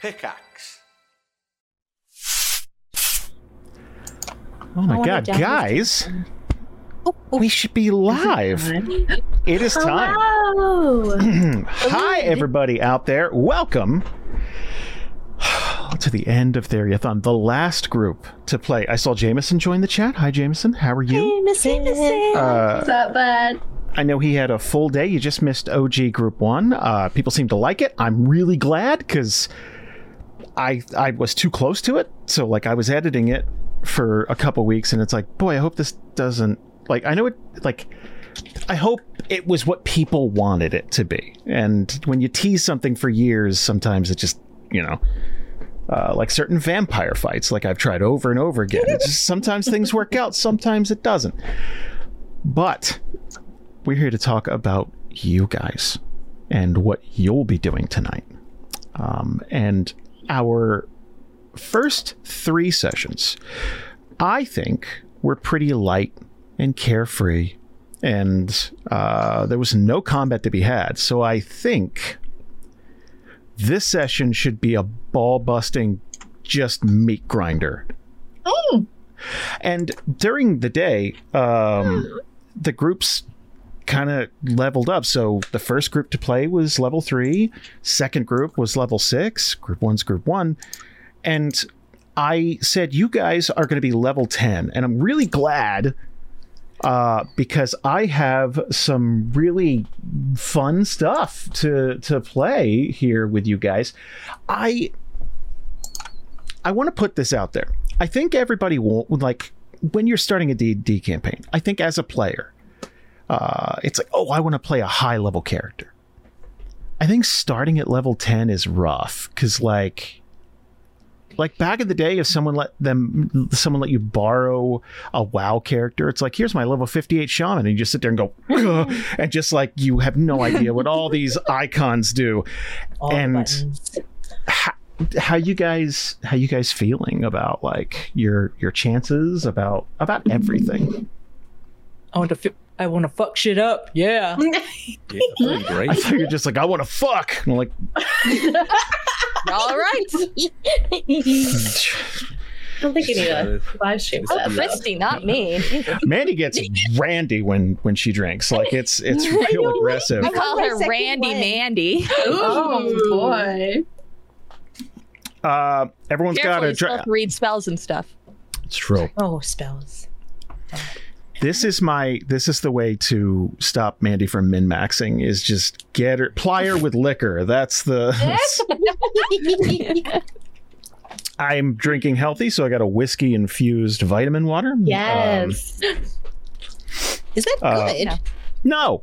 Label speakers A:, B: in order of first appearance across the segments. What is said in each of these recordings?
A: Pickaxe.
B: Oh my
C: wanna
B: god,
C: download
B: guys,
C: Oh, oh,
B: we should be live. It is time.
C: Hello.
B: Hi, everybody out there. Welcome to the end of Theriathon, the last group to play. I saw Jameson join the chat. Hi, Jameson. How are you?
C: Miss Anderson.
B: Uh,
D: What's up, bud?
B: I know he had a full day. You just missed OG Group One. Uh, people seem to like it. I'm really glad because I I was too close to it. So like I was editing it for a couple weeks, and it's like, boy, I hope this doesn't like. I know it like. I hope it was what people wanted it to be. And when you tease something for years, sometimes it just you know. Uh, like certain vampire fights, like I've tried over and over again. It's just sometimes things work out, sometimes it doesn't. But we're here to talk about you guys and what you'll be doing tonight. Um, and our first three sessions, I think, were pretty light and carefree, and uh, there was no combat to be had. So I think this session should be a ball busting, just meat grinder. And during the day, um, the groups kind of leveled up. So the first group to play was level three, second group was level six, group one's group one. And I said, you guys are going to be level 10. And I'm really glad uh, because I have some really fun stuff to, to play here with you guys. I I want to put this out there. I think everybody will like when you're starting a D&D campaign. I think as a player, uh, it's like, oh, I want to play a high level character. I think starting at level 10 is rough because, like, like back in the day, if someone let them, someone let you borrow a WoW character, it's like, here's my level 58 shaman. And you just sit there and go, "Ugh," and just like, you have no idea what all these icons do.
C: All the
B: and-
C: buttons.
B: How, how you guys, how you guys feeling about like your, your chances about, about everything?
C: I want to. Fi- I want to fuck shit up. Yeah.
E: Yeah, pretty great.
B: I thought you're just like, I want to fuck. And I'm like,
F: All right.
D: I don't think any of
E: Uh,
D: us live stream
E: Oh,
F: Oh,
D: stuff.
F: Christy, not me.
B: Mandy gets randy when when she drinks. Like it's it's real aggressive.
F: I call her Randy Mandy.
D: Oh boy.
B: Uh, everyone's got
F: Careful,
B: a
F: you still
B: dra-
F: have to read spells and stuff.
B: it's true.
C: Oh, spells.
B: This is my this is the way to stop Mandy from min maxing is just get her ply her with liquor. That's the. I'm drinking healthy, so I got a whiskey infused vitamin water. Um,
D: Yes.
C: Is that
B: Uh,
C: good?
B: no,
F: no.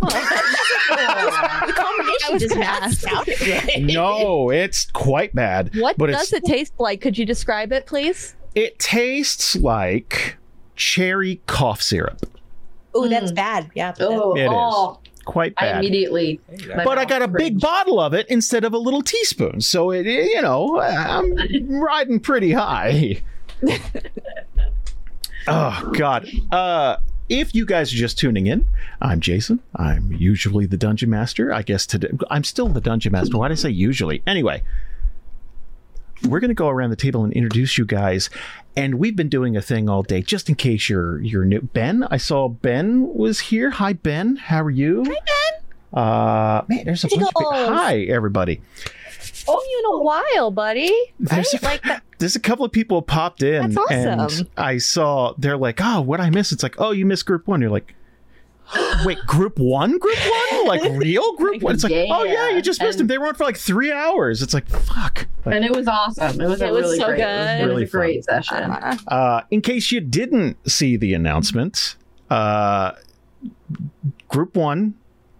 C: The combination does not sound good.
B: no, it's quite bad.
F: What
B: but it's
F: does it taste like? Could you describe it, please?
B: it tastes like cherry cough syrup.
C: Oh,
F: Hmm.
C: that's bad. Yeah. but
D: Oh,
B: It is.
D: oh,
B: Quite
D: I
B: bad.
D: immediately.
E: Hey,
D: my
E: that-
B: but I
D: mouth
B: got a big
D: cringed.
B: bottle of it instead of a little teaspoon. So it, you know, I'm riding pretty high. oh God. Uh, if you guys are just tuning in, I'm Jason. I'm usually the dungeon master. I guess today I'm still the dungeon master. Why did I say usually? Anyway, we're gonna go around the table and introduce you guys. And we've been doing a thing all day, just in case you're you're new. Ben, I saw Ben was here. Hi, Ben. How are you? Hi, Ben. Uh, man, there's a bunch of people.
C: Giggles.
B: Hi, everybody.
F: Oh, you in a while, buddy.
B: There's a,
F: Like that.
B: there's a couple of people popped in,
F: That's awesome.
B: and I saw they're like, "Oh, what I miss?" It's like, "Oh, you missed group one." You're like, "Wait, group one? Group one? Like real group one?" It's like, "Oh yeah,
D: Yeah,
B: you just missed
D: and-
B: them. They were on for like three hours." It's like, "Fuck." Like,
D: And it was awesome. It was
F: It
D: a
F: was
D: really
F: so
D: great.
F: good.
D: It was
B: Really
D: a great session.
F: Uh,
B: Uh, in case you didn't see the announcement, uh, Group One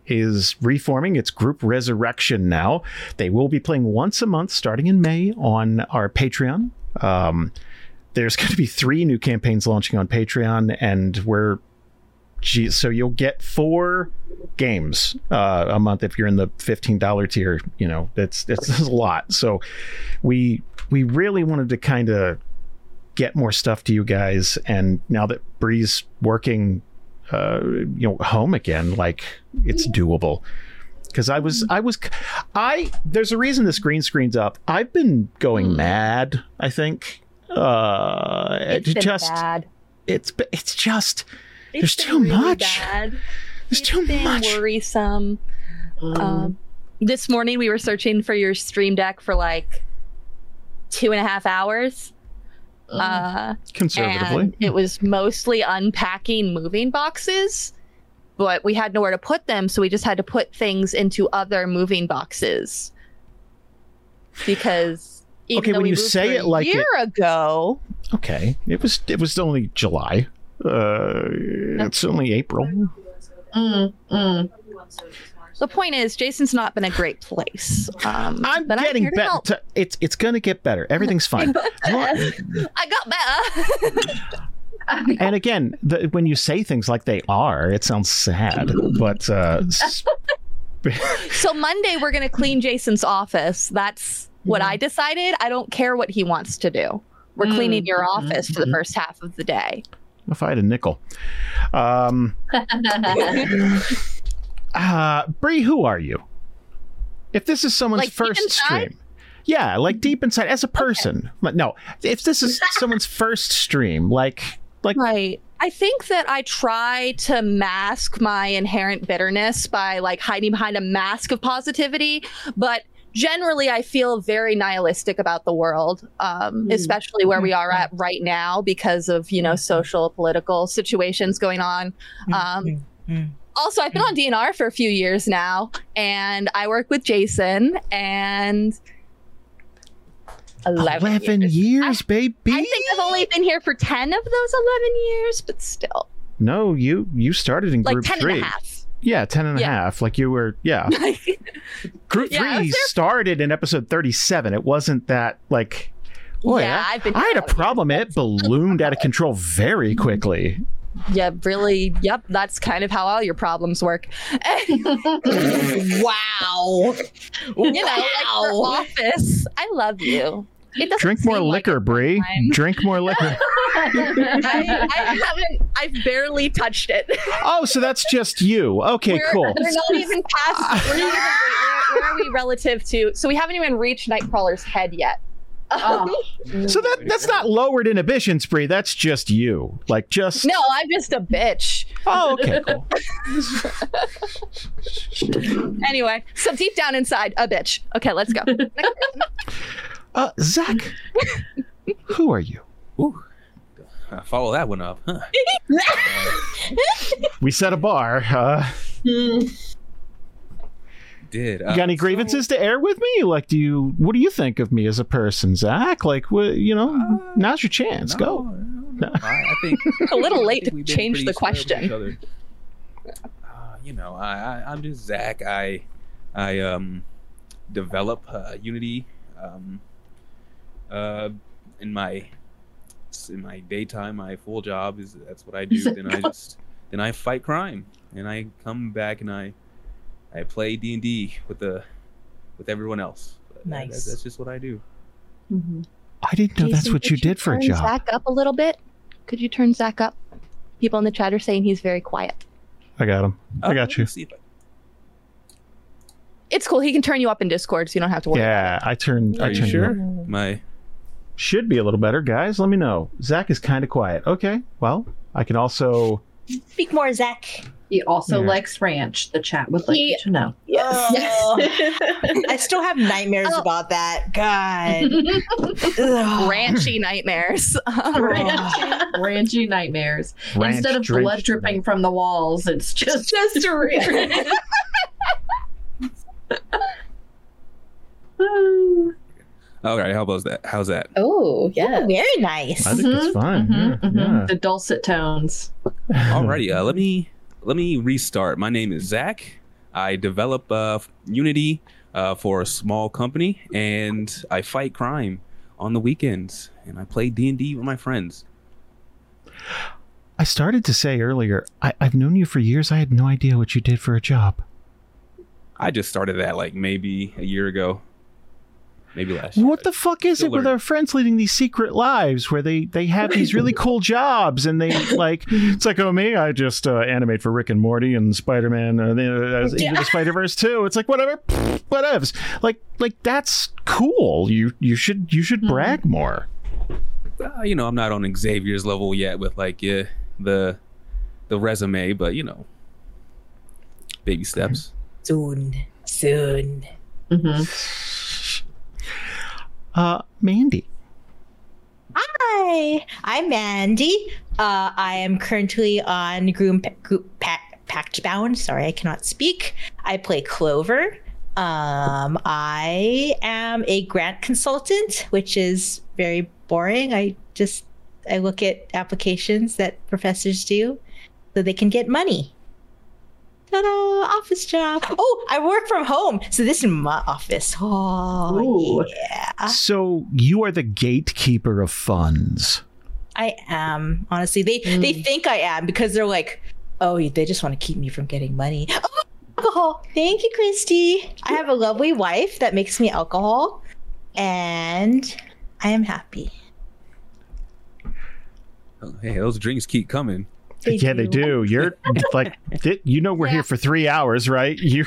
B: is reforming. It's Group Resurrection now. They will be playing once a month starting in May on our Patreon. Um, there's going to be three new campaigns launching on Patreon, and we're gee, so you'll get four games uh, a month if you're in the $15 tier. You know that's that's a lot. So we we really wanted to kind of get more stuff to you guys. And now that Bree's working, uh, you know, home again, like it's doable. because I was I was I there's a reason this green screen's up. I've been going
F: Hmm.
B: mad. I think uh, it
F: It's been
B: just
F: bad.
B: it's be- it's just
F: It's
B: there's
F: been
B: too
F: really
B: much.
F: bad.
B: there's too
F: been
B: much. Hmm.
F: worrisome.
D: Mm,
F: Um, this morning we were searching for your stream deck for like two and a half hours.
B: Hmm.
F: Uh,
B: Conservatively,
F: and it was mostly unpacking moving boxes, but we had nowhere to put them, so we just had to put things into other moving boxes. Because even
B: Okay,
F: though
B: when
F: we
B: you
F: moved
B: say
F: here
B: it like
F: a
B: it-
F: year ago,
B: okay. It was it was only July. Uh, it's only April.
D: Mm, mm.
F: the point is Jason's not been a great place. Um,
B: I'm
F: but
B: getting
F: here to
B: better.
F: help.
B: to- It's it's gonna get better. Everything's fine.
F: I got better.
D: mm.
B: and again, the, when you say things like they are, it sounds sad. But uh, s-
F: So Monday we're gonna clean Jason's office. That's what
B: Mm.
F: I decided. I don't care what he wants to do. We're
D: Mm.
F: cleaning your office for
B: Mm-hmm.
F: the first half of the day.
B: if I had a nickel, um, uh, Bree, who are you? If this is someone's
F: Like, deep
B: first
F: inside?
B: stream, yeah, like deep inside as a person. Like, No, if this is someone's first stream, like like
F: Right. I think that I try to mask my inherent bitterness by like hiding behind a mask of positivity, but generally I feel very nihilistic about the world, um,
D: Mm.
F: especially where we are at right now because of you know social political situations going on. Um, also i've been on dnr for a few years now and i work with jason and 11,
B: eleven
F: years.
B: years, baby.
F: i think i've only been here for 10 of those 11 years but still
B: no, you you started in
F: like
B: group
F: 10
B: three.
F: and a half
B: Yeah, ten and a half.
F: Yeah.
B: Like you were, yeah. Group
F: Yeah, I was
B: three
F: there-
B: started in episode thirty-seven. It wasn't that like. Boy,
F: Oh, yeah i've been
B: I had a problem. It ballooned out of control very quickly.
F: yeah really yep that's kind of how all your problems work wow you know like for office i love you it doesn't
B: Drink more
F: seem like
B: liquor, Bree.
F: time.
B: Drink more liquor.
F: I, I haven't. I've barely touched it.
B: oh, so that's just you. Okay,
F: we're,
B: cool.
F: We're not even past. We're not even, where, where are we relative to? So we haven't even reached Nightcrawler's head yet.
D: Oh.
B: So that that's not lowered inhibitions, Bree. That's just you. Like just.
F: No, I'm just a bitch.
B: Oh, okay, cool.
F: Anyway, so deep down inside, a bitch. Okay, let's go.
B: Uh, Zach, who are you?
E: Ooh. Uh, follow that one up, huh?
B: We set a bar. Uh,
E: Did uh,
B: you got any
E: so-
B: grievances to air with me? Like, do you? What do you think of me as a person, Zach? Like, what? You know,
E: Uh,
B: now's your chance.
E: No,
B: Go.
E: no, no. I, I think
F: A little late
E: I
F: to
E: think we've been
F: change
E: pretty
F: the
E: square with
F: question.
E: each other. Uh, you know, I, I I'm just Zach. I I um develop uh, Unity um uh in my in my daytime. My full job is that's what I do. then I just then I fight crime and I come back and I I play D and D with the with everyone else. That-
C: Nice.
E: That's, that's just what I do.
B: I didn't know that's
F: Jason,
B: what
F: could
B: you did for a
F: turn
B: job.
F: Zach up a little bit. Could you turn Zach up? People in the chat are saying he's very quiet.
B: I got him. I
E: Uh,
B: got
E: let
B: you.
E: me see if I-
F: It's cool. He can turn you up in Discord, so you don't have to worry.
B: Yeah, I turned. I
E: Are you
B: turned him up.
E: sure? My
B: should be a little better, guys. Let me know. Zach is kind of quiet. Okay, well, I can also.
A: Speak more, Zach.
D: He also
B: Yeah.
D: likes ranch. The chat would like
A: He-
D: you to know.
A: I still have nightmares
F: Oh.
A: about that. God. Ugh.
F: Ranchy nightmares.
D: Ranchy, ranchy nightmares. Instead of blood dripping from the walls, it's just
F: just a real.
E: all right. How about that? How's that?
G: Oh, yeah.
A: Very nice.
B: I think it's fine.
D: Mhm,
B: yeah,
D: mhm.
B: yeah.
D: the dulcet tones.
E: Alrighty, uh, let me let me restart. My name is Zach. I develop uh, Unity uh, for a small company, and I fight crime on the weekends. And I play D and D with my friends.
B: I started to say earlier, I, I've known you for years. I had no idea what you did for a job.
E: I just started that like maybe a year ago. Maybe last year.
B: What the fuck is
E: Still
B: it with
E: learning.
B: our friends leading these secret lives where they they have these really cool jobs and they like it's like oh me I just uh, animate for Rick and Morty and Spider Man and uh, I was into the Spider Verse too. It's like whatever, pfft, whatevs. Like like that's cool. You you should you should brag more.
E: uh, you know, I'm not on Xavier's level yet with like yeah, the the resume, but you know, baby steps.
A: Soon. Soon.
D: hmm
B: Uh, Mandy.
A: Hi, I'm Mandy. Uh, I am currently on Groom pa- Group pa- Pactbound. Sorry, I cannot speak. I play Clover. Um, I am a grant consultant, which is very boring. I just I look at applications that professors do, so they can get money. Ta-da! Office job. Oh, I work from home, so this is my office. Oh,
D: Ooh.
B: Ah.
A: yeah.
B: So you are the gatekeeper of funds.
A: I am honestly. They they
B: Mm.
A: think I am because they're like, oh, they just want to keep me from getting money. Oh, alcohol. Thank you, Christy. I have a lovely wife that makes me alcohol, and I am happy.
E: Oh, Hey, those drinks keep coming.
B: yeah, they do. You're like, th- you know, we're here for three hours, right? You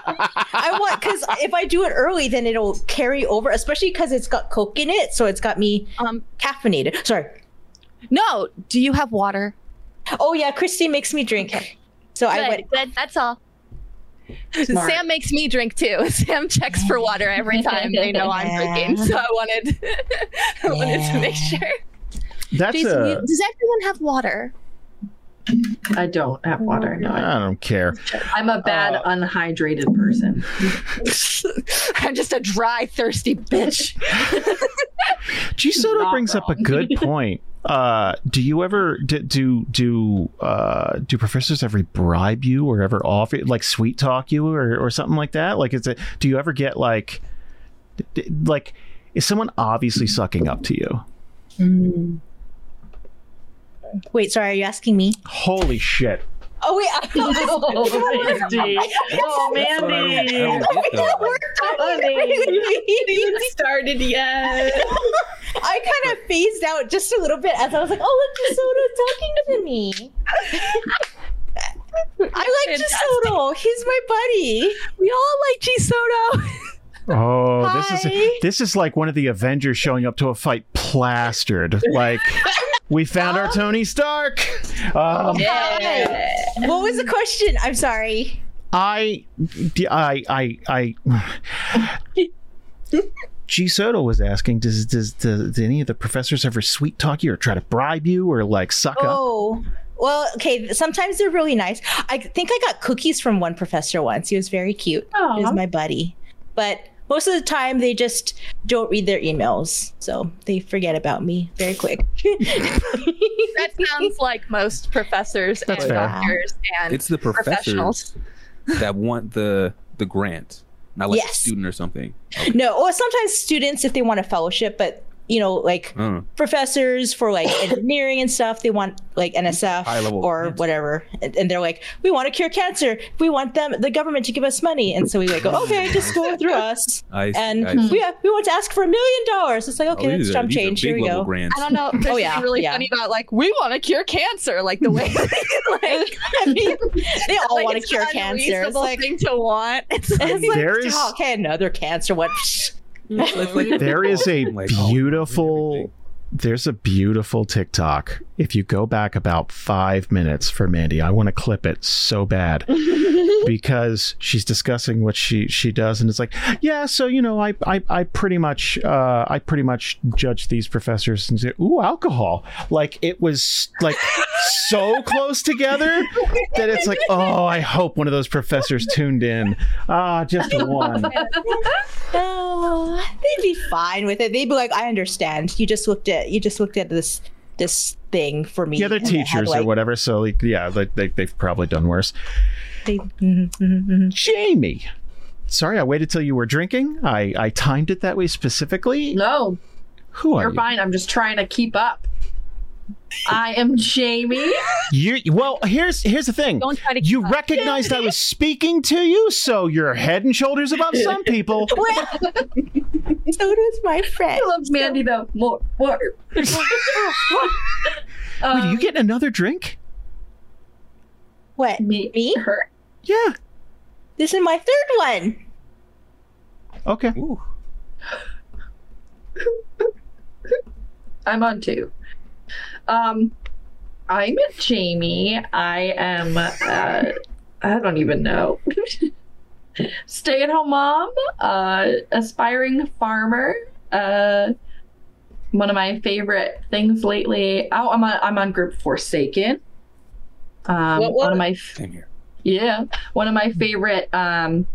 A: I want because if I do it early, then it'll carry over, especially because it's got coke in it, so it's got me
F: Um,
A: caffeinated. Sorry.
F: no, do you have water?
A: Oh yeah, Christy makes me drink. So I went.
F: Good, good, that's all.
D: Smart.
F: Sam makes me drink too. Sam checks for water every time they know I'm drinking, so I wanted, I wanted to make
A: Yeah.
F: sure.
B: that's
F: Jason,
B: a.
F: you- does everyone have water?
D: I don't have water. No, I-
B: I don't care.
D: I'm a bad
B: Oh.
D: unhydrated person.
F: I'm just a dry, thirsty bitch.
B: G Soto
D: Not
B: brings up a
D: wrong.
B: good point. Uh, do you ever do do do, uh, do professors ever bribe you or ever offer like sweet talk you or, or something like that? Like, is it do you ever get like d- d- like is someone obviously sucking up to you?
A: Wait, sorry. Are you asking me?
B: Holy shit!
A: Oh wait.
D: Oh, Mandy. Oh,
E: That's what I don't- I
D: Mandy.
E: don't get, though.
D: It started yet.
A: I kind of phased out just a little bit as I was like, "Oh, look, Jasoto talking to me." I like Jasoto. He's my buddy.
F: We all like G Soto.
B: Oh, this is
A: Hi.
B: this is like one of the Avengers showing up to a fight plastered. Like we found our Tony Stark. Um,
A: Hi. What was the question? I'm sorry.
B: I, d- I, I, I- G Soto was asking, does, does, does, do any of the professors ever sweet talk you or try to bribe you or like suck up?
A: Oh, well, okay. Sometimes they're really nice. I think I got cookies from one professor once. He was very cute. He was
D: Oh,
A: my buddy, but most of the time they just don't read their emails, so they forget about me very quick.
F: That sounds like most professors
B: That's
F: and
B: fair.
F: doctors and
E: It's the professors
F: professionals.
E: that want the the grant, not like a
A: Yes.
E: student or something.
A: No, or sometimes students if they want a fellowship, but you know, like
E: I don't know.
A: professors for like engineering and stuff, they want like NSF
E: Mm-hmm. High level,
A: or
E: yes.
A: whatever, and, and they're like, we want to cure cancer, we want them, the government to give us money, and so we like go, okay, just go through us,
E: Ah. I,
A: and
E: I,
A: we uh, we want to ask for a million dollars. It's like
E: oh,
A: okay,
E: these
A: that's
E: are-
A: jump
E: these are
A: change. Here we
E: big-level
A: go.
E: grants.
F: I don't know. There's
A: Oh,
F: oh,
A: yeah,
F: really
A: yeah.
F: funny about like we want to cure cancer, like the way like
A: I mean, they all
F: like,
A: want to
F: it's
A: cure
F: an
A: cancer. It's
F: unreasonable
A: like,
F: thing to want. It's
A: it's like
B: There is-
A: oh, okay, another cancer. What?
C: Mm-hmm.
E: It's like-
B: There is a
E: I'm like, oh,
B: beautiful,
E: everything.
B: there's a beautiful TikTok. If you go back about five minutes for Mandy, I want to clip it so bad because she's discussing what she, she does. And it's like, yeah, so, you know, I, I, I pretty much, uh, I pretty much judge these professors and say, ooh, alcohol. Like it was like so close together that it's like, oh, I hope one of those professors tuned in. Ah, just one.
A: No, they'd be fine with it. They'd be like, I understand. You just looked at you just looked at this this thing for me.
B: yeah, they're
A: and it had,
B: teachers or
A: like-
B: whatever. So, like, yeah, like they, they've probably done worse.
A: They, mhm, mhm, mhm.
B: Jamie, sorry, I waited till you were drinking. I, I timed it that way specifically.
D: No,
B: Who are
D: you're
B: you?
D: fine. I'm just trying to keep up. I am Jamie.
B: You well, here's here's the thing.
F: Don't try to
B: You
F: keep up.
B: recognized I was speaking to you, so you're head and shoulders above some people.
A: So does my friend.
D: I love Mandy though. More, more.
B: Wait, do
D: Um,
B: you get another drink?
A: What?
D: me,
A: Me?
D: her.
B: Yeah.
A: This is my third one.
B: Okay.
E: Ooh.
D: I'm on two. Um, I'm Jamie. I am. Uh, I don't even know. Stay-at-home mom, uh, aspiring farmer. Uh, one of my favorite things lately. Oh, I'm on. I'm on group Forsaken. Um,
A: What- what-
D: one of my f-
E: Same here.
D: yeah, one of my favorite. Um,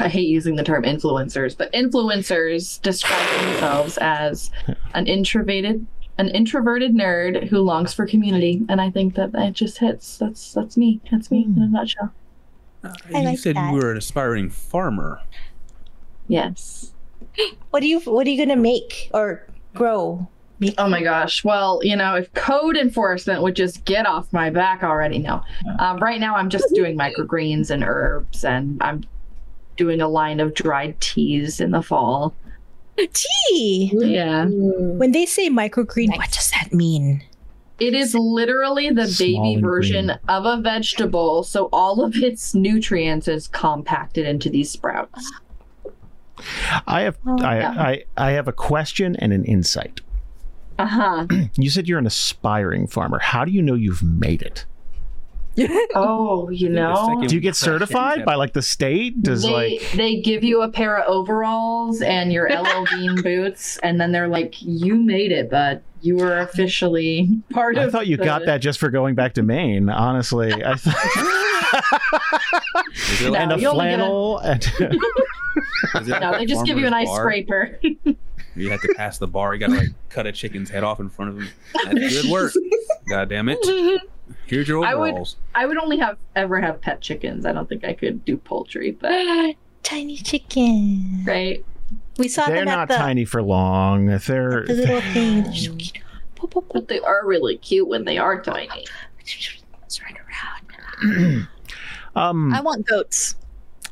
D: I hate using the term influencers, but influencers describe themselves as an introverted, an introverted nerd who longs for community, and I think that that just hits. That's that's me. That's me in a nutshell.
E: Uh,
A: I
E: you
A: like
E: said
A: that.
E: you were an aspiring farmer.
D: Yes.
A: What are you what are you gonna make or grow?
D: Oh my gosh. Well, you know, if code enforcement would just get off my back already. No. Um, right now, I'm just doing microgreens and herbs, and I'm doing a line of dried teas in the fall.
A: Tea.
D: Yeah.
A: When they say microgreen, what does that mean?
D: It is literally the
B: Small
D: baby
B: and
D: version
B: green.
D: of a vegetable, so all of its nutrients is compacted into these sprouts.
B: I have I,
D: Oh, yeah.
B: I I have a question and an insight.
D: Uh
A: Uh-huh.
D: huh.
B: You said you're an aspiring farmer. How do you know you've made it?
D: Oh, you
E: The
D: know.
E: second
B: Do you get
E: question
B: certified
E: that-
B: by like the state? Does
D: they,
B: like
D: they give you a pair of overalls and your LL Bean boots, and then they're like, "You made it, bud. You were officially part of."
B: I thought you
D: the-
B: got that just for going back to Maine. Honestly, I thought
E: Is it
D: No,
E: like-
B: and a
D: you only get a-
B: flannel and
E: is it like
D: No,
E: a
D: they just give you an
E: farmer's
D: ice
E: bar?
D: scraper.
E: You have to pass the bar. You gotta like cut a chicken's head off in front of him. That's good work. God damn it. Here's your
D: I would-
E: overalls.
D: I would only have ever have pet chickens. I don't think I could do poultry, but
A: Tiny chicken.
D: right.
A: We saw
B: they're
A: them at
B: not
A: the,
B: tiny for long. They're
A: the little thing. They're so cute. Boop, boop, boop.
D: But they are really cute when they are tiny.
A: It's right around.
B: um
F: I want goats.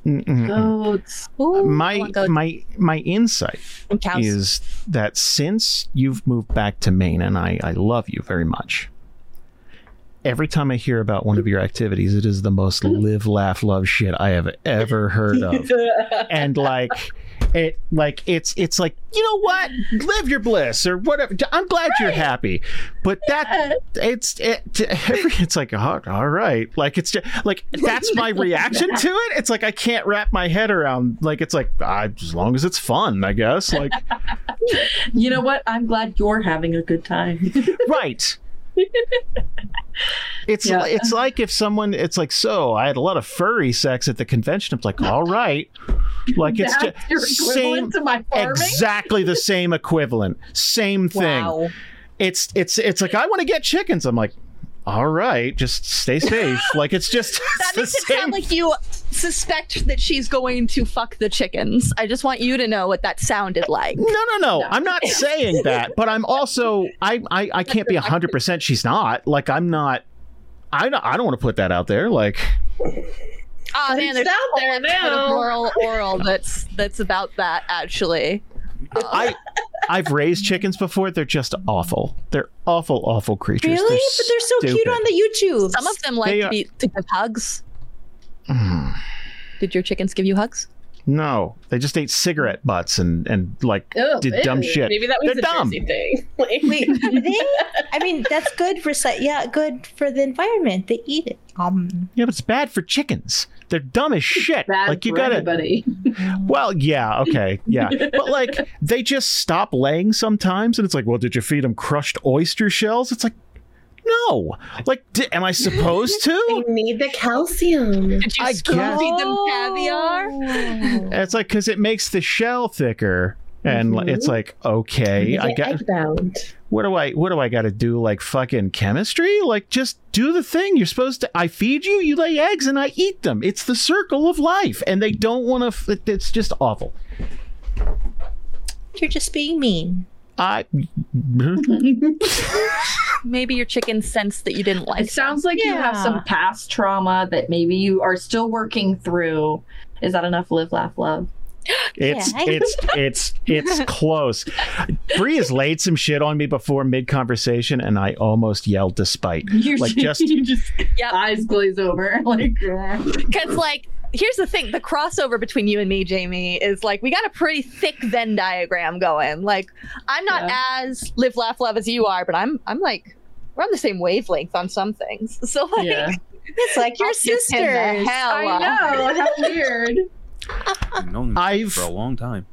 B: mm, mm, mm.
D: Goats.
A: Ooh,
F: I
B: my
F: want goats.
B: my my insight
F: and cows.
B: is that since you've moved back to Maine, and I, I love you very much, every time I hear about one of your activities, it is the most live, laugh, love shit I have ever heard of. and like it like it's it's like you know what live your bliss or whatever i'm glad you're happy but that it's it it's like oh, all right like it's just like that's my reaction to it it's like i can't wrap my head around like it's like I, as long as it's fun i guess like
D: You know what? I'm glad you're having a good time.
B: right it's
D: Yeah.
B: it's like if someone it's like so i had a lot of furry sex at the convention it's like all right like it's
D: That's your
B: just same
D: equivalent to my farming.
B: exactly the same equivalent same thing
A: Wow.
B: it's it's it's like i want to get chickens i'm like all right just stay safe like it's just
F: That
B: it's the
F: makes it sound
B: same
F: like you suspect that she's going to fuck the chickens. I just want you to know what that sounded like.
B: no no no
D: No.
B: i'm not saying that but i'm also i i, I can't be 100% she's not like i'm not i don't, I don't want to put that out there like
F: Oh man, there's
D: It's out there
F: a lot of
D: now.
F: oral oral that's that's about that actually. Um,
B: i i've raised chickens before they're just awful they're awful awful creatures
A: Really? but they're so cute
B: stupid.
A: on the YouTube.
F: some of them like
B: They
F: to,
B: are-
F: be, to give hugs.
B: Mm.
F: Did your chickens give you hugs?
B: no they just ate cigarette butts and and like
G: Oh,
B: did dumb
G: ew.
B: shit.
G: Maybe that was
B: They're
G: a
B: dumb.
G: Jersey thing. Like,
A: Wait, are they? I mean, that's good for si- yeah, good for the environment. They eat it. Um,
B: Yeah, but it's bad for chickens. They're dumb as shit.
D: Bad
B: like you
D: for
B: gotta.
D: everybody.
B: Well, yeah, okay, yeah, but like they just stop laying sometimes, and it's like, well, did you feed them crushed oyster shells? It's like, no. Like, di- am I supposed
G: they
B: to?
G: need the calcium.
F: Did you
B: I
F: spoon
B: guess-
F: feed them caviar?
B: And it's like because it makes the shell thicker, and li-
A: Mm-hmm.
B: it's like, okay, I got.
G: bound.
B: What do I? What do I got to do? Like fucking chemistry? Like just do the thing you're supposed to. I feed you, you lay eggs, and I eat them. It's the circle of life, and they don't want to. It's just awful.
A: You're just being mean.
B: I
F: Maybe your chicken sensed that you didn't like.
D: It sounds like you have
A: Yeah.
D: some past trauma that maybe you are still working through. Is that enough? Live, laugh, love.
B: It's
A: Yeah.
B: it's it's it's close. Bree has laid some shit on me before mid conversation, and I almost yelled despite.
D: You're
B: Like, just-
D: you just
F: Yep.
D: eyes glaze over. Like
F: Because, like, here's the thing the crossover between you and me, Jamie, is like we got a pretty thick Venn diagram going. Like, I'm not
D: Yeah.
F: as live, laugh, love as you are, but I'm, I'm like, we're on the same wavelength on some things. So, like,
D: yeah.
A: It's like your sisters.
F: hell
D: I know. How weird.
E: I've known
B: I've-
E: for a long time.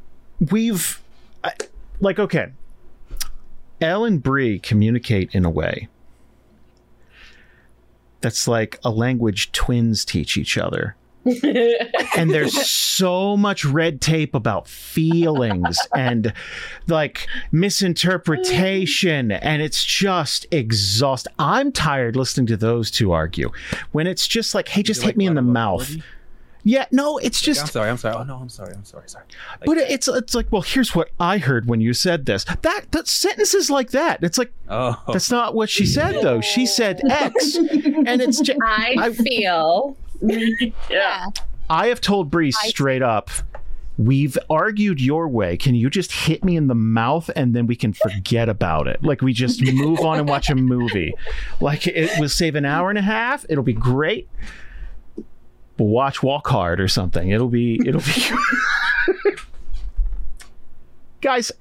B: We've I, like okay. Elle and Bree communicate in a way that's like a language twins teach each other. and there's so much red tape about feelings and like misinterpretation and it's just exhaust i'm tired listening to those two argue when it's just like hey
E: Is
B: just
E: it
B: hit
E: like
B: me in the
E: lateral
B: mouth
E: ability?
B: yeah no it's
E: I'm
B: just
E: sorry. I'm sorry. Oh no. I'm sorry. I'm sorry. Sorry. Like
B: but
E: that.
B: it's it's like well here's what i heard when you said this that that sentences like that it's like
E: oh.
B: that's not what she said though she said x and it's just
H: I,
B: I-
H: feel.
D: Yeah.
B: I have told Bree straight up, we've argued your way. Can you just hit me in the mouth and then we can forget about it? Like we just move on and watch a movie. Like it will save an hour and a half. It'll be great. We'll watch Walk Hard or something. It'll be it'll be Guys,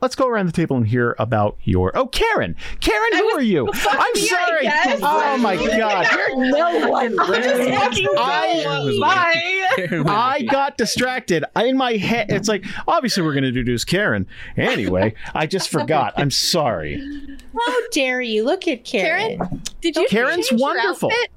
B: let's go around the table and hear about your Oh Karen! Karen, who are you? I'm sorry. Oh my god.
H: No one.
B: I I got distracted I- in my head. It's like obviously we're going to introduce Karen anyway. I just forgot. I'm sorry.
A: How dare you look at Karen?
F: Did you
B: Karen's
F: change your
B: wonderful.
F: outfit?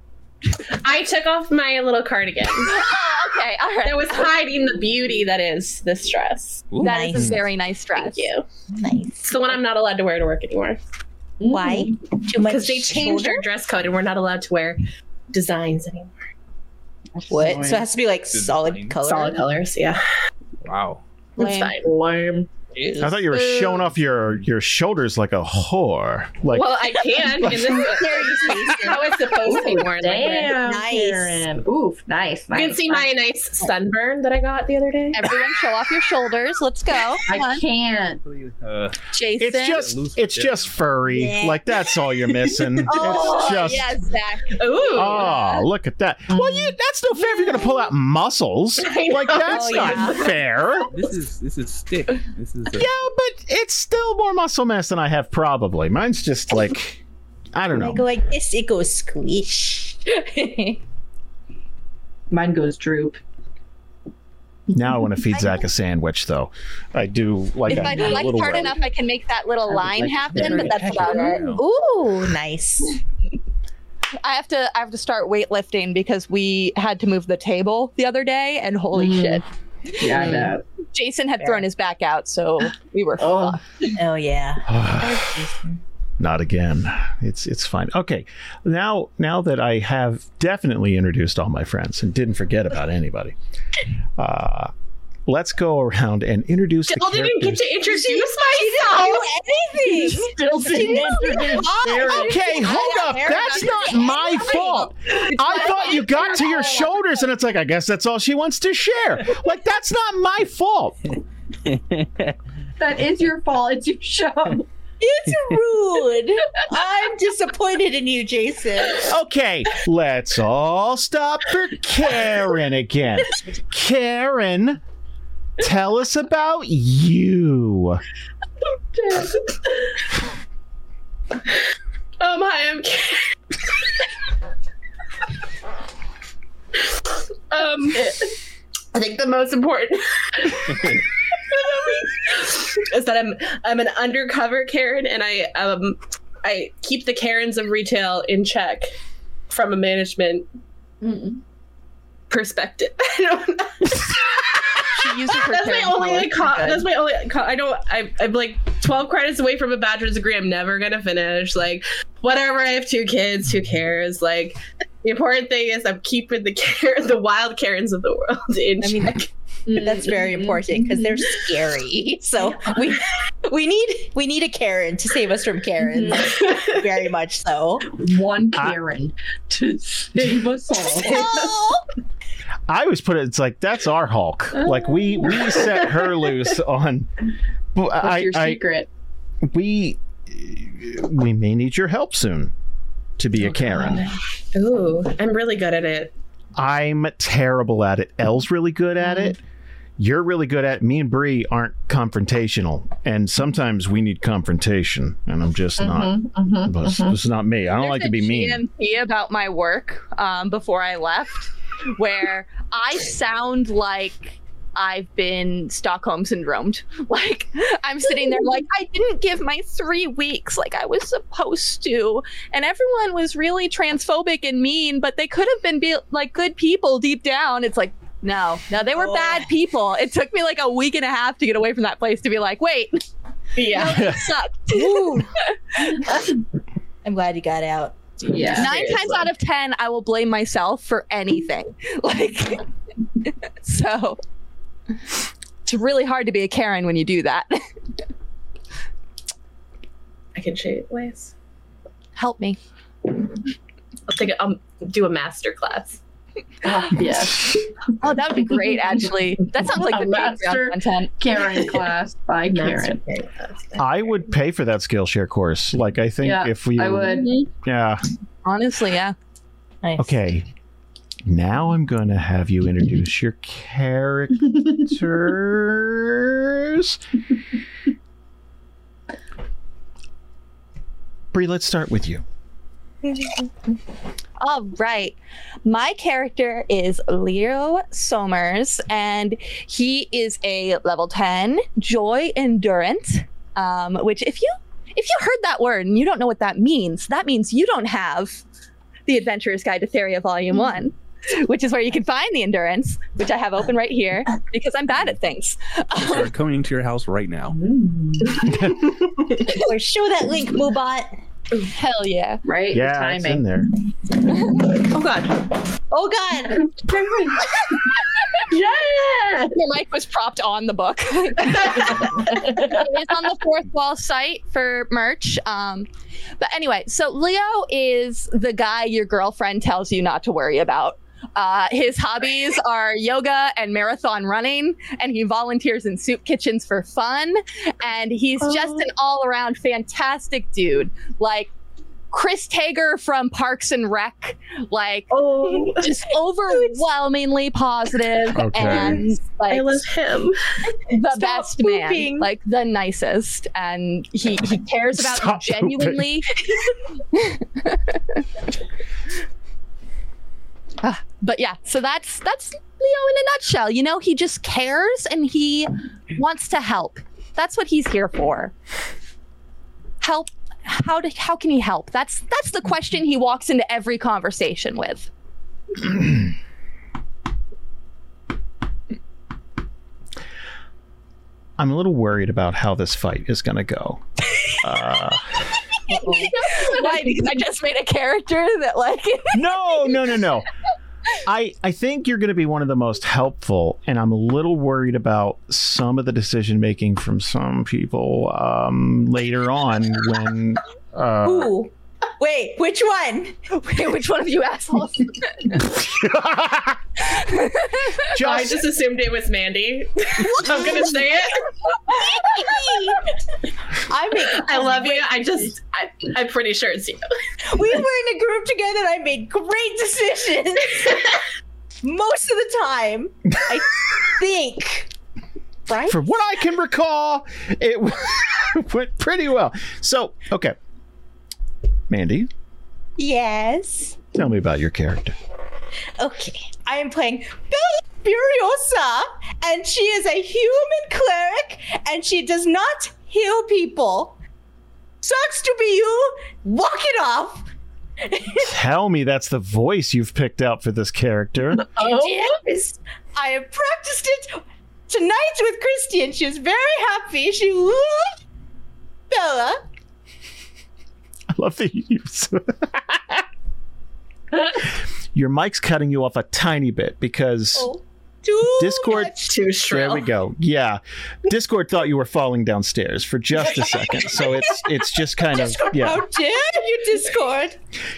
H: I took off my little cardigan
F: Oh, okay. All right.
H: that was hiding the beauty that is this dress.
E: Ooh.
F: That is
A: Nice.
F: a very nice dress.
H: Thank you.
A: Nice.
H: It's the one I'm not allowed to wear to work anymore
A: Why? Too much.
H: because they changed our dress code and we're not allowed to wear designs anymore.
A: What? So it has to be like solid
E: Design.
A: color.
H: Solid colors, yeah.
E: wow.
H: It's
A: Lame.
H: fine.
D: Mm. Lame.
B: I thought you were showing off your your shoulders like a whore. Like
H: Well, I can. And this is how it's supposed to be worn. Like,
D: Damn.
A: Nice.
D: Karen. Oof. Nice.
H: you
D: nice,
H: can see
D: nice.
H: my nice sunburn that I got the other day.
F: Everyone, show off your shoulders. Let's go. Come
D: I
F: on.
D: can't.
E: Uh,
F: Jason.
B: it's just
E: Loose
B: it's just furry.
A: Yeah.
B: Like that's all you're missing.
F: oh,
B: it's just
F: yes, Zach.
H: Ooh.
B: Oh, look at that. Well, you that's no fair if you're going to pull out muscles.
H: I
B: Like
H: know.
B: that's
F: Oh,
B: not
F: yeah.
B: fair.
E: this is this is stick. This is a,
B: Yeah, but it's still more muscle mass than I have probably. Mine's just like I don't
A: When I
B: know.
A: go like this, it goes squish.
D: Mine goes droop.
B: Now I want to feed Zach a sandwich, though. I do like
F: If
B: I
F: I
B: do a
F: flex
B: little.
F: hard
B: way.
F: enough, I can make that little
D: would
F: line
D: like to
F: happen, but
D: very
F: that's about it.
E: Wow.
A: Ooh, nice.
F: I have to I have to start weightlifting because we had to move the table the other day, and holy
D: Mm.
F: shit,
D: Yeah, I know.
F: Jason had
A: Fair.
F: thrown his back out, so we were
D: Oh.
F: fucked.
A: Oh yeah.
B: Not again. It's it's fine. Okay, now now that I have definitely introduced all my friends and didn't forget about anybody, uh, let's go around and introduce
H: Still
B: the
H: didn't
B: characters.
H: get to introduce myself.
A: Oh, anything.
D: Still
F: Oh,
B: Okay, hold up. That's not my fault. I thought you got to your shoulders, and it's like I guess that's all she wants to share. Like that's not my fault.
D: That is your fault. It's your show.
A: It's rude. I'm disappointed in you, Jason.
B: Okay, let's all stop for Karen again. Karen, tell us about you.
H: Um, hi, I'm Karen. um, I think the most important is that I'm I'm an undercover Karen, and I um I keep the Karens of retail in check from a management
F: Mm-hmm.
H: perspective. I don't.
F: She uses her
H: That's my
F: Karen powers
H: only
F: for
H: co-
F: good.
H: That's my only. Co- I don't. I, I'm like 12 credits away from a bachelor's degree. I'm never gonna finish. Like, whatever. I have two kids. Who cares? Like, the important thing is I'm keeping the care, the wild Karens of the world in
A: I mean,
H: check.
A: That's very important because they're scary. So we we need we need a Karen to save us from Karen. very much so.
D: One Karen to save us all.
A: Oh,
B: I always put it. It's like that's our Hulk. Like we we set her loose on. But
D: What's
B: I,
D: your
B: I
D: secret?
B: we we may need your help soon to be a Karen.
G: Ooh, I'm really good at it.
B: I'm terrible at it. Elle's really good at it. You're really good at it. Me and Bree aren't confrontational, and sometimes we need confrontation, and I'm just not.
D: Mhm, mhm,
B: But it's-
D: mhm.
B: it's not me. I don't like
F: There's a
B: to be mean.
F: GMP about my work um, before I left, where I sound like I've been Stockholm syndromed. Like I'm sitting there, like I didn't give my three weeks, like I was supposed to, and everyone was really transphobic and mean, but they could have been be- like good people deep down. It's like. No, no, they were
A: Oh.
F: bad people. It took me like a week and a half to get away from that place to be like, wait,
G: Yeah.
F: no, it sucked.
A: Ooh. I'm glad you got out.
D: Yeah.
F: Nine times out of ten, I will blame myself for anything. Like, so it's really hard to be a Karen when you do that.
G: I can show you ways.
F: Help me.
G: I'll take. A, I'll do a master class.
D: Ah, yes.
F: Oh, that would be great, actually. That sounds like
D: A
F: good
D: master-
F: Patreon content.
D: Karen class by Karen.
G: Master class.
B: I would pay for that Skillshare course. Like I think
D: Yeah,
B: if we,
D: I would.
B: yeah.
F: Honestly, yeah.
A: Nice.
B: Okay. Now I'm going to have you introduce your characters. Bree, let's start with you.
F: All right. My character is Leo Somers, and he is a level 10 joy endurant. Um, which, if you if you heard that word and you don't know what that means, that means you don't have the Adventurer's Guide to Theria Volume One, which is where you can find the endurance, which I have open right here because I'm bad at things.
E: We're uh, coming to your house right now.
A: Or show that link, Mobot.
F: Hell yeah!
D: Right?
B: yeah,
D: the
B: it's in
D: timing.
B: there.
G: Oh God.
A: Oh god.
D: Yeah.
F: Your mic was propped on the book. it is on the fourth wall site for merch. Um, but anyway, so Leo is the guy your girlfriend tells you not to worry about. Uh, his hobbies are yoga and marathon running, and he volunteers in soup kitchens for fun. And he's just an all around fantastic dude. Like Chris Tager from Parks and Rec. Like,
G: Oh,
F: just overwhelmingly positive
B: Okay.
F: and like
G: I love him.
F: the
A: Stop
F: best
A: pooping.
F: man, like the nicest, and he he cares about
B: Stop
F: you genuinely. Ah, but yeah, so that's that's Leo in a nutshell. You know, he just cares and he wants to help. That's what he's here for. Help. How to, how can he help? That's that's the question he walks into every conversation with.
B: I'm a little worried about how this fight is going to go. Uh,
F: Why? Because I just made a character that like
B: no, no, no, no. I I think you're going to be one of the most helpful, and I'm a little worried about some of the decision making from some people um, later on when. Uh,
A: Ooh. Wait, which one?
F: Wait, which one of you assholes?
G: I
B: just
G: just assumed it was Mandy. I'm gonna say it.
A: I make
G: I love you. I just. I, I'm pretty sure it's you.
A: we were in a group together and I made great decisions most of the time. I think. Right?
B: for what I can recall, it went pretty well. So, okay, Mandy,
A: Yes.
B: tell me about your character.
A: Okay. I am playing Bella Furiosa, and she is a human cleric, and she does not heal people. Sucks to be you. Walk it off.
B: Tell me that's the voice you've picked out for this character.
H: Oh.
A: Yes. I have practiced it tonight with Christian. She was very happy. She loved Bella.
B: I love the use. Your mic's cutting you off a tiny bit because
A: Oh, Too
B: Discord.
A: much.
G: Too shrill.
B: There we go. Yeah, Discord thought you were falling downstairs for just a second, so it's it's just kind of
A: Discord,
B: yeah.
A: How dare you, Discord?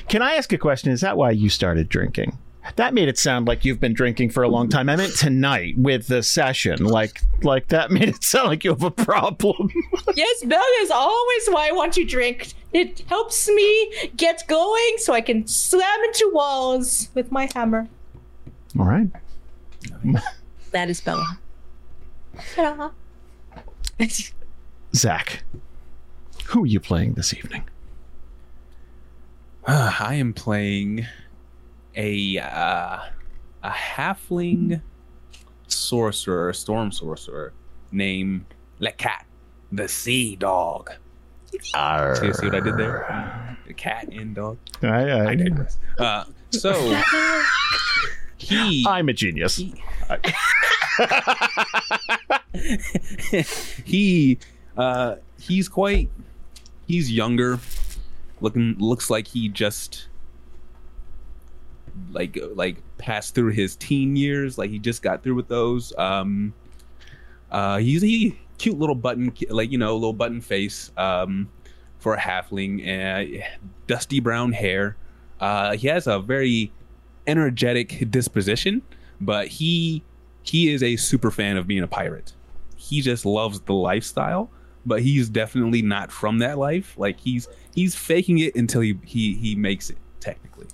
B: Can I ask a question? Is that why you started drinking? That made it sound like you've been drinking for a long time. I meant tonight with the session. Like like that made it sound like you have a problem.
A: yes, Bell is always why I want to drink. It helps me get going so I can slam into walls with my hammer.
B: All right.
A: That is Bella. Ta-da.
B: Zach. Who are you playing this evening?
E: Uh, I am playing a uh, a halfling sorcerer, storm sorcerer named Lecat, the sea dog. See, see what I did there? The cat and dog.
B: I,
E: I
B: I,
E: digress. Uh, so he
B: I'm a genius.
E: he uh he's quite he's younger looking looks like he just like like passed through his teen years like he just got through with those um uh he's he cute little button like you know little button face um for a halfling and dusty brown hair uh he has a very energetic disposition but he he is a super fan of being a pirate he just loves the lifestyle but he's definitely not from that life like he's he's faking it until he he, he makes it technically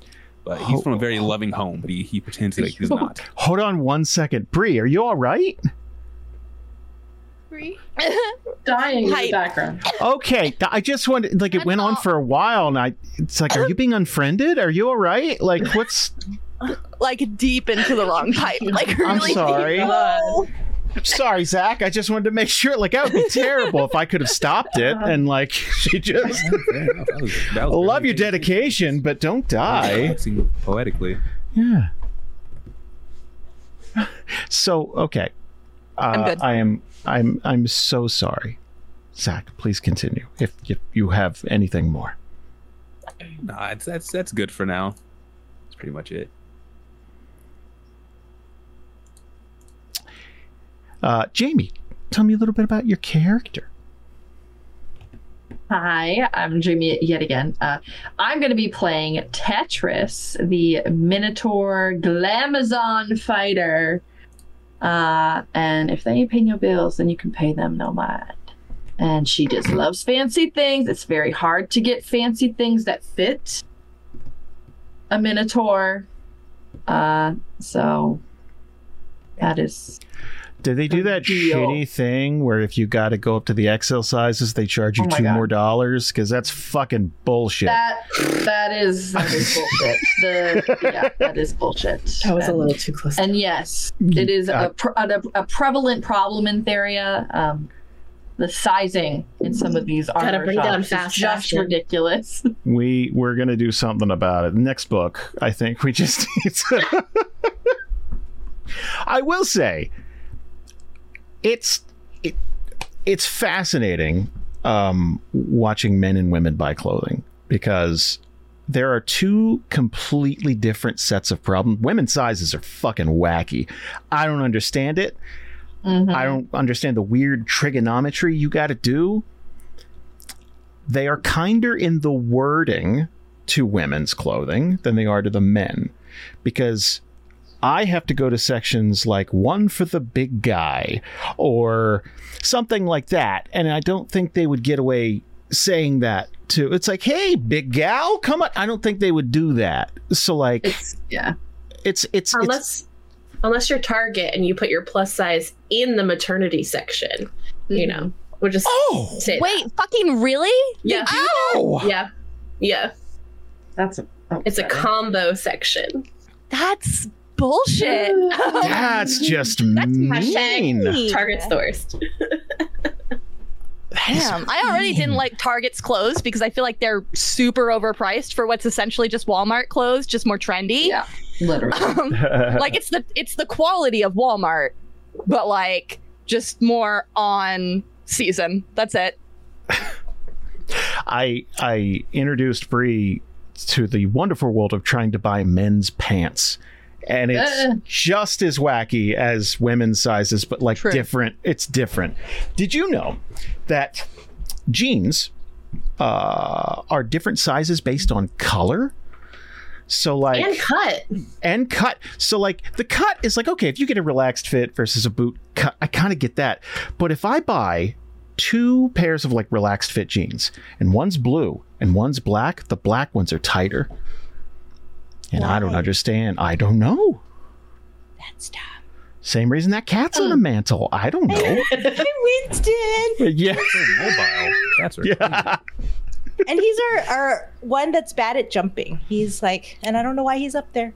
E: but he's from a very loving home but he, he pretends like he's not
B: Hold on one second. Bree, are you all right?
G: Dying in
F: Hype.
G: the background.
B: Okay. th- I just wanted like it
F: I'm
B: went on
F: all-
B: for a while and I it's like, are you being unfriended? Are you all right? Like what's
F: like deep into the wrong pipe. Like really
B: I'm
F: deep.
B: sorry.
G: Blood.
B: Sorry, Zach. I just wanted to make sure. Like, that would be terrible if I could have stopped it. And like, she just love your dedication, but don't die.
E: poetically
B: Yeah. So okay, uh, I'm
F: good.
B: I am. I'm. I'm so sorry, Zach. Please continue if if you have anything more.
E: nah it's, that's that's good for now that's pretty much it
B: Uh, Jamie, tell me a little bit about your character.
D: Hi, I'm Jamie yet again. Uh, I'm going to be playing Tetris, the Minotaur Glamazon fighter. Uh, and if they ain't paying your bills, then you can pay them no mind. And she just loves fancy things. It's very hard to get fancy things that fit a Minotaur. Uh, so that is
B: Did they do that
D: Deal.
B: shitty thing where if you got to go up to the XL sizes, they charge you
D: Oh my
B: two
D: God.
B: more dollars? Because that's fucking bullshit.
D: that. That is, that is bullshit. The, yeah, that is bullshit.
G: That was a
D: And-
G: little too close.
D: And yes, it is
B: Uh,
D: a, pr- a, a prevalent problem in Theria. Um, the sizing in some of these
G: Gotta
D: armor
G: bring down
D: shops is
G: fast
D: just
G: fashion.
D: ridiculous.
B: we we're gonna do something about it next book i think we just need to i will say it's it, it's fascinating um watching men and women buy clothing because there are two completely different sets of problems women's sizes are fucking wacky i don't understand it
D: Mhm.
B: I don't understand the weird trigonometry you got to do. They are kinder in the wording to women's clothing than they are to the men because I have to go to sections like one for the big guy or something like that. And I don't think they would get away saying that to it's like, hey, big gal, come on. I don't think they would do that. So like it's
D: It's yeah.
B: it's it's,
G: Unless unless you're Target and you put your plus size in the maternity section, you
D: Mm-hmm.
G: know. We'll just
B: Oh
G: say that.
F: Wait, fucking really?
G: Yeah. Yeah. Yeah.
D: That's a, oh,
G: It's a combo section.
F: That's bullshit. Oh,
B: that's just mean.
F: Hashtag
G: Target's the worst.
F: Damn, I already didn't like Target's clothes because I feel like they're super overpriced for what's essentially just Walmart clothes, just more trendy.
D: Yeah. literally.
F: Um, like it's the it's the quality of Walmart, but like just more on season. That's it.
B: I I introduced Bree to the wonderful world of trying to buy men's pants. and it's
F: Uh-uh.
D: Uh.
B: just as wacky as women's sizes, but like
F: True.
B: different. It's different. Did you know that jeans uh, are different sizes based on color? So like
H: and cut.
B: and cut. So like the cut is like okay, if you get a relaxed fit versus a boot cut, I kind of get that. But if I buy two pairs of like relaxed fit jeans and one's blue and one's black, the black ones are tighter. And I don't
A: Why?
B: understand. I don't know.
A: That's dumb.
B: Same reason that cat's on a mantle. I don't know.
A: Winston,
B: yeah.
E: They're mobile. Cats are
B: Yeah.
A: and he's our, our one that's bad at jumping. He's like, and I don't know why he's up there.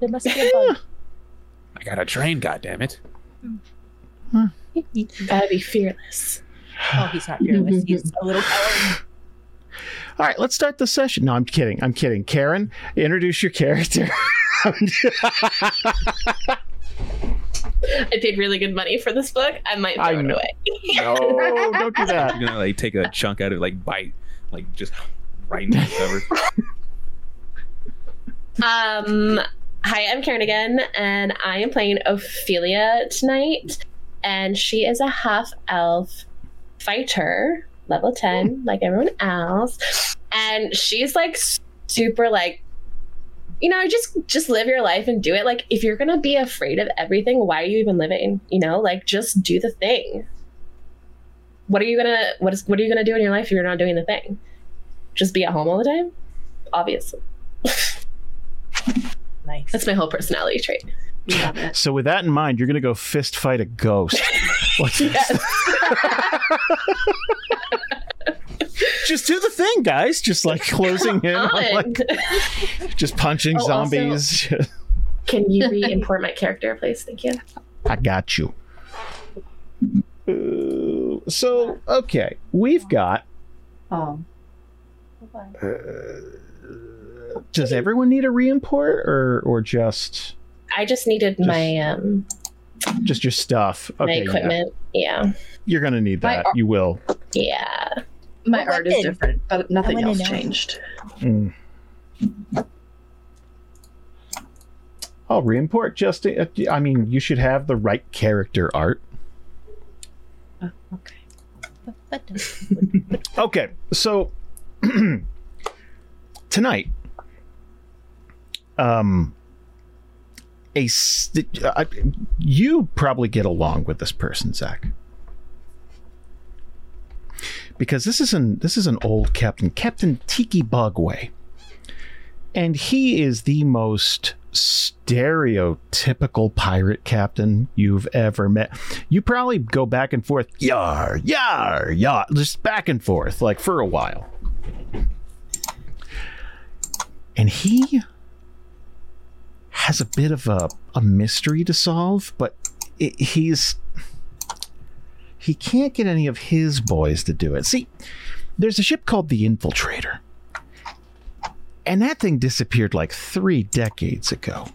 A: There must be a bug.
E: I got a train, goddammit.
H: Gotta be fearless.
A: Oh, he's not fearless. He's a little coward.
B: All right, let's start the session. No, I'm kidding. I'm kidding. Karen, introduce your character.
H: I paid really good money for this book. I might throw
B: I
H: it
B: know.
H: away.
B: no, don't do that.
E: You're gonna like take a chunk out of it, like bite, like just right into the cover.
H: Um, hi, I'm Karen again, and I am playing Ophelia tonight, and she is a half elf fighter, level ten, like everyone else, and she's like super like. You know, just just live your life and do it. Like, if you're gonna be afraid of everything, why are you even living? You know, like just do the thing. What are you gonna what is what are you gonna do in your life if you're not doing the thing? Just be at home all the time? Obviously.
A: Nice.
H: That's my whole personality trait.
B: So with that in mind, you're gonna go fist fight a ghost. What's this? just do the thing, guys. Just like closing in, on, like just punching
H: Oh, also-
B: zombies.
H: Can you re-import my character, please? Thank you.
B: I got you. Uh, so okay, we've got.
D: Oh.
B: Does everyone need a re-import or or just
H: I just needed my um
B: just your stuff?
H: my
B: Okay, yeah.
H: equipment. Yeah.
B: you're gonna need
D: My
B: that.
D: ar-
B: you will.
H: Yeah.
D: My
A: What
D: art is
A: weapon?
D: different, but
A: I
D: nothing
A: wanna
D: else
A: know.
D: changed.
B: Mm. I'll re-import just. uh, I mean, you should have the right character art.
D: Okay.
A: But does-
B: Okay, so tonight, um, a s- I- you probably get along with this person, Zach, because this is an this is an old captain, Captain Tiki Bugway, and he is the most stereotypical pirate captain you've ever met you probably go back and forth, yar, yar, yar, just back and forth, like for a while. And he has a bit of a, a mystery to solve, but it, he's. He can't get any of his boys to do it. See, there's a ship called the Infiltrator. And that thing disappeared like three decades ago.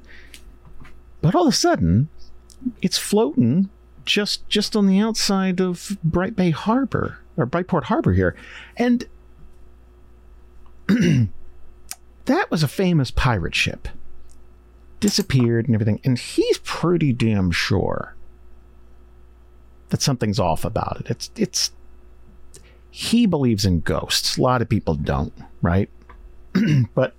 B: But all of a sudden, it's floating just just on the outside of Bright Bay Harbor or Brightport Harbor here, and that was a famous pirate ship. Disappeared and everything, and he's pretty damn sure that something's off about it. It's it's he believes in ghosts. A lot of people don't, right? but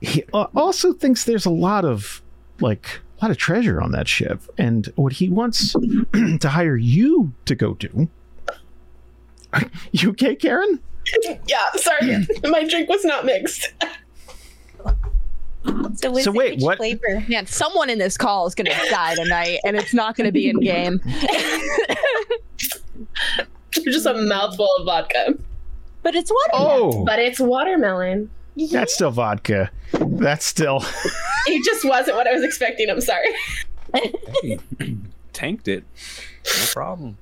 B: he al- also thinks there's a lot of like a lot of treasure on that ship. And what he wants to hire you to go do. You okay, Karen?
H: Yeah, sorry. my drink was not mixed.
A: So, Winston,
B: wait,
A: which
B: what-
A: flavor?
F: Man, someone in this call is gonna die tonight, and it's not gonna be in game.
H: Just a mouthful of vodka.
A: But it's water.
B: Oh,
H: But it's watermelon.
B: that's still vodka. That's still.
H: It just wasn't what I was expecting. I'm sorry.
E: Hey, tanked it. No problem.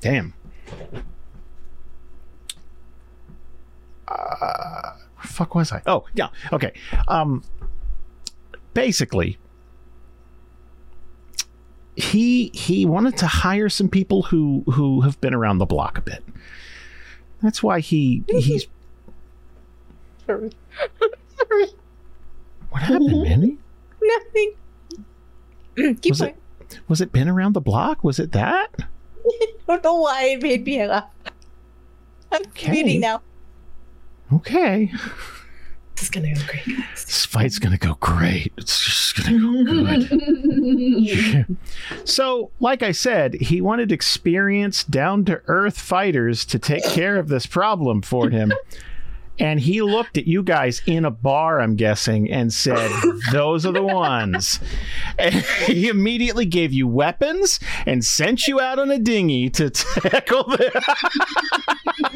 B: Damn. Uh, fuck was I? Oh, yeah. Okay. Um basically he he wanted to hire some people who who have been around the block a bit. That's why he he's What happened, Minnie?
A: Nothing. Mm, Keep
B: Was
A: going.
B: it was it been around the block? Was it that?
A: I don't know why it made me laugh. I'm
B: Okay.
A: reading now.
B: Okay.
H: This is gonna go great, guys.
B: This fight's gonna go great. It's just gonna go good. so, like I said, he wanted experienced, down to earth fighters to take care of this problem for him. And he looked at you guys in a bar, I'm guessing, and said, Those are the ones. And he immediately gave you weapons and sent you out on a dinghy to tackle the.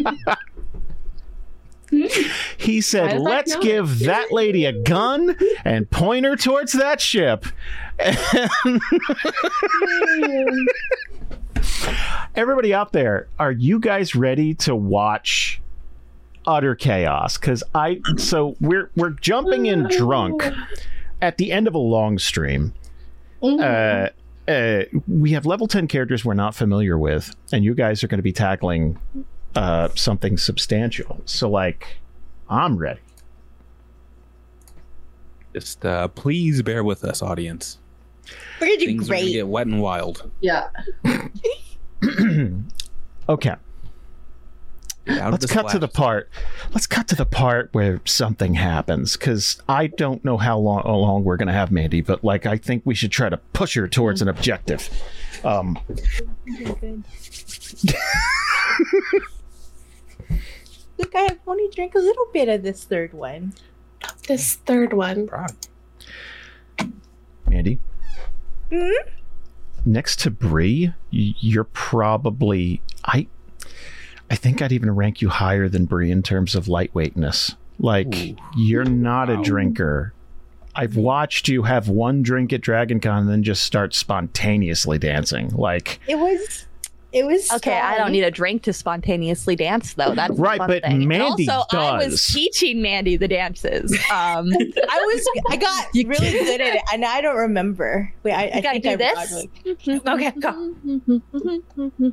B: he
D: I
B: said,
D: was like,
B: Let's
D: "No."
B: give that lady a gun and point her towards that ship. everybody out there, are you guys ready to watch utter chaos? Because I so we're we're jumping in drunk at the end of a long stream. Uh, uh, we have level ten characters we're not familiar with, and you guys are going to be tackling uh, something substantial. So like, I'm ready.
E: Just uh, please bear with us, audience.
A: We're gonna do
E: Things are gonna
A: great.
E: get wet and wild.
D: yeah.
B: okay.
E: Out of
B: Let's
E: the
B: cut to
E: splash.
B: the part. Let's cut to the part where something happens because I don't know how long, how long we're gonna have Mandy, but like I think we should try to push her towards an objective. Um,
A: Look, I have only drank a little bit of this third one.
G: This third one.
E: Prague.
B: Mandy,
A: Mhm.
B: next to Bree, y- you're probably I. I think I'd even rank you higher than Bree in terms of lightweightness. Like
E: Ooh.
B: you're not
E: Wow.
B: a drinker. I've watched you have one drink at Dragon Con and then just start spontaneously dancing. Like
A: It was. It was.
F: Okay, I don't need a drink to spontaneously dance though. That's the
B: Right,
F: one
B: but
F: thing. And
B: Mandy
F: also, I was
B: does.
F: teaching Mandy the dances. Um,
A: I was. I got really good at it, and I don't remember. Wait, I, I
F: gotta
A: think
F: do
A: I got
F: this?
A: really-
F: okay, go. and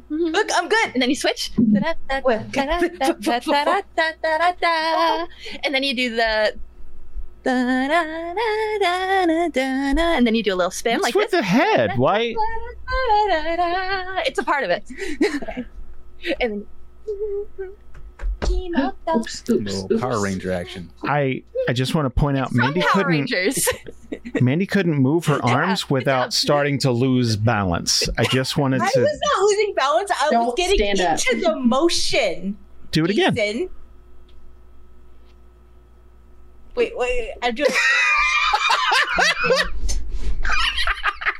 A: Look, I'm good.
F: then you switch.
A: What?
F: And then you do the. And then you do a little spin
B: What's
F: like
B: with
F: this.
B: the head? Why?
F: It's a part of it. And then.
D: Oops, oops,
E: Little
D: oops.
E: Power Ranger action.
B: I I just want to point out
F: Some
B: Mandy
F: Power
B: couldn't
F: Rangers.
B: Mandy couldn't move her
F: Yeah,
B: arms without starting to lose balance. I just wanted
A: I
B: to
A: was not losing balance. I was
D: Don't
A: getting
D: stand
A: into
D: up.
A: the motion.
B: do it again.
A: Jason. Wait, wait. I'm doing.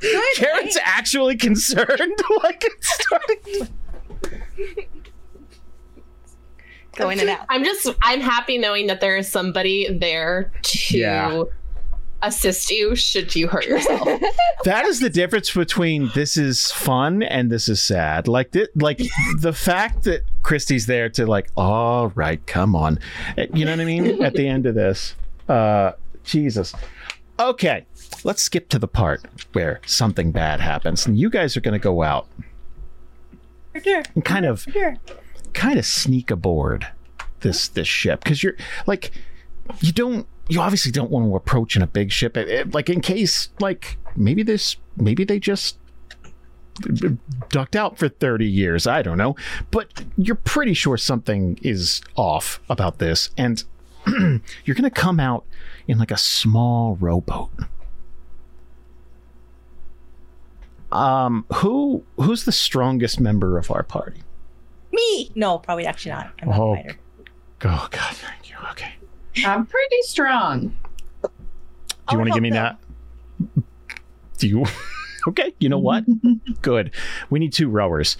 A: Good,
B: Karen's actually concerned. like it's starting.
F: Go in and out.
G: I'm just I'm happy knowing that there is somebody there to
B: Yeah.
G: assist you should you hurt yourself.
B: That is the difference between this is fun and this is sad. Like thi- like the fact that Christy's there to like, all right, come on. Uh, You know what I mean? At the end of this. Uh Jesus. Okay. Let's skip to the part where something bad happens. And you guys are gonna go out
A: For sure.
B: and kind of
A: For sure.
B: kind of sneak aboard this this ship because you're like you don't you obviously don't want to approach in a big ship It- it- like in case like maybe this maybe they just ducked out for 30 years i don't know but you're pretty sure something is off about this and you're gonna come out in like a small rowboat um who who's the strongest member of our party
A: Me? No, probably actually not. I'm not
B: Oh.
A: a fighter.
B: Oh God, thank you. Okay.
D: I'm pretty strong.
B: Do you
A: Oh,
B: want to
A: no,
B: give me
A: no.
B: that? Do you? okay. You know what? Good. We need two rowers.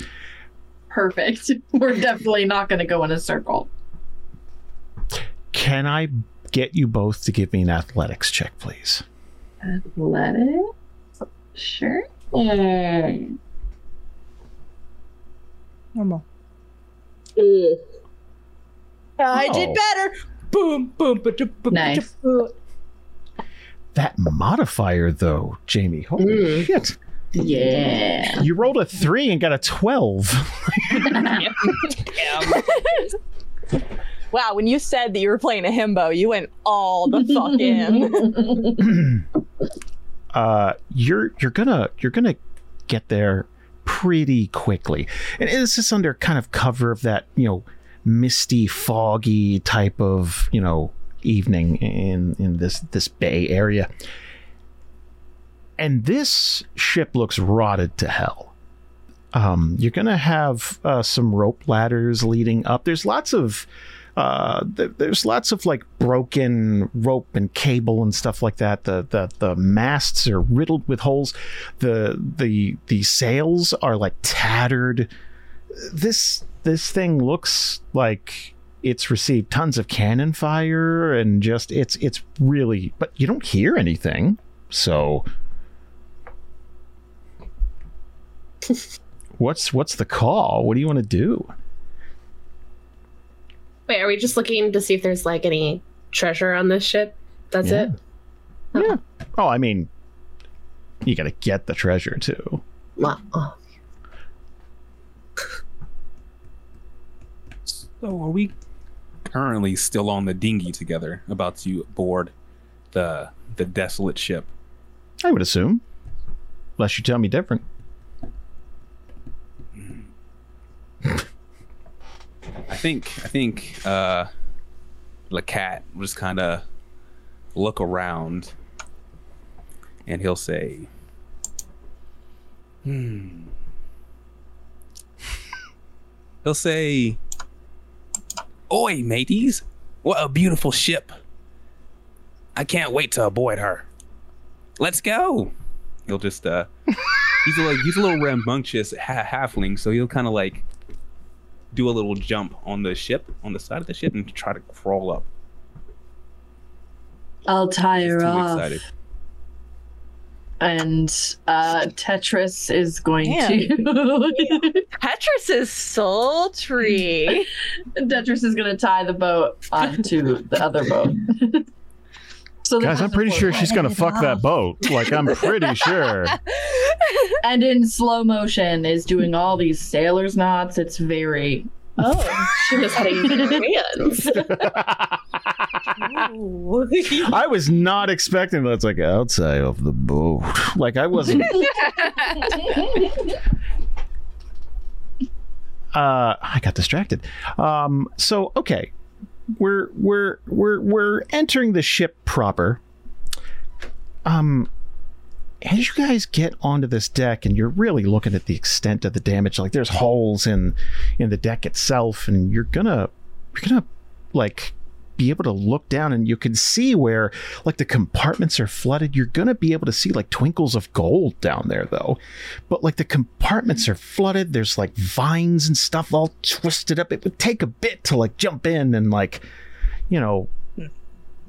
D: Perfect. We're definitely not going to go in a circle.
B: Can I get you both to give me an athletics check, please?
D: Let it. Sure.
A: Normal. I did
B: Oh.
A: better. Boom, boom, ba boom, boom.
D: Nice.
C: Oh,
A: boom.
B: That modifier, though, Jamie. Holy shit!
D: Yeah.
B: You rolled a three and got a twelve.
F: wow, when you said that you were playing a himbo, you went all the fuck in.
B: uh, you're you're gonna you're gonna get there pretty quickly, and this is under kind of cover of that you know misty, foggy type of you know evening in in this this bay area. And this ship looks rotted to hell. Um, you're gonna have uh, some rope ladders leading up. There's lots of uh, th- there's lots of like broken rope and cable and stuff like that. The, the the masts are riddled with holes. The the the sails are like tattered. This this thing looks like it's received tons of cannon fire and just it's it's really but you don't hear anything. So what's what's the call? What do you want to do?
H: Wait, are we just looking to see if there's like any treasure on this ship? That's
B: Yeah.
H: it.
B: Oh, I mean, you gotta get the treasure too.
H: Well, oh,
E: So are we currently still on the dinghy together, about to board the the desolate ship?
B: I would assume, unless you tell me different.
E: I think I think uh Lacat will just kinda look around and he'll say Hmm He'll say Oi mateys what a beautiful ship I can't wait to aboard her Let's go He'll just uh he's a little, he's a little rambunctious ha- halfling so he'll kinda like do a little jump on the ship, on the side of the ship, and try to crawl up.
D: I'll
E: He's
D: tire
E: too
D: off.
E: excited.
D: And uh, Tetris is going
F: Damn.
D: to.
F: Tetris is sultry.
D: Tetris is going to tie the boat onto the other boat. so the
I: Guys, I'm pretty sure she's gonna fuck that boat. Like, I'm pretty sure.
D: and in slow motion is doing all these sailors knots. It's very
H: oh, she was having hands.
B: I was not expecting that's like outside of the boat. Like I wasn't. uh, I got distracted. Um, so okay, we're we're we're we're entering the ship proper. Um, as you guys get onto this deck, and you're really looking at the extent of the damage. Like there's holes in in the deck itself, and you're gonna you're gonna like be able to look down and you can see where like the compartments are flooded you're going to be able to see like twinkles of gold down there though but like the compartments are flooded there's like vines and stuff all twisted up it would take a bit to like jump in and like you know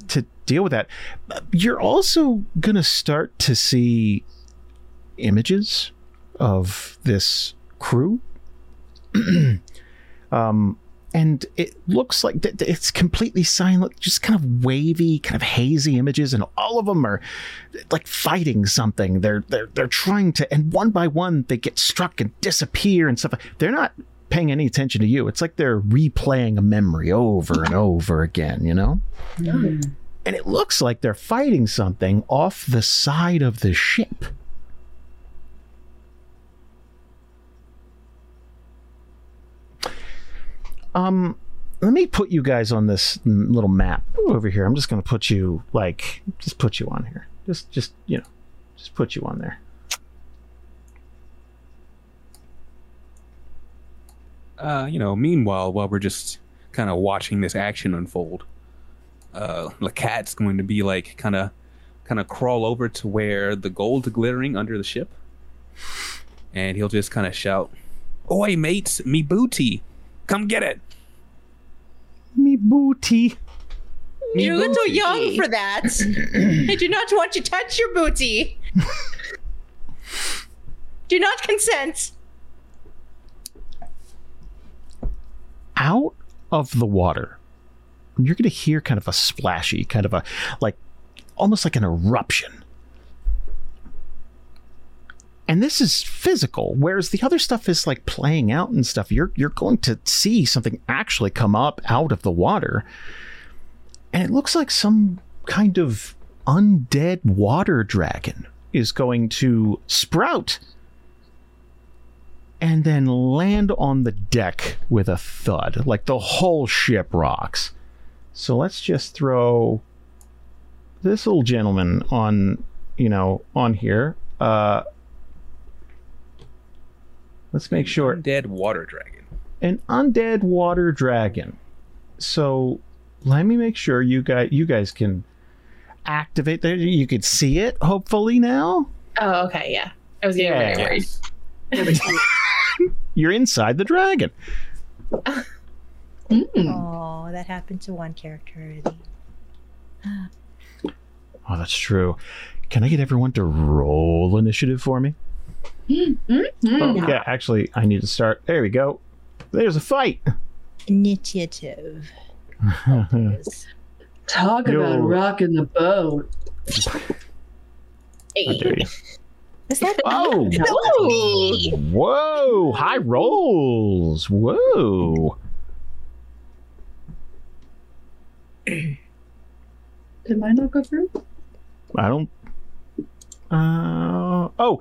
B: to deal with that Uh, you're also going to start to see images of this crew um and it looks like th- th- it's completely silent, just kind of wavy, kind of hazy images, and all of them are like fighting something. They're they're they're trying to, and one by one they get struck and disappear and stuff. They're not paying any attention to you. It's like they're replaying a memory over and over again, you know. And it looks like they're fighting something off the side of the ship. Um, let me put you guys on this n- little map over here. I'm just gonna put you like just put you on here. Just just you know, just put you on there.
E: Uh, you know, meanwhile, while we're just kind of watching this action unfold, uh, Lacat's going to be like kind of, kind of crawl over to where the gold's glittering under the ship, and he'll just kind of shout, "Oi, mates, me booty, come get it!"
B: Me booty.
E: Me
A: You're a little
E: booty."
A: young for that. I do not want to touch your booty. do not consent.
B: out of the water, you're going to hear kind of a splashy, kind of a like almost like an eruption. and this is physical whereas the other stuff is like playing out and stuff you're you're going to see something actually come up out of the water and it looks like some kind of undead water dragon is going to sprout and then land on the deck with a thud like the whole ship rocks so let's just throw this little gentleman on you know on here uh let's make sure
E: Dead water dragon.
B: an undead water dragon. So let me make sure you guys you guys can activate there. You could see it hopefully now.
H: Oh, okay, yeah. I was getting really
B: Yeah.
H: worried.
B: You're inside the dragon.
D: Mm.
A: Oh, that happened to one character already.
B: Oh, that's true. Can I get everyone to roll initiative for me? Oh,
D: Mm.
B: yeah, actually, I need to start. There we go. There's a fight.
A: Initiative. is-
D: Talk
B: Yo.
D: about rocking the boat.
B: How dare you.
A: Is that
B: Oh, whoa! High rolls. Whoa!
D: Did mine not go through?
B: I don't. Uh, oh,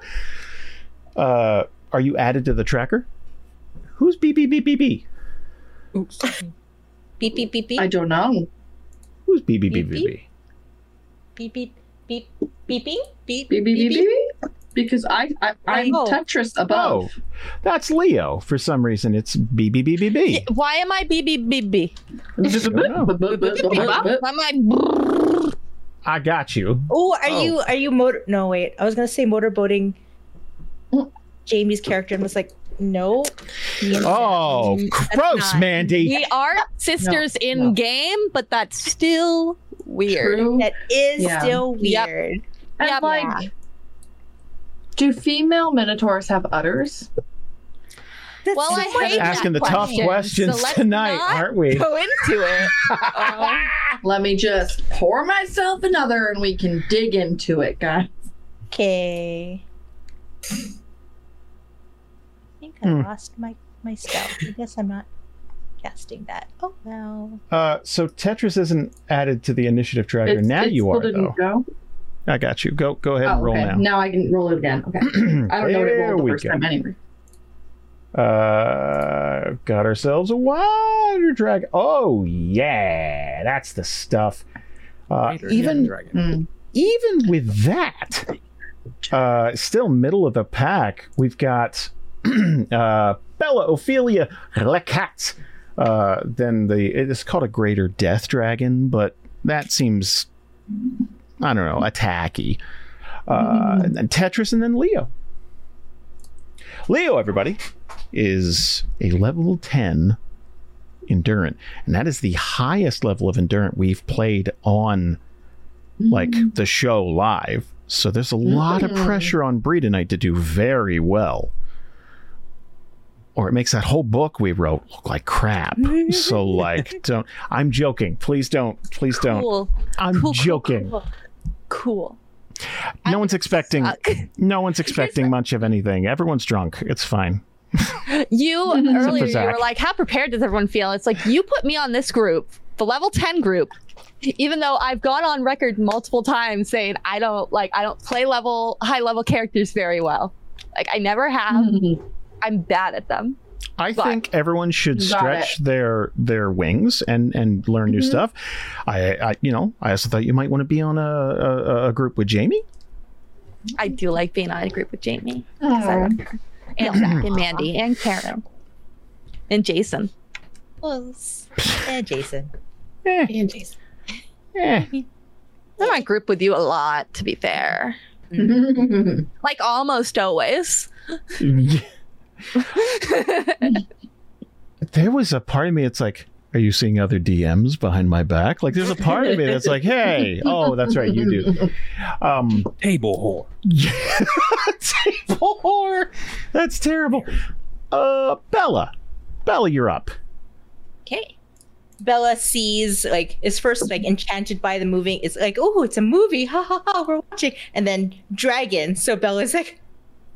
B: uh, are you added to the tracker? Who's B B B B B?
C: Oops.
A: beep beep beep beep
D: I don't know.
B: Who's B B B B B?
A: beep beep beep beeping beep
D: Beep, beep, beep, beep, beep. Because I, I, I'm
A: Oh.
D: Tetris
B: Oh,
D: above.
B: that's Leo. For some reason, it's B B B B
F: Yeah,
B: B.
F: Why am I BBBB? Why am I?
B: I got you.
A: Oh, are
B: Oh.
A: you are you motor? No, wait. I was gonna say motorboating.
D: Mm.
A: Jamie's character and was like, no.
B: Oh, gross,
A: not-
B: Mandy.
F: We are sisters in
D: no.
F: game, but that's still weird.
D: True.
A: That is
D: Yeah.
A: still
F: Yep.
A: weird.
D: And
F: Yeah,
D: like, do female minotaurs have udders?
A: That's
F: Well, I
A: so
F: hate that
B: Asking the tough
F: question,
B: questions
F: so let's
B: tonight,
F: not
B: aren't we?
F: Go into it.
D: Let me just pour myself another, and we can dig into it, guys.
A: Okay. I think I
B: Hmm.
A: lost my my spell. I guess I'm not casting that. Oh well.
B: Uh, so Tetris isn't added to the initiative tracker.
D: It's-
B: now
D: it
B: you
D: still
B: are
D: didn't
B: though.
D: Go.
B: I got you. Go go ahead
D: Oh,
B: and roll
D: okay.
B: now.
D: I can roll it again. Okay. I don't know what it
B: there
D: rolled the
B: we
D: first
B: go.
D: time anyway.
B: Uh, got ourselves a water dragon. Oh yeah, that's the stuff. Uh,
E: Water
B: even
E: dragon.
D: Mm.
B: even with that, uh, still middle of the pack. We've got uh, Bella Ophelia Lecat. Uh, then the it is called a greater death dragon, but that seems I don't know attacky.
F: Hmm.
B: Uh, and then Tetris, and then Leo. Leo, everybody, is a level ten endurant, and that is the highest level of endurant we've played on like
F: Hmm.
B: the show live. So there's a lot of pressure on Bree tonight to do very well. Or it makes that whole book we wrote look like crap. so like don't I'm joking. Please don't. Please don't.
F: Cool.
B: I'm
F: Cool, cool,
B: joking.
F: Cool. cool.
B: No one's expecting
F: Suck.
B: no one's expecting much of anything. Everyone's drunk. It's fine.
F: You
D: Except
F: earlier
B: for
F: you
B: Zach.
F: were like, how prepared does everyone feel? It's like you put me on this group, the level 10 group, even though I've gone on record multiple times saying I don't like I don't play level high level characters very well. Like I never have.
B: Mm-hmm.
F: I'm bad at them.
B: I
F: But-
B: think everyone should
D: Got
B: stretch their their wings and and learn new
D: Mhm.
B: stuff. I, I you know I also thought you might want to be on a, a, a group with Jamie.
F: I do like being on a group with Jamie.
B: Oh.
F: 'cause I
D: Aw.
F: love her. And Zach and Mandy and Karen. And Jason.
A: Well, yeah, Jason.
B: Eh,
H: And Jason.
B: eh.
F: I'm on a group with you a lot, to be fair.
D: Mm.
F: Like almost always.
B: there was a part of me that's like, are you seeing other DMs behind my back? Like, there's a part of me that's like, hey, oh, that's right, you do. Um,
E: Table whore.
B: table whore. That's terrible. Uh, Bella, Bella, you're up.
A: Okay. Bella sees like is first like enchanted by the movie. It's like, oh, it's a movie. Ha ha ha, we're watching. And then dragon. So Bella's like,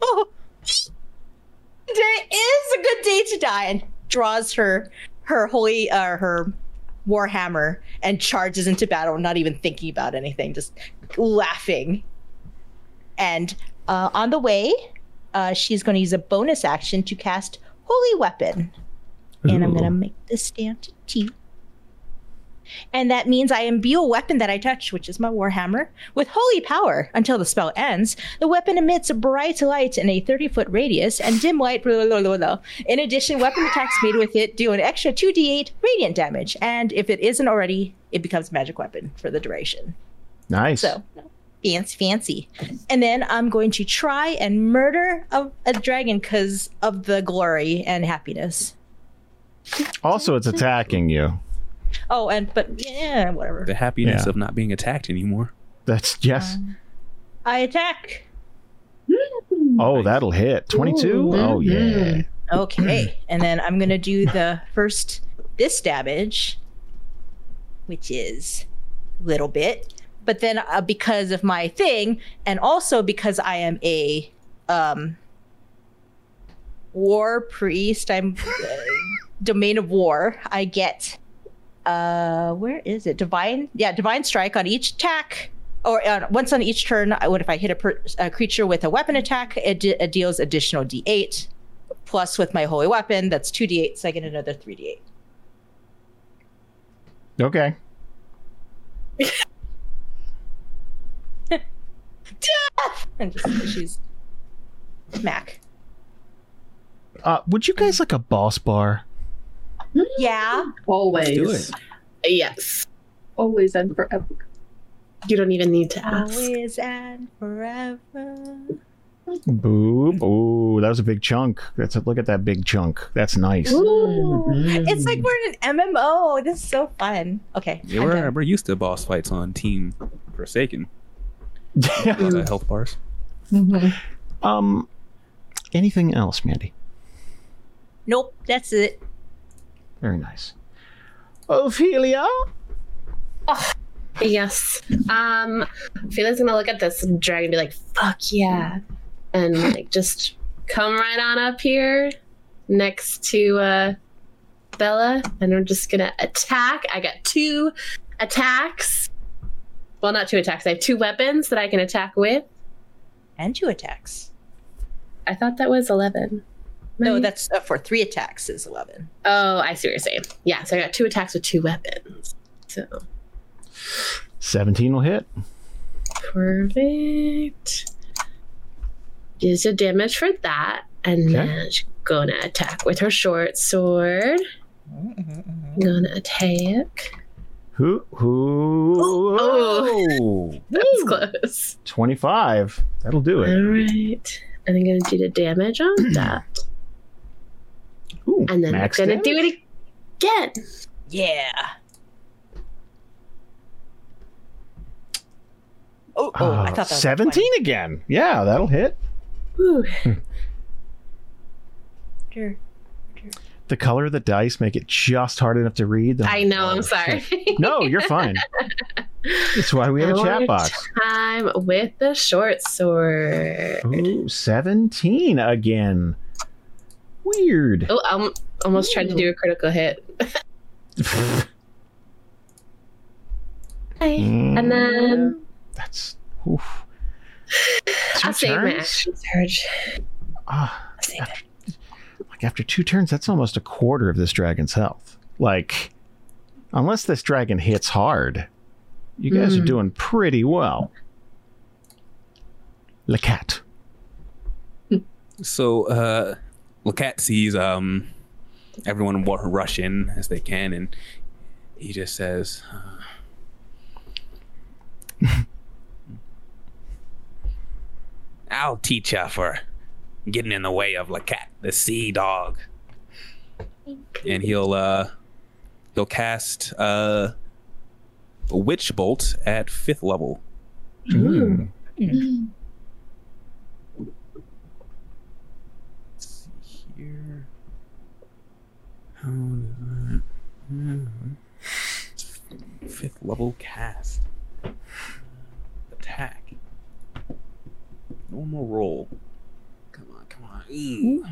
A: oh, today is a good day to die, and draws her her holy uh, her warhammer and charges into battle, not even thinking about anything, just laughing. And uh, on the way, uh, she's going to use a bonus action to cast holy weapon, and I'm
B: Ooh.
A: going to make this down to two. And that means I imbue a weapon that I touch, which is my Warhammer, with holy power until the spell ends. The weapon emits a bright light in a 30 foot radius and dim light. Blah, blah, blah, blah. In addition, weapon attacks made with it do an extra 2d8 radiant damage. And if it isn't already, it becomes a magic weapon for the duration.
B: Nice.
A: So, fancy, fancy. And then I'm going to try and murder a, a dragon because of the glory and happiness.
I: Also, it's attacking you.
A: Oh, and but yeah, whatever.
E: The happiness
I: Yeah.
E: of not being attacked anymore.
I: That's yes.
A: Um, I attack.
I: Oh, that'll hit. 22? Oh, yeah.
A: Okay, and then I'm gonna do the first this damage, which is a little bit, but then uh, because of my thing, and also because I am a um war priest, I'm uh, domain of war. I get uh where is it? Divine, yeah, divine strike on each attack. Or uh, once on each turn, I would if I hit a, per- a creature with a weapon attack, it, de- it deals additional d8 plus with my holy weapon, that's 2d8, so I get another 3d8.
B: Okay.
A: And just, she's smack.
B: Uh, would you guys like a boss bar?
A: Yeah.
D: Always.
E: Do it.
H: Yes.
D: Always and forever.
H: You don't even need to ask.
A: Always and forever.
B: Boo. Ooh, that was a big chunk. That's a, look at that big chunk. That's nice.
A: Mm-hmm. It's like we're in an MMO. This is so fun. Okay.
E: Yeah,
A: I'm
E: we're,
A: done.
E: we're used to boss fights on Team Forsaken.
B: Yeah.
E: Uh, health bars.
B: Um, anything else, Mandy?
A: Nope, that's it.
B: Very nice. Ophelia.
H: Yes. Um, Feela's gonna look at this dragon and be like, "Fuck yeah," and like just come right on up here next to uh, Bella, and we're just gonna attack. I got two attacks. Well, not two attacks. I have two weapons that I can attack with.
A: And two attacks.
H: I thought that was eleven.
A: No,
H: Right?
A: that's uh, for three attacks is 11.
H: Oh, I see what you're saying. Yeah, so I got two attacks with two weapons. So
B: 17 will hit.
H: perfect. Gives you damage for that, and
B: Okay.
H: then she's gonna attack with her short sword. Gonna attack.
B: Who? Who?
H: Oh. That's close.
B: 25. That'll do
H: All
B: it.
H: right, and I'm gonna do the damage on that,
B: Ooh,
H: and then
B: max
H: I'm gonna
B: damage?
H: do it again.
A: Yeah. Oh, oh I
B: Uh,
A: thought that was
B: 17 again. Yeah, that'll hit.
H: Whew.
A: Sure.
B: The color of the dice make it just hard enough to read.
H: I know. I'm sorry.
B: Oh, No, you're fine. That's why we have a
H: One
B: chat box.
H: Time with the short sword.
B: Ooh, 17 again. Weird.
H: Oh, I almost tried to do a critical hit.
B: Mm.
H: And then
B: Hmm, That's. Oof. Two
H: I'll save my
B: turns?
H: action surge.
B: Ah, after, like after two turns, that's almost a quarter of this dragon's health. Like, unless this dragon hits hard, you guys are
H: Mm.
B: doing pretty well. Le cat.
E: So, uh, Lacat sees um, everyone wa- rush in as they can, and he just says, uh, I'll teach her for getting in the way of Lacat, the sea dog. And he'll, uh, he'll cast, uh, a witch bolt at fifth level.
H: Hmm.
E: Let's see here. How does that- Mhm. Fifth level cast. Attack. Normal roll.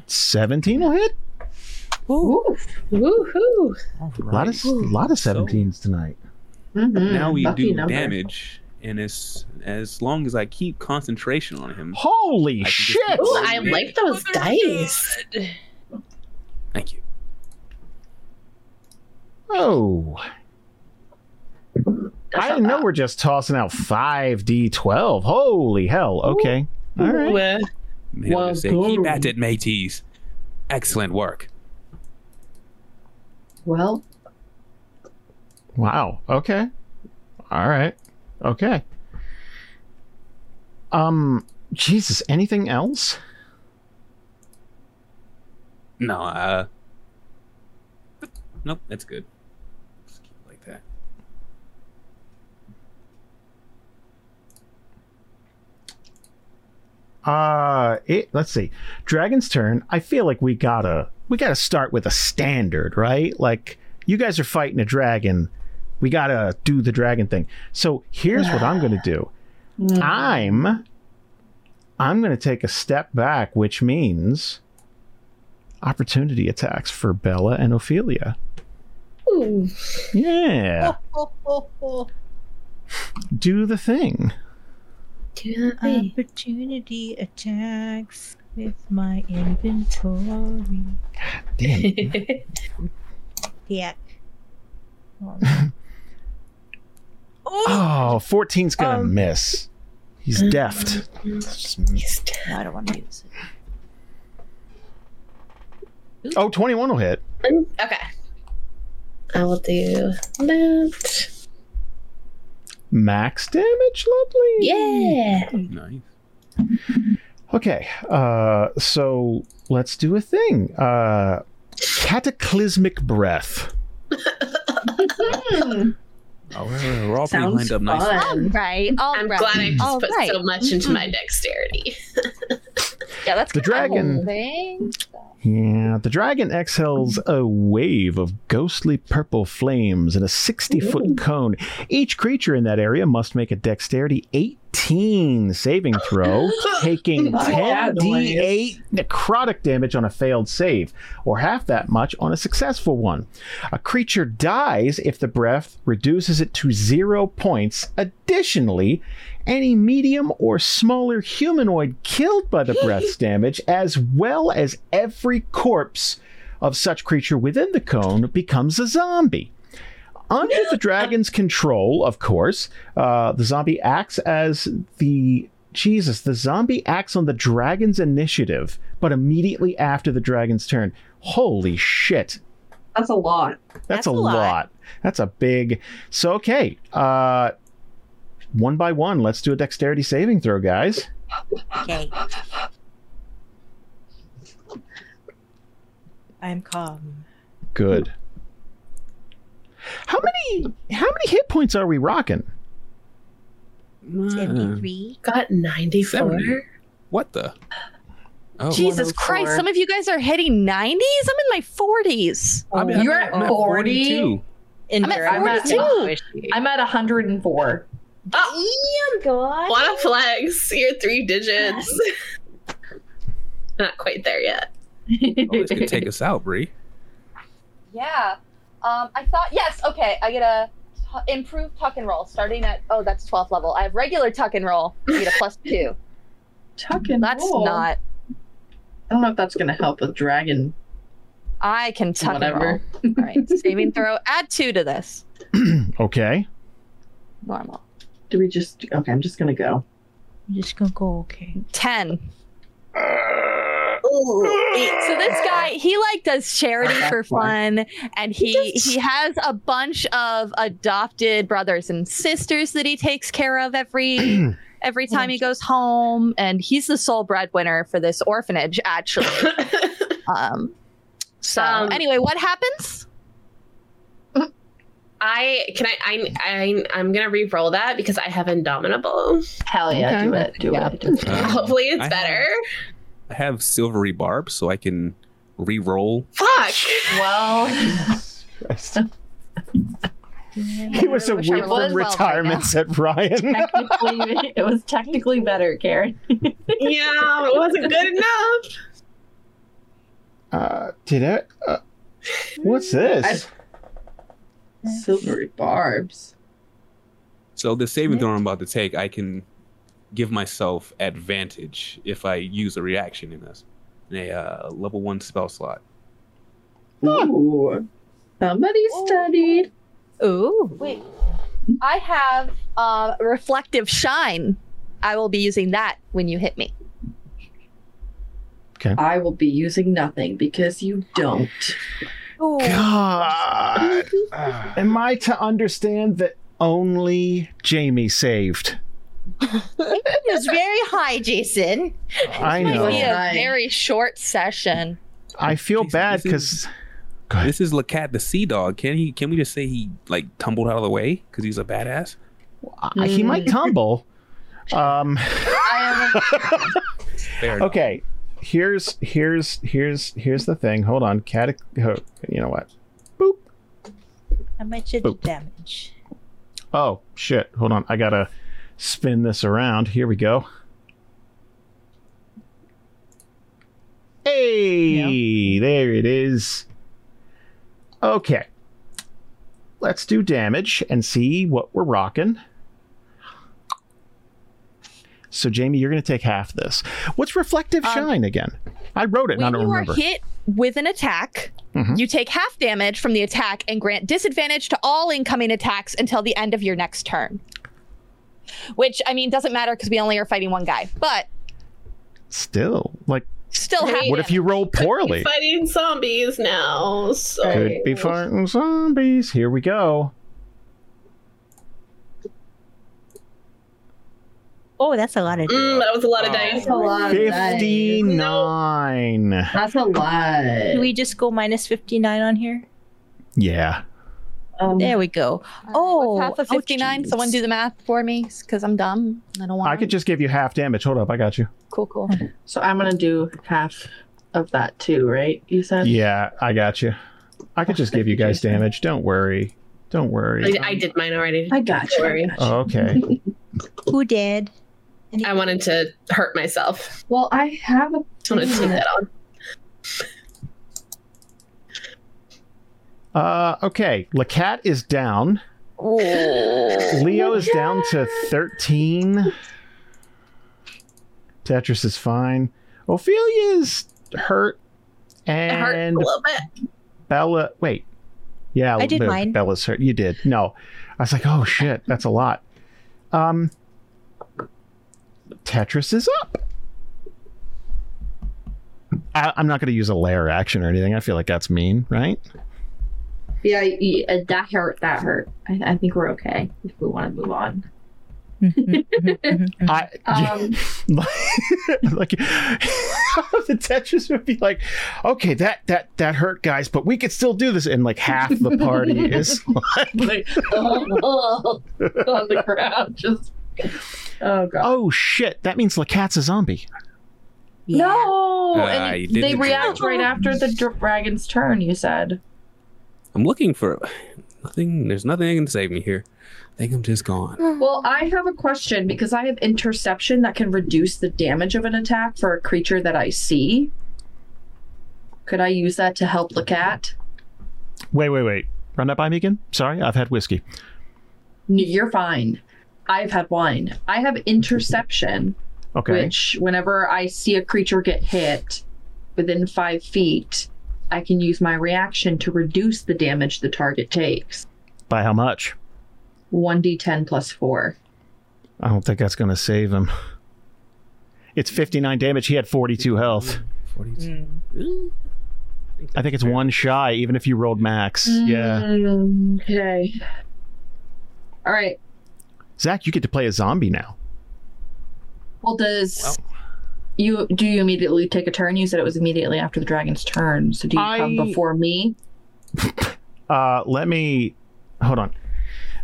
B: 17 will hit.
H: Ooh. Woohoo.
B: A lot of, lot of 17s tonight.
H: Mm-hmm.
E: now we
D: lucky
E: do
D: number.
E: damage, and as as long as I keep concentration on him,
B: Holy
E: Hmm. just-
B: shit!
H: Ooh, I like those dice.
E: thank you.
B: Oh. I didn't know we're just tossing out 5d12. Holy hell. Okay. All right.
H: Well,
E: Man, I'll just say,
D: Well
E: keep at
D: done.
E: it, mateys. Excellent work.
D: Well,
B: Wow. Okay. All right. Okay. Um, Jesus, anything else?
E: No, uh, nope, that's good. Just keep it like that.
B: Uh, it, let's see. Dragon's turn. I feel like we gotta we gotta start with a standard, right? Like you guys are fighting a dragon. We gotta do the dragon thing. So here's what I'm gonna do. Mm. I'm I'm gonna take a step back, which means opportunity attacks for Bella and Ophelia.
H: ooh.
B: Yeah.
A: Opportunity
B: Do the thing.
H: Do that thing.
A: attacks with my inventory.
B: Damn.
A: Yeah. Oh.
B: Oh, 14's gonna
A: Um. mm-hmm.
B: miss. He's deft.
A: I don't want to use it.
B: Oh, 21 will hit.
H: Okay. I will do that.
B: Max damage, lovely.
H: Yeah.
E: Nice.
B: Okay, uh, so let's do a thing. Uh, cataclysmic breath.
E: Oh, we're, we're all pretty
D: hmm, sounds
E: lined
D: fun.
E: up nicely.
F: All right. All
H: I'm
F: right.
H: glad I just
F: All
H: put
F: right.
H: so much into my dexterity.
F: Yeah, that's
B: The
F: kinda whole
B: dragon.
F: thing.
B: Yeah, the dragon exhales a wave of ghostly purple flames in a 60 foot cone. Each creature in that area must make a dexterity 18 saving throw, taking
D: Not bad
B: 10d8 necrotic damage on a failed save, or half that much on a successful one. A creature dies if the breath reduces it to zero points. Additionally, any medium or smaller humanoid killed by the breath's damage, as well as every corpse of such creature within the cone, becomes a zombie. Under the dragon's control, of course, uh, the zombie acts as the. Jesus, the zombie acts on the dragon's initiative, but immediately after the dragon's turn. Holy shit.
D: that's a lot.
B: That's, a, lot. That's a big. So okay, uh, one by one, let's do a dexterity saving throw, guys.
A: Okay. I'm calm.
B: Good. How many? How many hit points are we rocking?
E: Nah.
A: 73.
H: Got 94.
E: Seventy. What the? Oh,
F: Jesus
D: 104.
F: Christ! Some of you guys are hitting 90s. I'm in my 40s.
E: I'm at-
D: You're
E: I'm
D: at
E: I'm
D: 40?
E: 42.
A: In
F: I'm at
A: Vera-
D: 42.
A: Squishy.
D: I'm at 104.
B: Oh,
A: Damn, God.
H: Wanna flex your three digits. Not quite there yet.
E: Oh, this could take us out, Bree.
F: Yeah. Um, I thought yes. Okay, I get a t- improved tuck and roll starting at oh that's 12th level. I have regular tuck and roll. I get a plus two.
D: Tuck and
F: That's
D: roll.
F: not.
D: I don't know if that's gonna help with dragon.
F: I can tuck
D: Whatever.
F: and roll. All right, saving throw. Add two to this.
B: Okay.
F: Normal.
D: Do we just? Okay, I'm just gonna go.
A: I'm just gonna go, okay.
F: Ten.
H: Ooh.
F: So this guy, he like does charity
E: Uh-huh.
F: for fun, and he he has a bunch of adopted brothers and sisters that he takes care of every every time he goes home, and he's the sole breadwinner for this orphanage actually. Um, so
H: Um,
F: anyway, what happens?
H: I can I I, I I'm gonna re-roll that because I have indomitable.
D: Hell yeah, do it, do
F: Yeah.
D: it, do it.
E: Um,
H: Hopefully it's
E: I have-
H: better.
E: I have silvery barb, so I can re-roll.
H: Fuck.
D: Well,
B: he was a
F: wish
B: week
F: I
B: from
F: rolled well right
B: retirement,
F: now.
B: said Ryan.
D: technically, it was technically better, Karen.
H: yeah, it wasn't good enough.
B: Uh, did I? Uh, what's this?
D: Silvery barbs.
E: So the saving throw I'm about to take, I can give myself advantage if I use a reaction in this, in a uh, level one spell slot.
D: Ooh. Somebody studied.
A: Ooh.
F: Wait, I have uh, reflective shine. I will be using that when you hit me.
D: I will be using nothing because you don't.
F: Ooh.
B: God. Am I to understand that only Jamie saved?
A: It was very high, Jason.
B: I
F: Might be
B: know.
F: a
D: Nice.
F: very short session.
B: I feel
E: Jason,
B: bad
E: this is-
B: because
E: This is Lacat the sea dog. Can he? Can we just say he like tumbled out of the way because he's a badass?
B: he might tumble. Um,
E: Fair enough.
B: okay. Here's here's here's here's the thing. Hold on, cat. oh, You know what? Boop.
A: How much did
B: Boop.
A: damage?
B: Oh shit. Hold on. I gotta spin this around. Here we go. Hey, there it is. Okay. Let's do damage and see what we're rocking. So Jamie, you're gonna take half this. What's reflective
F: Um,
B: shine again? I wrote it and I
F: when
B: don't
F: you
B: remember.
F: are hit with an attack,
B: Mhm.
F: you take half damage from the attack and grant disadvantage to all incoming attacks until the end of your next turn. Which I mean doesn't matter because we only are fighting one guy, but
B: Still. Like
F: still half.
B: what if you roll poorly?
H: Fighting zombies now. So
B: Could be farting zombies. Here we go.
A: Oh, that's a lot of
H: Mm, that was a lot of dice.
D: That's a lot. of dice.
B: 59.
D: That's a lot.
A: Do we just go minus 59 on here?
B: Yeah.
D: Um,
A: There we go. Oh,
F: What's half of
A: oh,
F: 59?
A: jeez.
F: Someone do the math for me because I'm dumb. I don't want
B: I could just give you half damage. Hold up. I got you.
F: cool, cool.
D: so I'm gonna do half of that too, right? You said.
B: Yeah, I got you. I could just give you guys damage. Don't worry. Don't worry.
H: I, I did mine already.
D: I got you. I
H: Sorry.
D: got you.
B: Oh, Okay.
A: Who did?
H: I wanted to hurt myself.
D: Well, I have a.
H: Just wanted to take that on.
B: Uh, okay. Lacat is down.
A: Oh.
B: Leo is down to 13. Tetris is fine. Ophelia is hurt.
H: It hurt a
B: And
H: little bit.
B: Bella. Wait. Yeah,
A: I did
B: Be-
A: mine.
B: Bella's hurt. You did. No, I was like, oh shit, that's a lot. Um, Tetris is up. I, I'm not going to use a layer action or anything. I feel like that's mean, right?
D: Yeah, yeah, E, uh, that hurt. That hurt. I, I think we're okay if we want to move on.
B: I
D: Um,
B: like the Tetris would be like, okay, that that that hurt, guys, but we could still do this. And like half the party is
D: like, oh, on the ground, just. Oh god.
B: oh shit, that means Lacat's a zombie.
D: No,
E: Uh,
D: and
E: you
D: it-
E: did
D: they
E: the
D: react
E: drill.
D: right after the dr- dragon's turn. You said.
E: I'm looking for nothing. There's nothing that can save me here. I think I'm just gone.
D: Well, I have a question because I have interception that can reduce the damage of an attack for a creature that I see. Could I use that to help the cat?
B: Wait, wait, wait. Run that by me again. Sorry, I've had whiskey.
D: N- You're fine. I've had wine. I have interception,
B: Okay.
D: which whenever I see a creature get hit within five feet, I can use my reaction to reduce the damage the target takes.
B: By how much?
D: 1d10 plus 4.
B: I don't think that's going to save him. It's 59 damage. He had 42 health.
E: 42.
C: Mm.
B: I think it's one shy, even if you rolled max. Yeah.
D: Mm, Okay. All right.
B: Zach, you get to play a zombie now.
D: Well, does you do you immediately take a turn? You said it was immediately after the dragon's turn. So do you come
B: I-
D: before me?
B: Uh, let me. Hold on.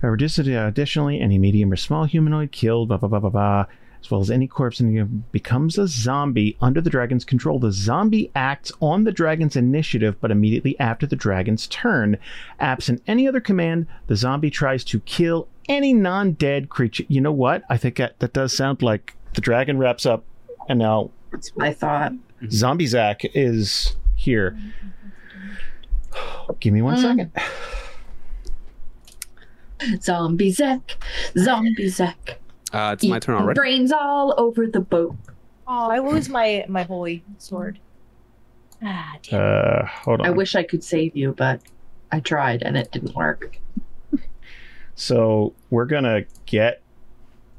B: Uh, reduce it, uh, Additionally, any medium or small humanoid killed, blah, blah, blah, blah, blah, as well as any corpse in the becomes a zombie under the dragon's control. The zombie acts on the dragon's initiative, but immediately after the dragon's turn. Absent any other command, the zombie tries to kill any non dead creature. You know what? I think that, that does sound like the dragon wraps up, and now
D: That's what I thought.
B: Zombie Zack is. here. Give me one
D: Mm-hmm.
B: second.
D: Mm. Zombie Zek, zombie Zek.
E: Uh, it's my turn
D: eating
E: already.
D: Brains all over the boat.
A: Oh, I lose my my holy sword. Ah, damn.
B: Uh, hold on.
D: I wish I could save you, but I tried and it didn't work.
B: So we're gonna get.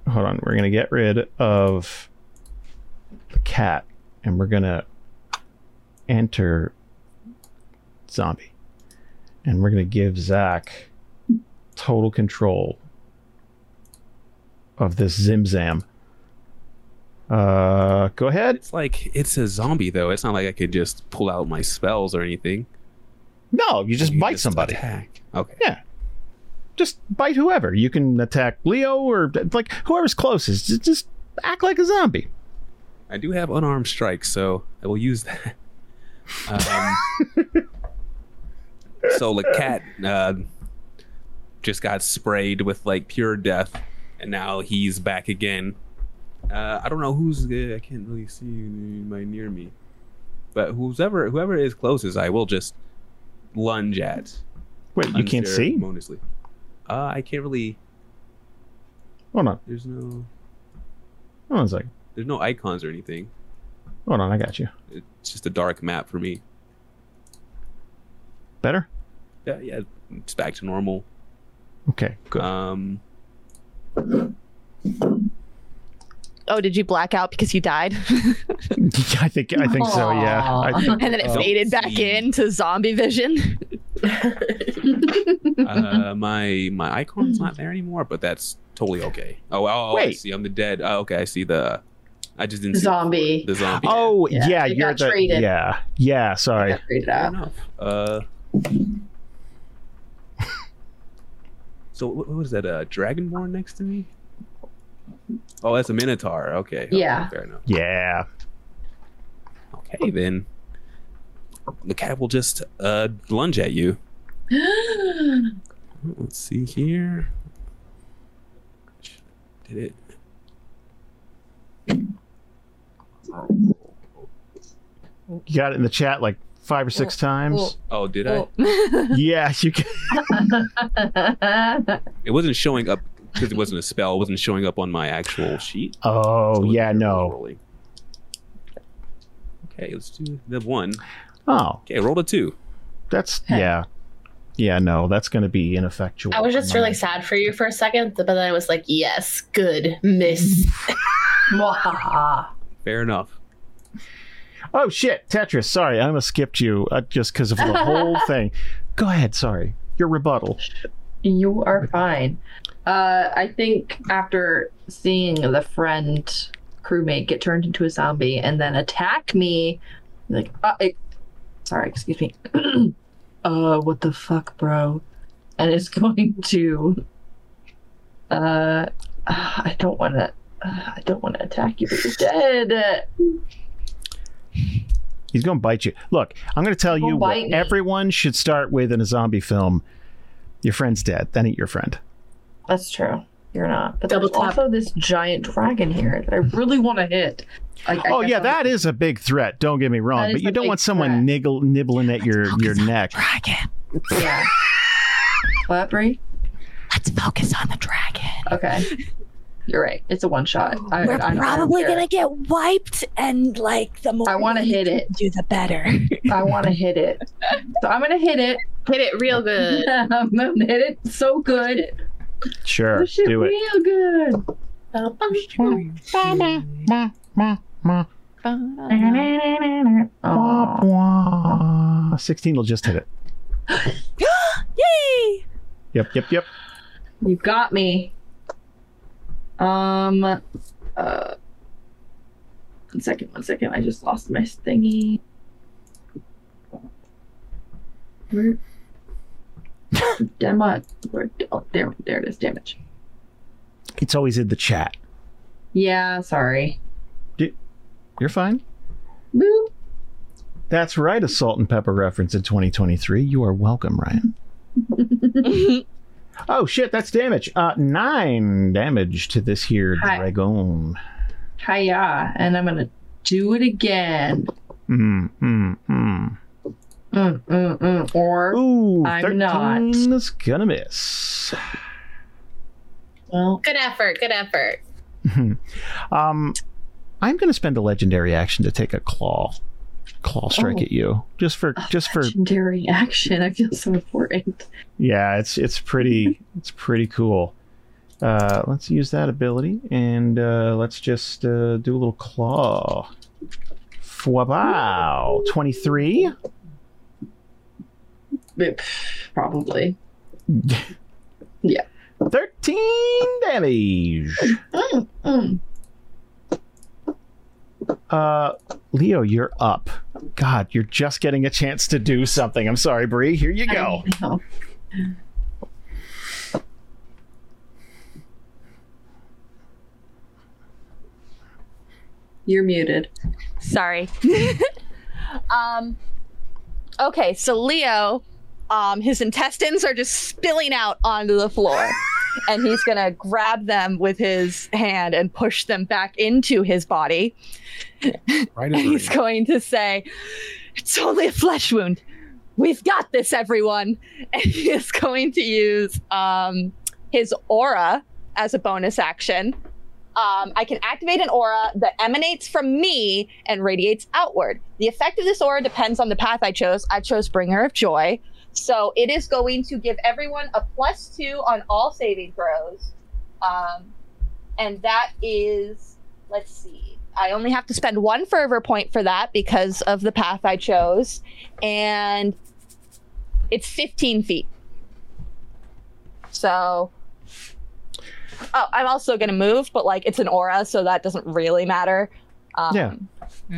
B: Hold on. We're gonna get rid of the cat, and we're gonna enter zombie, and we're gonna give Zach total control of this Zimzam. Uh, go ahead.
E: It's like it's a zombie though. It's not like I could just pull out my spells or anything.
B: No, you just
E: You
B: bite somebody.
E: attack. Okay.
B: Just bite whoever. You can attack Leo or like whoever's closest. Just- Just act like a zombie.
E: I do have unarmed strike, so I will use that. Um, so the cat uh, just got sprayed with like pure death, and now he's back again. Uh, I don't know who's. Uh, I can't really see my near me, but whoever whoever is closest, I will just lunge at.
B: Wait, you can't see?
E: Honestly, uh, I can't really.
B: Hold on.
E: There's no.
B: Hold on a second.
E: There's no icons or anything.
B: Hold on, I got you.
E: It's just a dark map for me.
B: Better?
E: Yeah, yeah. It's back to normal.
B: Okay, good.
E: Um,
F: Oh, did you black out because you died?
B: I think I think so, yeah. I
D: Aw.
B: think,
F: and then it
E: Don't
F: faded back
E: see.
F: into zombie vision.
E: uh, my my icon's not there anymore, but that's totally okay. Oh, oh, oh, I
B: Wait.
E: see. I'm the dead. Oh, okay, I see the. I just didn't see
D: Zombie.
E: the zombie.
B: oh, yeah,
D: Yeah, it
B: you're
D: got
B: the
D: traded.
B: Yeah. Yeah, sorry.
D: Got traded
E: Fair
D: out.
E: enough. Uh. so what, what was that? A dragonborn next to me? Oh, that's a minotaur. Okay. okay,
D: Yeah.
E: Fair enough.
B: Yeah.
E: Okay then. The cat will just uh lunge at you. Let's see here. Did it?
B: You got it in the chat like five or six times.
E: Oh, did I?
B: yeah, you can
E: It wasn't showing up because it wasn't a spell. It wasn't showing up on my actual sheet.
B: Oh,
E: So it
B: yeah,
E: was
B: no.
E: rolling. Okay, let's do the one.
B: Oh,
E: Okay, roll a two.
B: that's yeah. Yeah, no, that's gonna be ineffectual.
H: I was just really sad for you for a second, but then I was like, yes, good, miss.
D: Mwahaha.
E: Fair enough.
B: Oh shit, Tetris. Sorry, I almost skipped you uh, just because of the whole thing. Go ahead. Sorry, your rebuttal.
D: You are fine. Uh, I think after seeing the friend crewmate get turned into a zombie and then attack me, like, uh, it, sorry, excuse me. uh, what the fuck, bro? And it's going to. Uh, I don't want to. I don't want to attack you, but you're dead.
B: He's gonna bite you. Look, I'm gonna tell
D: He
B: you
D: won't
B: what
D: bite me.
B: everyone should start with in a zombie film. Your friend's dead. Then eat your friend.
D: That's true. You're not. But
H: Double
D: there's
H: tap.
D: also this giant dragon here that I really want to hit. Like, I
B: oh
D: guess
B: yeah,
D: I'm-
B: that is a big threat. Don't get me wrong,
D: That
B: but
D: is
B: you
D: a
B: don't
D: big
B: want someone
D: threat.
B: niggle, nibbling at your your neck.
F: dragon.
D: Yeah. what, Brie?
F: Let's focus on the dragon.
D: Okay. You're right. It's a one shot. I,
F: We're
D: I, I
F: probably
D: don't care.
F: gonna get wiped, and like the more
D: I wanna
F: we
D: hit it.
F: do the better.
D: I want to hit it. So I'm gonna hit it.
H: Hit it real good.
D: I'm gonna hit it so good.
B: Sure,
D: Push it
B: do it.
D: real good.
B: Wah,
D: Aw.
B: wah. Sixteen will just hit it.
F: Yay!
B: Yep, yep, yep.
D: You got me. Um. Uh. One second. One second. I just lost my thingy. Where? Damn it. Where? Oh, there. There it is. Damage.
B: It's always in the chat.
D: Yeah. Sorry.
B: You're fine.
D: Boop.
B: That's right. A salt and pepper reference in 2023. You are welcome, Ryan. oh shit, that's damage. Uh, nine damage to this here
D: Hi.
B: dragon.
D: Hiya. And I'm gonna do it again.
B: Mm, mm, mm.
D: Mm, mm, mm. Or
B: Ooh,
D: I'm
B: 13
D: not.
B: is gonna miss.
D: well,
H: Good effort. Good effort.
B: Um, I'm gonna spend a legendary action to take a claw, claw strike
D: Oh.
B: at you, just for just for
D: legendary action. I feel so important.
B: yeah. It's it's pretty it's pretty cool. Uh, let's use that ability and uh, let's just uh, do a little claw. Wow, twenty three.
D: But, Probably.
B: 13 damage.
D: Mm, mm.
B: Uh, Leo, you're up. God, you're just getting a chance to do something. I'm sorry, Bree. Here you go.
D: Oh. You're muted.
F: Sorry. um, okay, so Leo, um, his intestines are just spilling out onto the floor, and he's gonna grab them with his hand and push them back into his body.
E: Right
F: And
E: over
F: he's
E: here.
F: going to say, "It's only a flesh wound. We've got this, everyone." And he is going to use um, his aura as a bonus action. Um, I can activate an aura that emanates from me and radiates outward. The effect of this aura depends on the path I chose. I chose Bringer of Joy. So it is going to give everyone a plus two on all saving throws. Um, and that is, let's see, I only have to spend one fervor point for that because of the path I chose. And it's 15 feet. So. Oh, I'm also going to move, but like it's an aura, so that doesn't really matter. Um,
B: Yeah.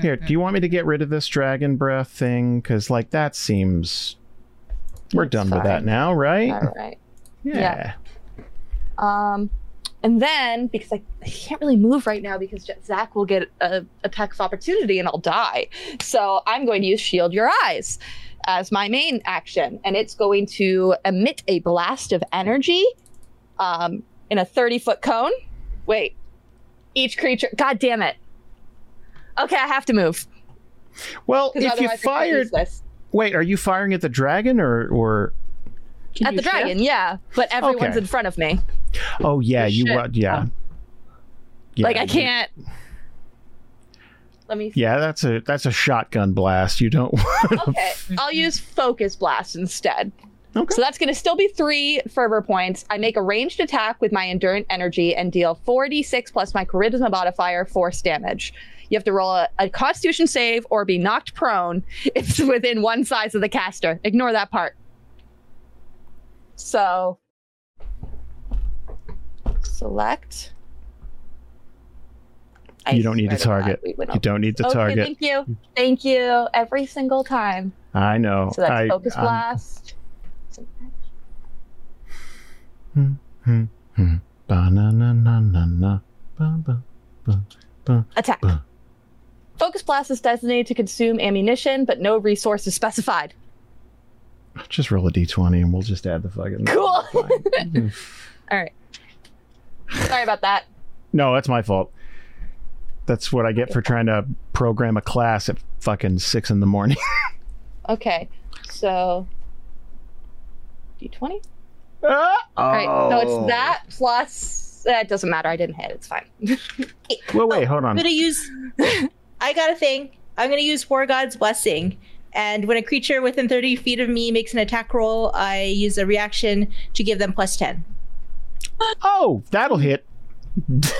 B: Here, do you want me to get rid of this dragon breath thing? Because, like, that seems. We're
F: That's
B: done with that
F: fine.
B: now, right?
F: All right. Um, and then because I, I can't really move right now because J- Zach will get a attack of opportunity and I'll die. So I'm going to use Shield Your Eyes as my main action, and it's going to emit a blast of energy um, in a 30 foot cone. Wait, each creature. God damn it. Okay, I have to move.
B: Well, if
F: 'cause
B: you
F: otherwise it's
B: fired.
F: useless.
B: Wait, are you firing at the dragon or. or...
D: Can
F: at
D: you
F: the dragon,
D: shift?
F: yeah, but everyone's
B: Okay.
F: in front of me.
B: Oh, yeah, you.
D: Shit.
B: Uh, yeah. yeah.
F: like I
B: you-
F: can't. Let me
B: Yeah, that's a that's a shotgun blast. You don't
F: okay, I'll use focus blast instead.
B: Okay.
F: So that's going to still be three fervor points. I make a ranged attack with my endurance energy and deal 4d6 plus my charisma modifier force damage. You have to roll a, a constitution save or be knocked prone if it's within one size of the caster. Ignore that part. So select.
B: You don't need to
F: swear God,
B: target.
F: we went
B: you don't need to
F: Oh. Okay,
B: target.
F: Thank you. Thank you. Every single time.
B: I know.
F: So that's
B: I, um,
F: focus
B: I'm-
F: blast.
B: Ba-na-na-na-na-na. Ba-ba.
F: Attack.
B: Bah.
F: Focus blast is designated to consume ammunition, but no resource is specified.
B: Just roll a d20 and we'll just add the fucking.
F: Cool.
B: Fine.
F: All right. Sorry about that.
B: no, that's my fault. That's what I get for trying to program a class at fucking six in the morning.
F: Okay. So d20.
B: oh.
F: All right. So
D: Oh.
F: it's that plus. uh, It doesn't matter. I didn't hit. It's fine.
B: Well,
F: Oh,
B: wait, hold
A: I'm
B: on.
A: gonna use. I got a thing. I'm gonna use War God's Blessing, and when a creature within 30 feet of me makes an attack roll, I use a reaction to give them plus 10.
B: Oh, that'll hit.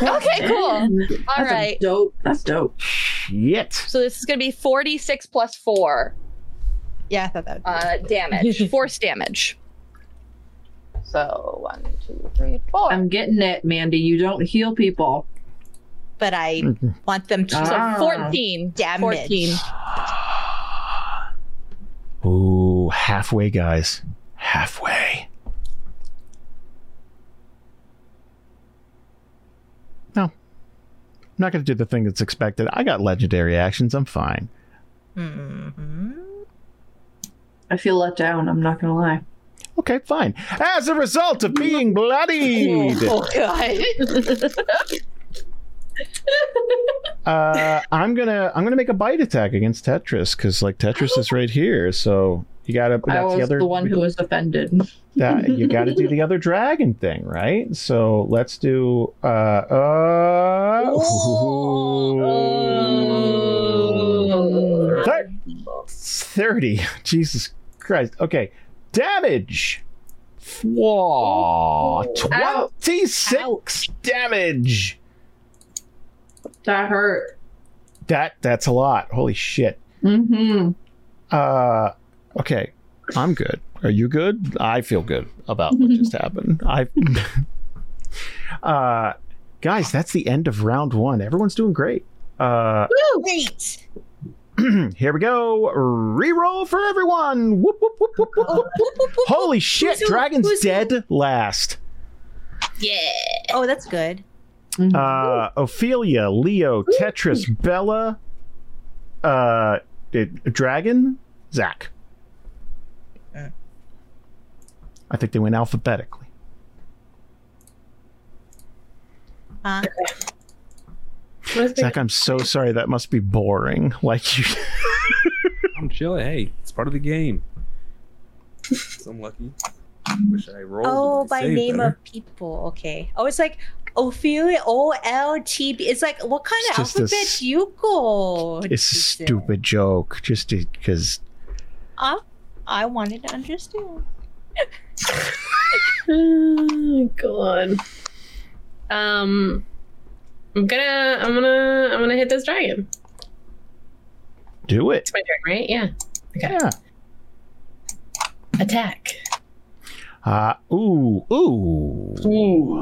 F: Okay. Cool. All
D: That's a
F: right.
D: dope. That's dope.
B: Shit.
F: So this is going to be 46 plus 4
A: Yeah, I thought that. Would
F: uh, damage, force damage. So one, two, three, four.
D: I'm getting it, Mandy. You don't heal people.
A: but I want them to.
D: Ah.
F: so 14
A: Damage.
F: 14.
B: Ooh, halfway, guys. Halfway. No. I'm not going to do the thing that's expected. I got legendary actions. I'm fine.
A: Mhm.
D: I feel let down. I'm not gonna lie.
B: Okay, fine. As a result of being bloodied,
F: Oh, God.
B: Uh, I'm gonna I'm gonna make a bite attack against Tetris because like Tetris is right here, so you gotta.
D: I
B: That's
D: was
B: the
D: the,
B: other.
D: one who was offended.
B: Yeah, you got to do the other dragon thing, right? So let's do. Uh, uh,
G: Oh.
B: Thir- Thirty. Jesus Christ. Okay, damage. Whoa,
D: Ow.
B: twenty-six damage.
D: That hurt.
B: That that's a lot. Holy shit.
D: Mm-hmm.
B: Uh, okay, I'm good. Are you good? I feel good about what just happened. I, uh, guys, that's the end of round one. Everyone's doing great. Uh,
A: Great.
B: here we go. Reroll for everyone. Whoop whoop whoop whoop whoop. whoop. Holy shit!
A: who?
B: Dragon's
A: Who's who?
B: dead last.
A: Oh, that's good.
B: Uh, Ophelia, Leo, Tetris, Bella, uh, did- Dragon, Zach.
A: Uh.
B: I think they went alphabetically.
A: Huh?
B: Zach, I'm so sorry. That must be boring. Like you,
E: I'm chilling. Hey, it's part of the game. So I'm lucky. Wish I rolled.
A: Oh,
E: my
A: by
E: save
A: name
E: better.
A: of people. Okay. Oh, it's like Ophelia O L T B. It's like what kind
B: It's
A: of
B: just a
A: alphabet
B: s-
A: do you go?
B: it's a
A: Jason?
B: stupid joke. Just because
A: I, I wanted to understand.
H: Oh god. Um I'm gonna I'm gonna I'm gonna hit this dragon.
B: do it.
H: It's my turn, right? Yeah.
B: Yeah.
H: Attack.
B: Uh, ooh, ooh.
H: Ooh.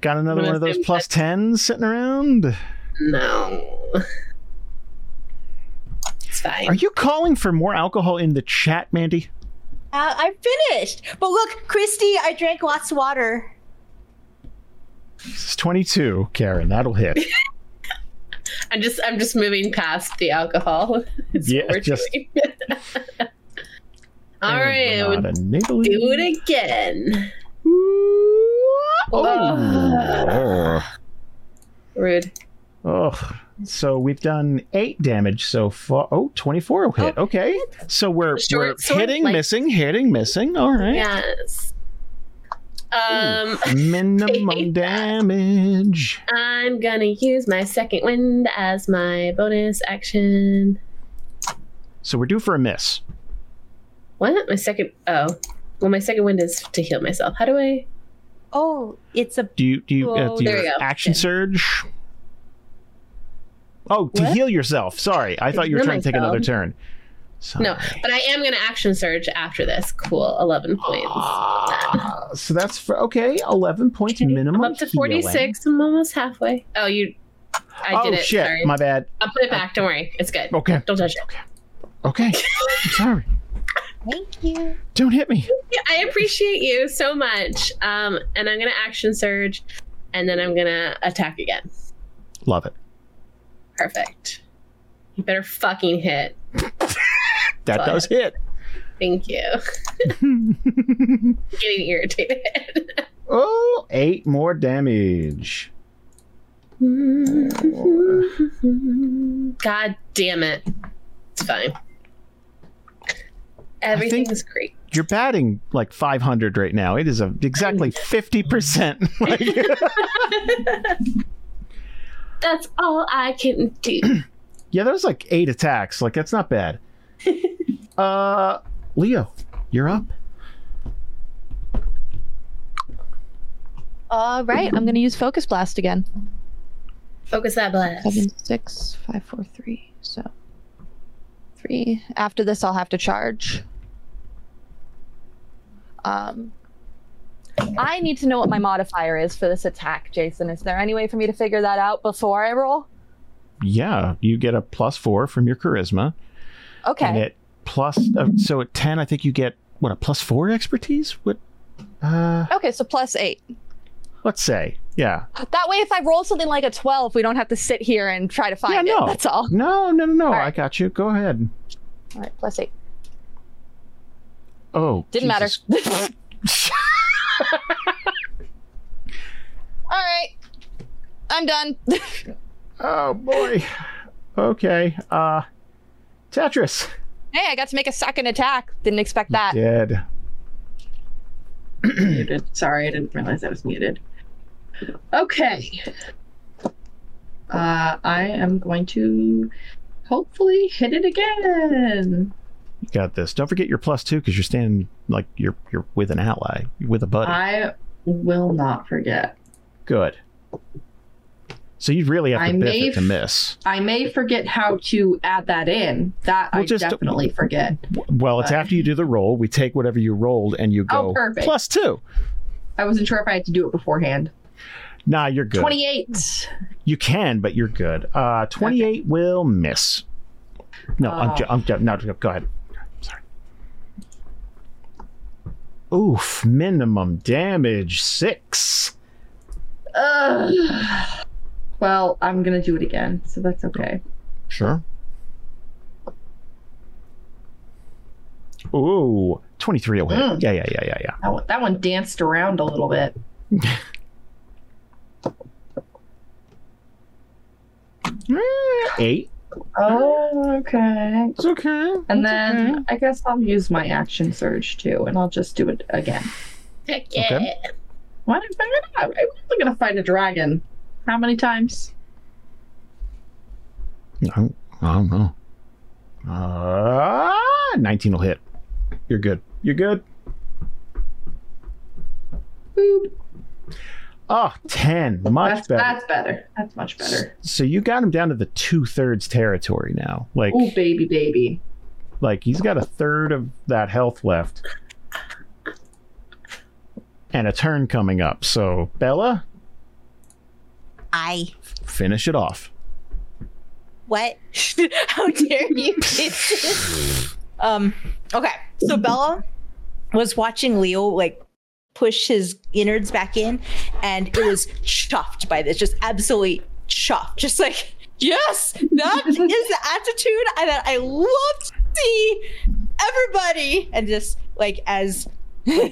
B: Got another
H: Wanna
B: one of those
H: save
B: plus tens sitting around.
H: No. It's fine.
B: Are you calling for more alcohol in the chat, Mandy?
A: Uh, I'm finished. But look, Christy, I drank lots of water.
B: It's 22, Karen. That'll hit.
H: I'm just I'm just moving past the alcohol. It's
B: Yeah,
H: what we're
B: just-
H: doing. All right, we'll
B: Not a niggly.
H: do it again. Uh,
B: Oh.
H: Rude.
B: Oh. So we've done eight damage so far. Oh, 24 will hit. okay. So we're,
H: Short
B: we're
H: sword
B: hitting,
H: fight.
B: missing, hitting, missing. All right.
H: Yes. Um
B: Minimum damage.
H: I'm gonna use my second wind as my bonus action.
B: So we're due for a miss.
H: What? My second oh. Well my second wind is to heal myself. How do I
A: Oh, it's a
B: Do you do you uh,
A: Oh,
B: do
H: there
B: your
H: we go.
B: action surge? Oh, to
H: What?
B: heal yourself. Sorry, I thought you were
H: heal
B: trying to take
H: myself.
B: another turn. Sorry.
H: No, but I am gonna action surge after this. Cool. Eleven points.
B: Ah, so that's for, okay. Eleven points minimum.
H: I'm up to
B: healing.
H: forty six. I'm almost halfway. Oh you I
B: oh
H: did it.
B: shit!
H: Sorry.
B: My bad.
H: I'll put it back, don't worry. It's good.
B: Okay,
H: Don't touch it.
B: okay. I'm sorry.
A: thank you.
B: Don't hit me.
H: Yeah, I appreciate you so much. Um, and I'm gonna action surge, and then I'm gonna attack again.
B: Love it.
H: Perfect. You better fucking hit.
B: That
H: Love
B: does hit.
H: Thank you. Getting irritated.
B: oh, eight more damage.
H: God damn it. It's fine.
B: think-
H: Everything's great.
B: You're batting like 500 right now. It is a, exactly 50 percent.
H: That's all I can do.
B: yeah, that was like eight attacks. Like that's not bad. Uh, Leo, you're up.
F: All right, I'm gonna use focus blast again.
H: Focus that blast.
F: Seven, six, five, four, three. So three. After this, I'll have to charge. Um, I need to know what my modifier is for this attack, Jason. Is there any way for me to figure that out before I roll?
B: Yeah, you get a plus four from your charisma. and
F: Okay.
B: at plus uh, so at 10 i think you get what a plus four expertise what uh
F: Okay, so plus eight.
B: let's say yeah
F: That way, if I roll something like a 12, we don't have to sit here and try to find
B: Yeah, no.
F: it. That's all.
B: no no no no i
F: right.
B: got you go ahead
F: All right, plus eight.
B: oh
F: Didn't
B: Jesus.
F: matter. all right. I'm done.
B: Oh boy. Okay. Uh Tetris.
F: hey, I got to make a second attack. Didn't expect that.
B: Dead.
D: muted. Sorry, I didn't realize I was muted. Okay. Uh, I am going to hopefully hit it again.
B: You got this. Don't forget your plus two because you're standing like you're you're with an ally, you're with a buddy.
F: Uh,
D: I will not forget.
B: Good. So you really have
D: I
B: to biff
D: may
B: it to
D: f-
B: miss.
D: I may forget how to add that in. That
B: Well,
D: I
B: just-
D: definitely forget.
B: W- Well, it's
D: But-
B: after you do the roll. We take whatever you rolled and you
D: Oh,
B: go
D: perfect.
B: plus two.
D: I wasn't sure if I had to do it beforehand.
B: Nah, you're good.
D: 28.
B: You can, but you're good. Uh, 28 will miss. No, I'm,
D: Oh.
B: jo- I'm jo- no, go ahead. Sorry. Oof, minimum damage six.
D: Ugh. Well, I'm going to do it again, so that's okay.
B: Sure. Ooh, 23 away.
D: Mm.
B: Yeah, yeah, yeah, yeah, yeah.
D: That one, that one danced around a little bit.
B: Eight.
D: Oh, okay.
B: It's okay.
D: And then I guess I'll use my action surge too, and I'll just do it again.
H: Heck yeah.
B: Okay.
D: Why am I not? I'm only gonna fight a dragon. How many times?
B: I don't, I don't know. Uh, 19 will hit. You're good. You're good.
D: Boop.
B: Oh, 10. Much
D: that's,
B: better.
D: That's better. That's much better.
B: So you got him down to the two thirds territory now. Like,
D: Oh, baby, baby.
B: like he's got a third of that health left, and a turn coming up. So Bella,
A: I
B: finish it off.
A: what? How dare you? um. Okay. So Bella was watching Leo like push his innards back in, and it was chuffed by this, just absolutely chuffed, just like yes, that is the attitude I, that I love to see. Everybody, and just like as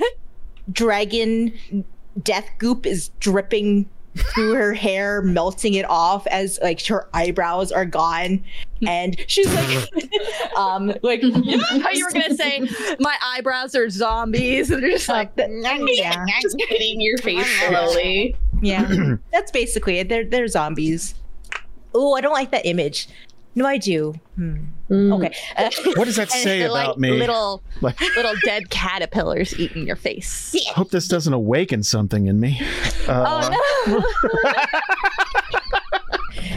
A: dragon death goop is dripping through her hair, melting it off as like her eyebrows are gone, and she's like, um, like
F: I thought you were gonna say my eyebrows are zombies, and they're
B: Uh,
F: just like,
A: yeah,
H: Just hitting your face slowly.
A: yeah. That's basically it. They're they're zombies. Oh, I don't like that image. No, I do. Hmm.
H: Mm.
A: Okay. Uh,
B: What does that
F: and
B: say
F: they're
B: about
F: like
B: me?
F: little
B: Like,
F: little dead caterpillars eating your face.
B: hope this doesn't awaken something in me. Uh,
F: oh no!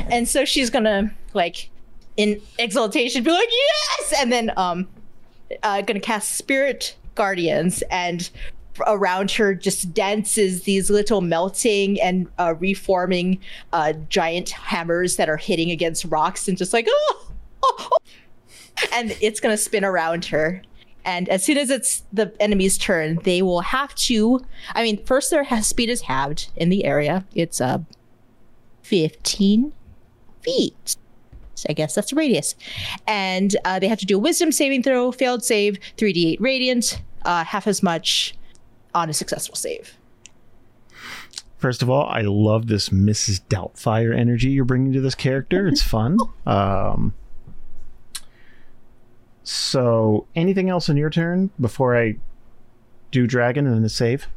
A: and so she's gonna like in exultation be like yes and then um uh gonna cast spirit guardians and around her just dances these little melting and uh, reforming uh giant hammers that are hitting against rocks and just like oh, oh, oh." and it's gonna spin around her and as soon as it's the enemy's turn they will have to i mean first their ha- speed is halved in the area it's uh 15 feet. So I guess that's the radius. And uh, they have to do a wisdom saving throw, failed save, 3d8 radiant, uh, half as much on a successful save.
B: First of all, I love this Mrs. Doubtfire energy you're bringing to this character. It's fun. Um, so, anything else in your turn before I do dragon and then save?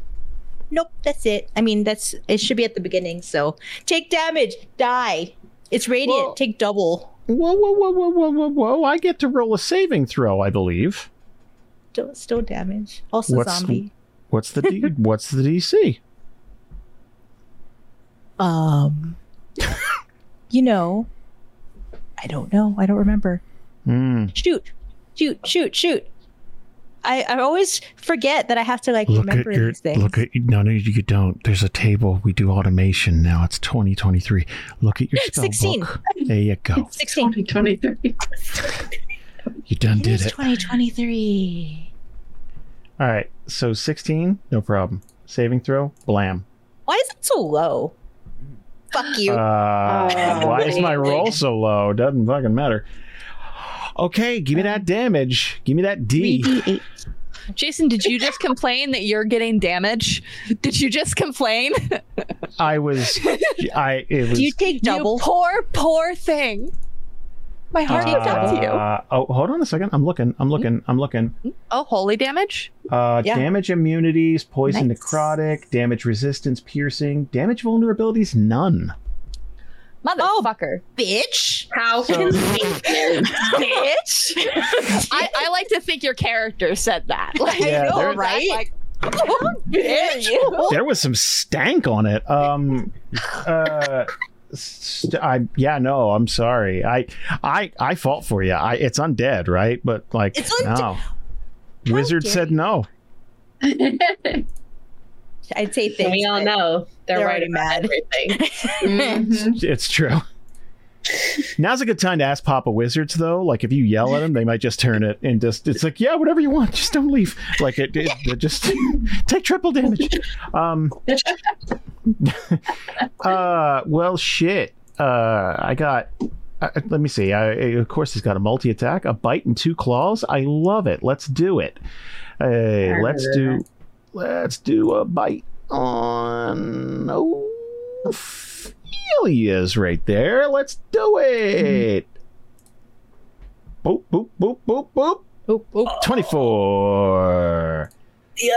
A: Nope, that's it. I mean, that's it should be at the beginning. So take damage, die. It's radiant,
B: Well-
A: take double.
B: Whoa, whoa, whoa, whoa, whoa, whoa, whoa! I get to roll a saving throw, I believe.
A: Don't still damage. Also
B: What's-
A: zombie.
B: What's the D- What's the DC?
A: Um you know, I don't know. I don't remember.
B: Hmm.
A: shoot, shoot, shoot, shoot. I, I always forget that I have to like remember these things.
B: at no, no, you don't. There's a table. We do automation now. It's 2023. Look at your
A: spell 16. book.
B: There you go.
A: 16.
D: 2023.
B: You done
A: It is 2023.
B: All right. So 16, no problem. Saving throw, blam.
A: Why is it so low? Fuck you.
B: Uh, why is my
D: wait.
B: roll so low? Doesn't fucking matter. Okay, give me that damage. Give me that D.
F: Jason, did you just complain that you're getting damage? Did you just complain?
B: I was. I it was.
A: Do you take double?
F: You poor, poor thing. My heart goes out to you.
B: Uh, oh, hold on a second. I'm looking. I'm looking. I'm looking.
F: Oh, holy damage?
B: Uh,
A: Yeah.
B: Damage immunities, poison,
F: Nice.
B: necrotic, damage resistance, piercing, damage vulnerabilities, none.
F: Motherfucker.
A: bitch.
H: How can
F: Bitch. I, I like to think your character said that. Like,
B: Yeah,
F: know,
B: there-
F: right? Like, Oh, how dare you?
B: There was some stank on it. Um, uh, st- I yeah no. I'm sorry. I I I fought for you. I it's undead, right? But like
A: It's unde-
B: no. Wizard
A: dare
B: said no.
A: I'd say things.
H: we all
A: but
H: know they're,
A: They're
H: right
A: already
H: about
A: mad.
H: everything? Mm.
F: Mm-hmm.
B: It's true. Now's a good time to ask Papa Wizards though. Like if you yell at them, they might just turn it and just it's like yeah, whatever you want, just don't leave. Like it, it it just take triple damage. Um. uh. Well, shit. Uh. I got. Uh, let me see. I, of course, he's got a multi attack, a bite, and two claws. I love it. Let's do it. Hey, let's do. Let's do a bite on. Oh, Ophelia's right there. Let's do it. Boop boop boop boop boop.
C: Oh, oh.
B: 24. Yeah.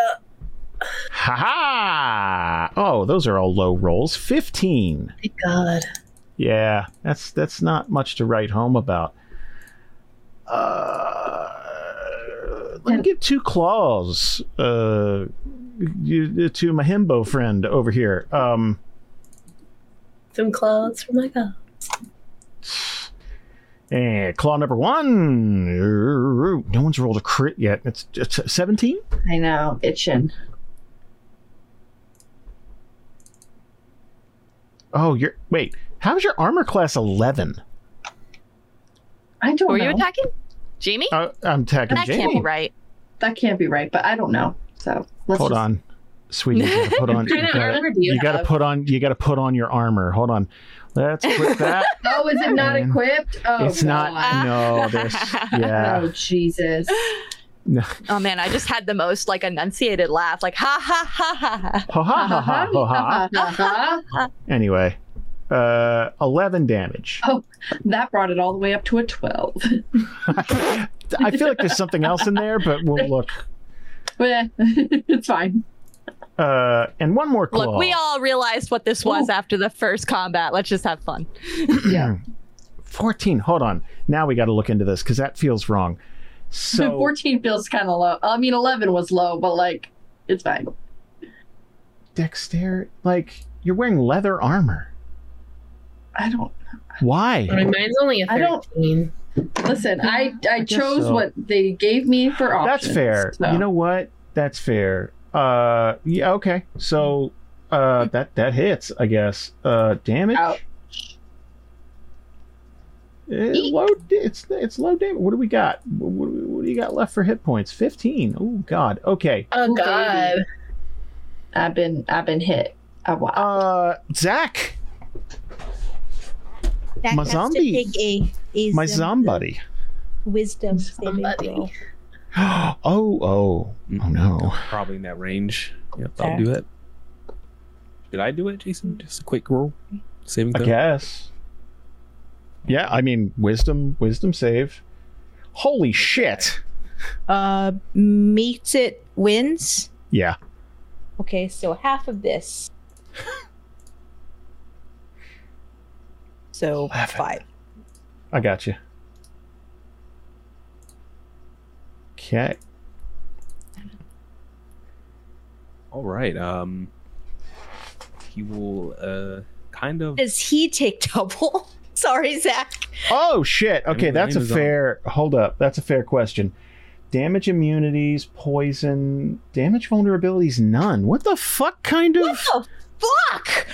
B: Ha ha. Oh, those are all low rolls. 15.
H: Thank God.
B: Yeah, that's that's not much to write home about. Uh, let me give two claws uh, you- to my himbo friend over here. Um,
H: Some clothes for my God.
B: and eh, claw number one. No one's rolled a crit yet. It's, it's 17.
D: I know, itching.
B: Oh, you're wait. How's your armor class eleven?
D: I don't
F: Who are
D: know.
F: you attacking? Jamie?
B: Uh, I'm attacking
F: that
B: Jamie.
F: can't be right.
D: that can't be right, but I don't know. So let's
B: Hold
D: just-
B: on, sweetie. You gotta put on.
H: What
B: you
H: kind of
B: gotta,
H: armor do you
B: you gotta
H: have?
B: put on. You gotta put on your armor. Hold on. Let's put that.
D: Oh, is it not
B: Man.
D: equipped? Oh,
B: it's not.
D: God.
B: No. There's. Yeah.
D: Oh Jesus.
B: No.
F: Oh man, I just had the most like enunciated laugh, like ha ha ha ha.
B: Ho ha ha ha ho ha.
D: Uh-huh.
B: Anyway, uh, eleven damage.
D: That brought it all the way up to a twelve.
B: I feel like there's something else in there, but we'll look.
D: Meh. it's fine.
B: Uh, and one more claw.
F: Look, we all realized what this was after the first combat. Let's just have fun.
D: Yeah.
B: 14. Hold on. Now we got to look into this because that feels wrong. So,
D: Fourteen feels kind of low. I mean, eleven was low, but like, it's fine.
B: dexterity, like, you're wearing leather armor.
D: I don't
B: Why?
H: Mine's only a
D: I don't-
H: 13.
D: listen. I I
B: guess
D: chose
B: so.
D: what they gave me for options.
B: That's fair.
D: so.
B: You know what? That's fair. Uh, yeah, okay. So, uh, that that hits, I guess. Uh, damage.
D: Ouch.
B: Eh, low, da- it's it's low damage. What do we got? What, do we- what do you got left for hit points? Fifteen. Oh God. Okay.
H: Oh,
D: Ooh,
H: God.
D: baby. I've been I've been hit. A while.
B: Uh, Zach,
A: That
B: My
A: has
B: zombie.
A: To take a, a
B: my
A: zom-
B: zombie.
A: Wisdom saving
H: Somebody.
A: throw.
B: Oh oh oh no.
E: Probably in that range. Yep,
A: Fair.
E: I'll do it. Should I do it, Jason? Just a quick roll. Saving
B: I
E: throw.
B: guess. Yeah, I mean wisdom, wisdom save. Holy shit!
A: Uh, meets it wins.
B: Yeah,
A: Okay, so half of this. So
B: Half it.
A: five.
B: I got you. Okay.
E: All right. Um, he will uh kind of.
A: Does he take double? Sorry, Zach.
B: Oh shit!
E: I mean,
B: Okay,
E: the
B: that's a
E: name is on.
B: fair. Hold up, that's a fair question. Damage immunities, poison, damage vulnerabilities, none. What the fuck kind of?
A: Fuck!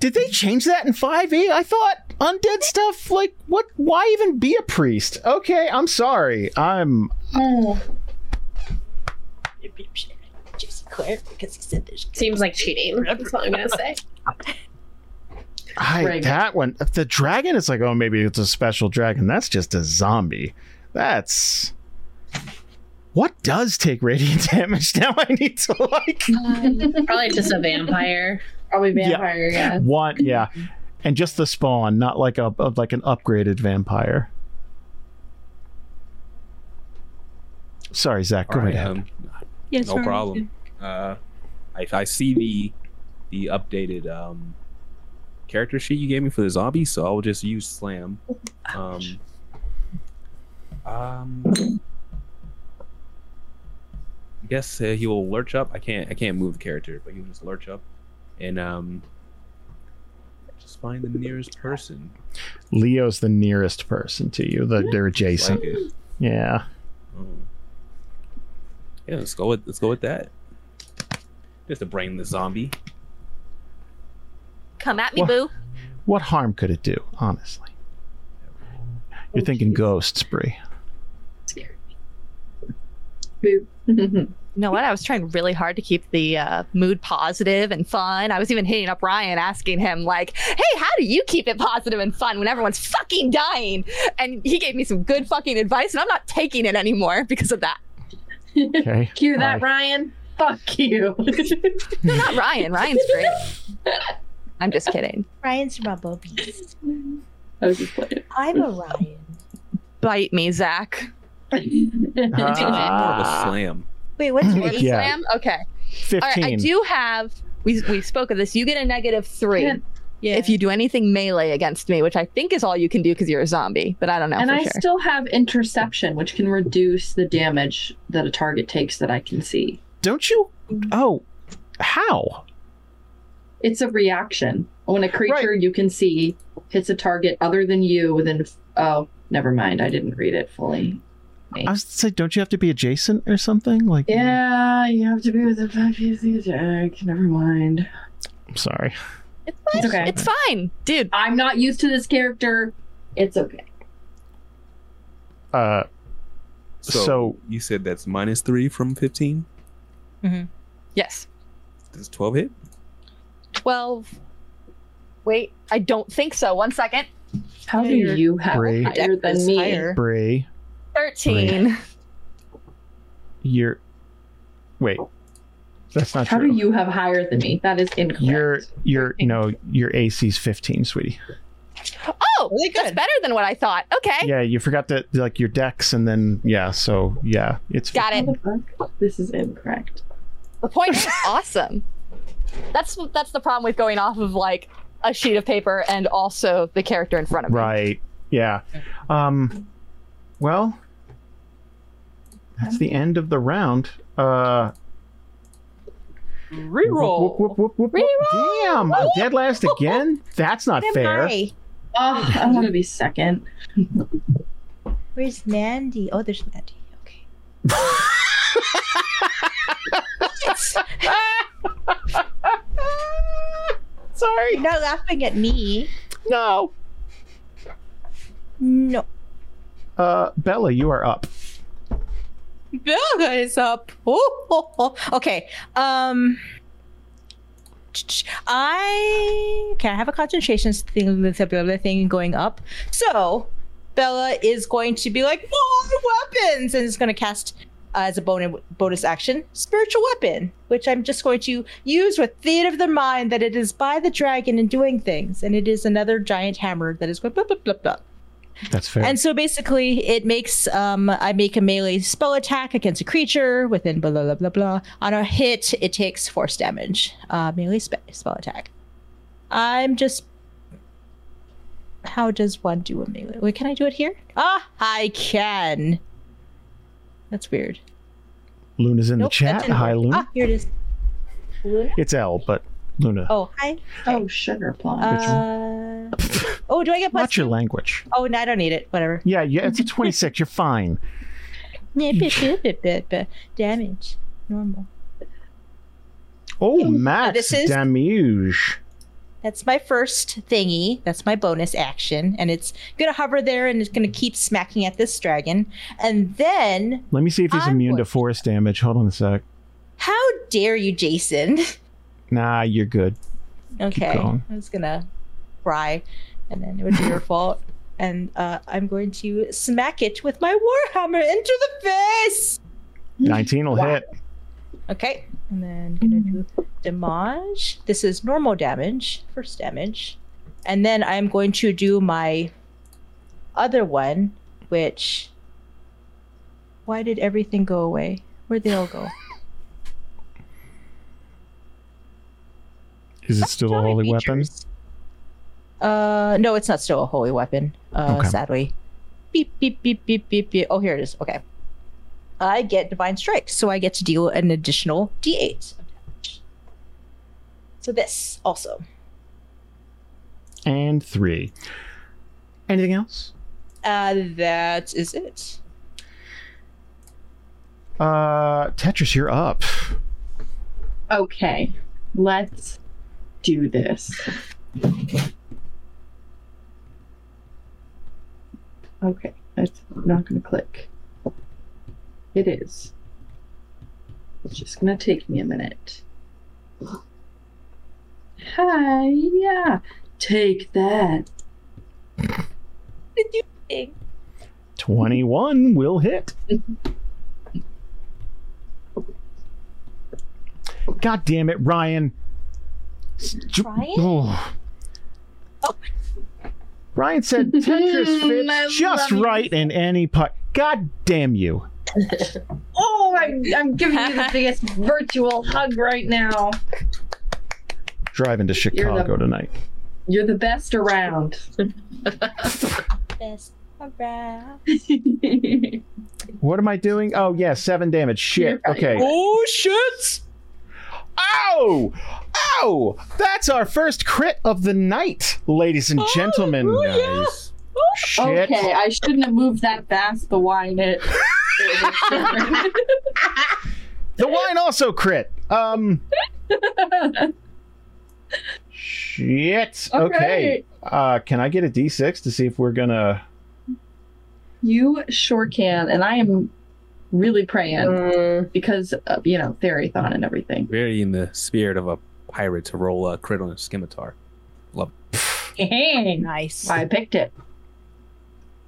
B: Did they change that in 5e? I thought undead stuff like what why even be a priest? Okay, I'm sorry. I'm
A: Just Claire, because he said there's
H: Seems like cheating. That's what I'm going to say.
B: I
D: Dragon.
B: that one the dragon is like, oh maybe it's a special dragon. That's just a zombie. That's What does take radiant damage? Now I need to like
H: Probably just a vampire.
D: Probably vampire, yeah.
B: want yeah, and just the spawn, not like a, a like an upgraded vampire. Sorry, Zach. Go
E: All right,
B: ahead.
E: um,
A: Yes,
E: no problem. Uh, I, I see the the updated um, character sheet you gave me for the zombie, so I'll just use slam. Um, um, guess uh, he will lurch up. I can't I can't move the character, but he'll just lurch up and um, just find the nearest person.
B: Leo's the nearest person to you. The, they're adjacent.
E: Like it.
B: Yeah.
E: Um, yeah, let's go with let's go with that. Just a brainless zombie.
F: Come at me,
B: What?
F: boo.
B: What harm could it do, honestly? You're thinking ghosts, Bree.
F: You know what? I was trying really hard to keep the uh, mood positive and fun. I was even hitting up Ryan, asking him like, "Hey, how do you keep it positive and fun when everyone's fucking dying?" And he gave me some good fucking advice, and I'm not taking it anymore because of that.
B: Okay.
D: Hear that,
B: Bye.
D: Ryan? Fuck you.
F: No, not Ryan. Ryan's great. I'm just kidding.
A: Ryan's my beast.
D: I was just playing.
A: I'm a Ryan.
F: Bite me, Zach.
B: Uh-huh.
E: More of
B: Ah,
E: a slam.
A: Wait, what's your
F: Body
B: Yeah.
F: slam? Okay. All right. I
B: Fifteen.
F: do have. We we spoke of this. You get a negative three
D: Yeah.
A: yeah.
F: if you do anything melee against me, which I think is all you can do because you're a zombie. But I don't know
D: and
F: for
D: I
F: sure.
D: still have interception, which can reduce the damage that a target takes that I can see.
B: Don't you? Oh, how?
D: It's a reaction. When a creature you can see hits a target other than you within. Oh, never mind. I didn't read it fully.
B: I was to say, don't you have to be adjacent or something? Like,
D: Yeah, you have to be within five feet of the attack. Never mind.
B: I'm sorry.
F: It's fine.
D: It's okay.
F: It's fine, dude.
D: I'm not used to this character. It's okay.
B: Uh,
E: So,
B: So-
E: you said that's minus three from fifteen.
F: Yes.
E: Does twelve hit?
F: 12. Wait, I don't think so. One second.
D: How do
A: You're-
D: you have
B: Bree.
D: higher than me?
A: Higher.
B: Bree,
F: 13.
B: you're. Wait, that's not
D: How
B: true.
D: do you have higher than me? That is incorrect.
B: Your your no your AC's fifteen, sweetie.
F: Oh,
A: Really
F: that's
A: good.
F: better than what I thought. Okay.
B: Yeah, you forgot that like your decks and then yeah, so yeah, it's
F: Got it.
D: This is incorrect.
F: The point is awesome. That's that's the problem with going off of like a sheet of paper and also the character in front of me.
B: Right. Yeah. Um well that's the end of the round. Uh whoop,
C: Reroll.
B: whoop, whoop, whoop, whoop. Damn, I'm dead last again? That's not fair.
A: Hi.
D: Oh, I'm gonna be second.
A: Where's Mandy? Oh, there's Mandy. Okay.
B: Sorry.
A: You're not laughing at me.
B: No.
A: No.
B: Uh Bella, you are up.
A: Belga is up. Oh, oh, oh. Okay. Um. I okay. I have a concentration thing, with the Bella thing going up. So Bella is going to be like more weapons, and is going to cast uh, as a bonus bonus action spiritual weapon, which I'm just going to use with theater of the mind that it is by the dragon and doing things, and it is another giant hammer that is going blah blah blah blah.
B: That's fair.
A: And so basically, it makes um, I make a melee spell attack against a creature within blah blah blah blah. blah. On a hit, it takes force damage. Uh, melee spe- spell attack. I'm just. How does one do a melee? Wait, can I do it here? Ah, I can. That's weird.
B: Luna's in
A: Nope,
B: the
A: that
B: chat.
A: didn't
B: Hi
A: work.
B: Luna.
A: Ah, here it is.
B: It's L, but Luna.
A: Oh, hi.
D: Oh, sugar plum.
A: Uh, oh, do I get plus?
B: Watch your language.
A: Oh, no, I don't need it. Whatever.
B: Yeah, yeah, it's a 26. You're fine.
A: Damage. Normal.
B: Oh, max
A: this is-
B: damage.
A: That's my first thingy. That's my bonus action. And it's going to hover there and it's going to keep smacking at this dragon. And then,
B: Let me see if he's
A: I'm
B: immune to
A: going-
B: force damage. Hold on a sec.
A: how dare you, Jason?
B: Nah, you're good.
A: Okay.
B: going.
A: I was going to cry and then it would be your fault. And uh, I'm going to smack it with my Warhammer into the face.
B: 19 will hit.
A: Okay, and then gonna do damage. This is normal damage, first damage, and then I'm going to do my other one, which. Why did everything go away? Where'd they all go?
I: Is it still a
A: Johnny
I: holy weapon?
A: features. Uh, no, it's not still a holy weapon. Uh,
I: Okay.
A: sadly. Beep beep beep beep beep beep. Oh, here it is. Okay. I get divine strike, so I get to deal an additional d8 of damage. So this also.
B: And three. Anything else?
A: Uh, that is it.
B: Uh, Tetris, you're up.
D: Okay, let's do this. Okay, that's not going to click. It is. It's just going to take me a minute. Hi, yeah. Take that.
B: 21 will hit. God damn it, Ryan. Stu-
A: Ryan?
B: Oh. Ryan said Tetris
D: I
B: fits just
D: love you.
B: right in any putt. God damn you.
D: Oh, I'm, I'm giving you the biggest virtual hug right now.
B: Driving to Chicago tonight.
D: You're the best around.
A: Best around.
B: What am I doing? Oh, yeah, seven damage. Shit. Okay.
C: Oh shit!
B: Ow! Ow! That's our first crit of the night, ladies and gentlemen. Nice. Shit.
D: Okay, I shouldn't have moved that fast. The wine it.
B: The wine also crit. Um. shit.
D: All
B: okay. Uh, can I get a d6 to see if we're gonna?
D: you sure can, and I am really
B: Mm.
D: praying because of, you know Therathon and everything.
E: Very in the spirit of a pirate to roll a crit on a scimitar.
D: Dang.
A: Nice.
D: I picked it.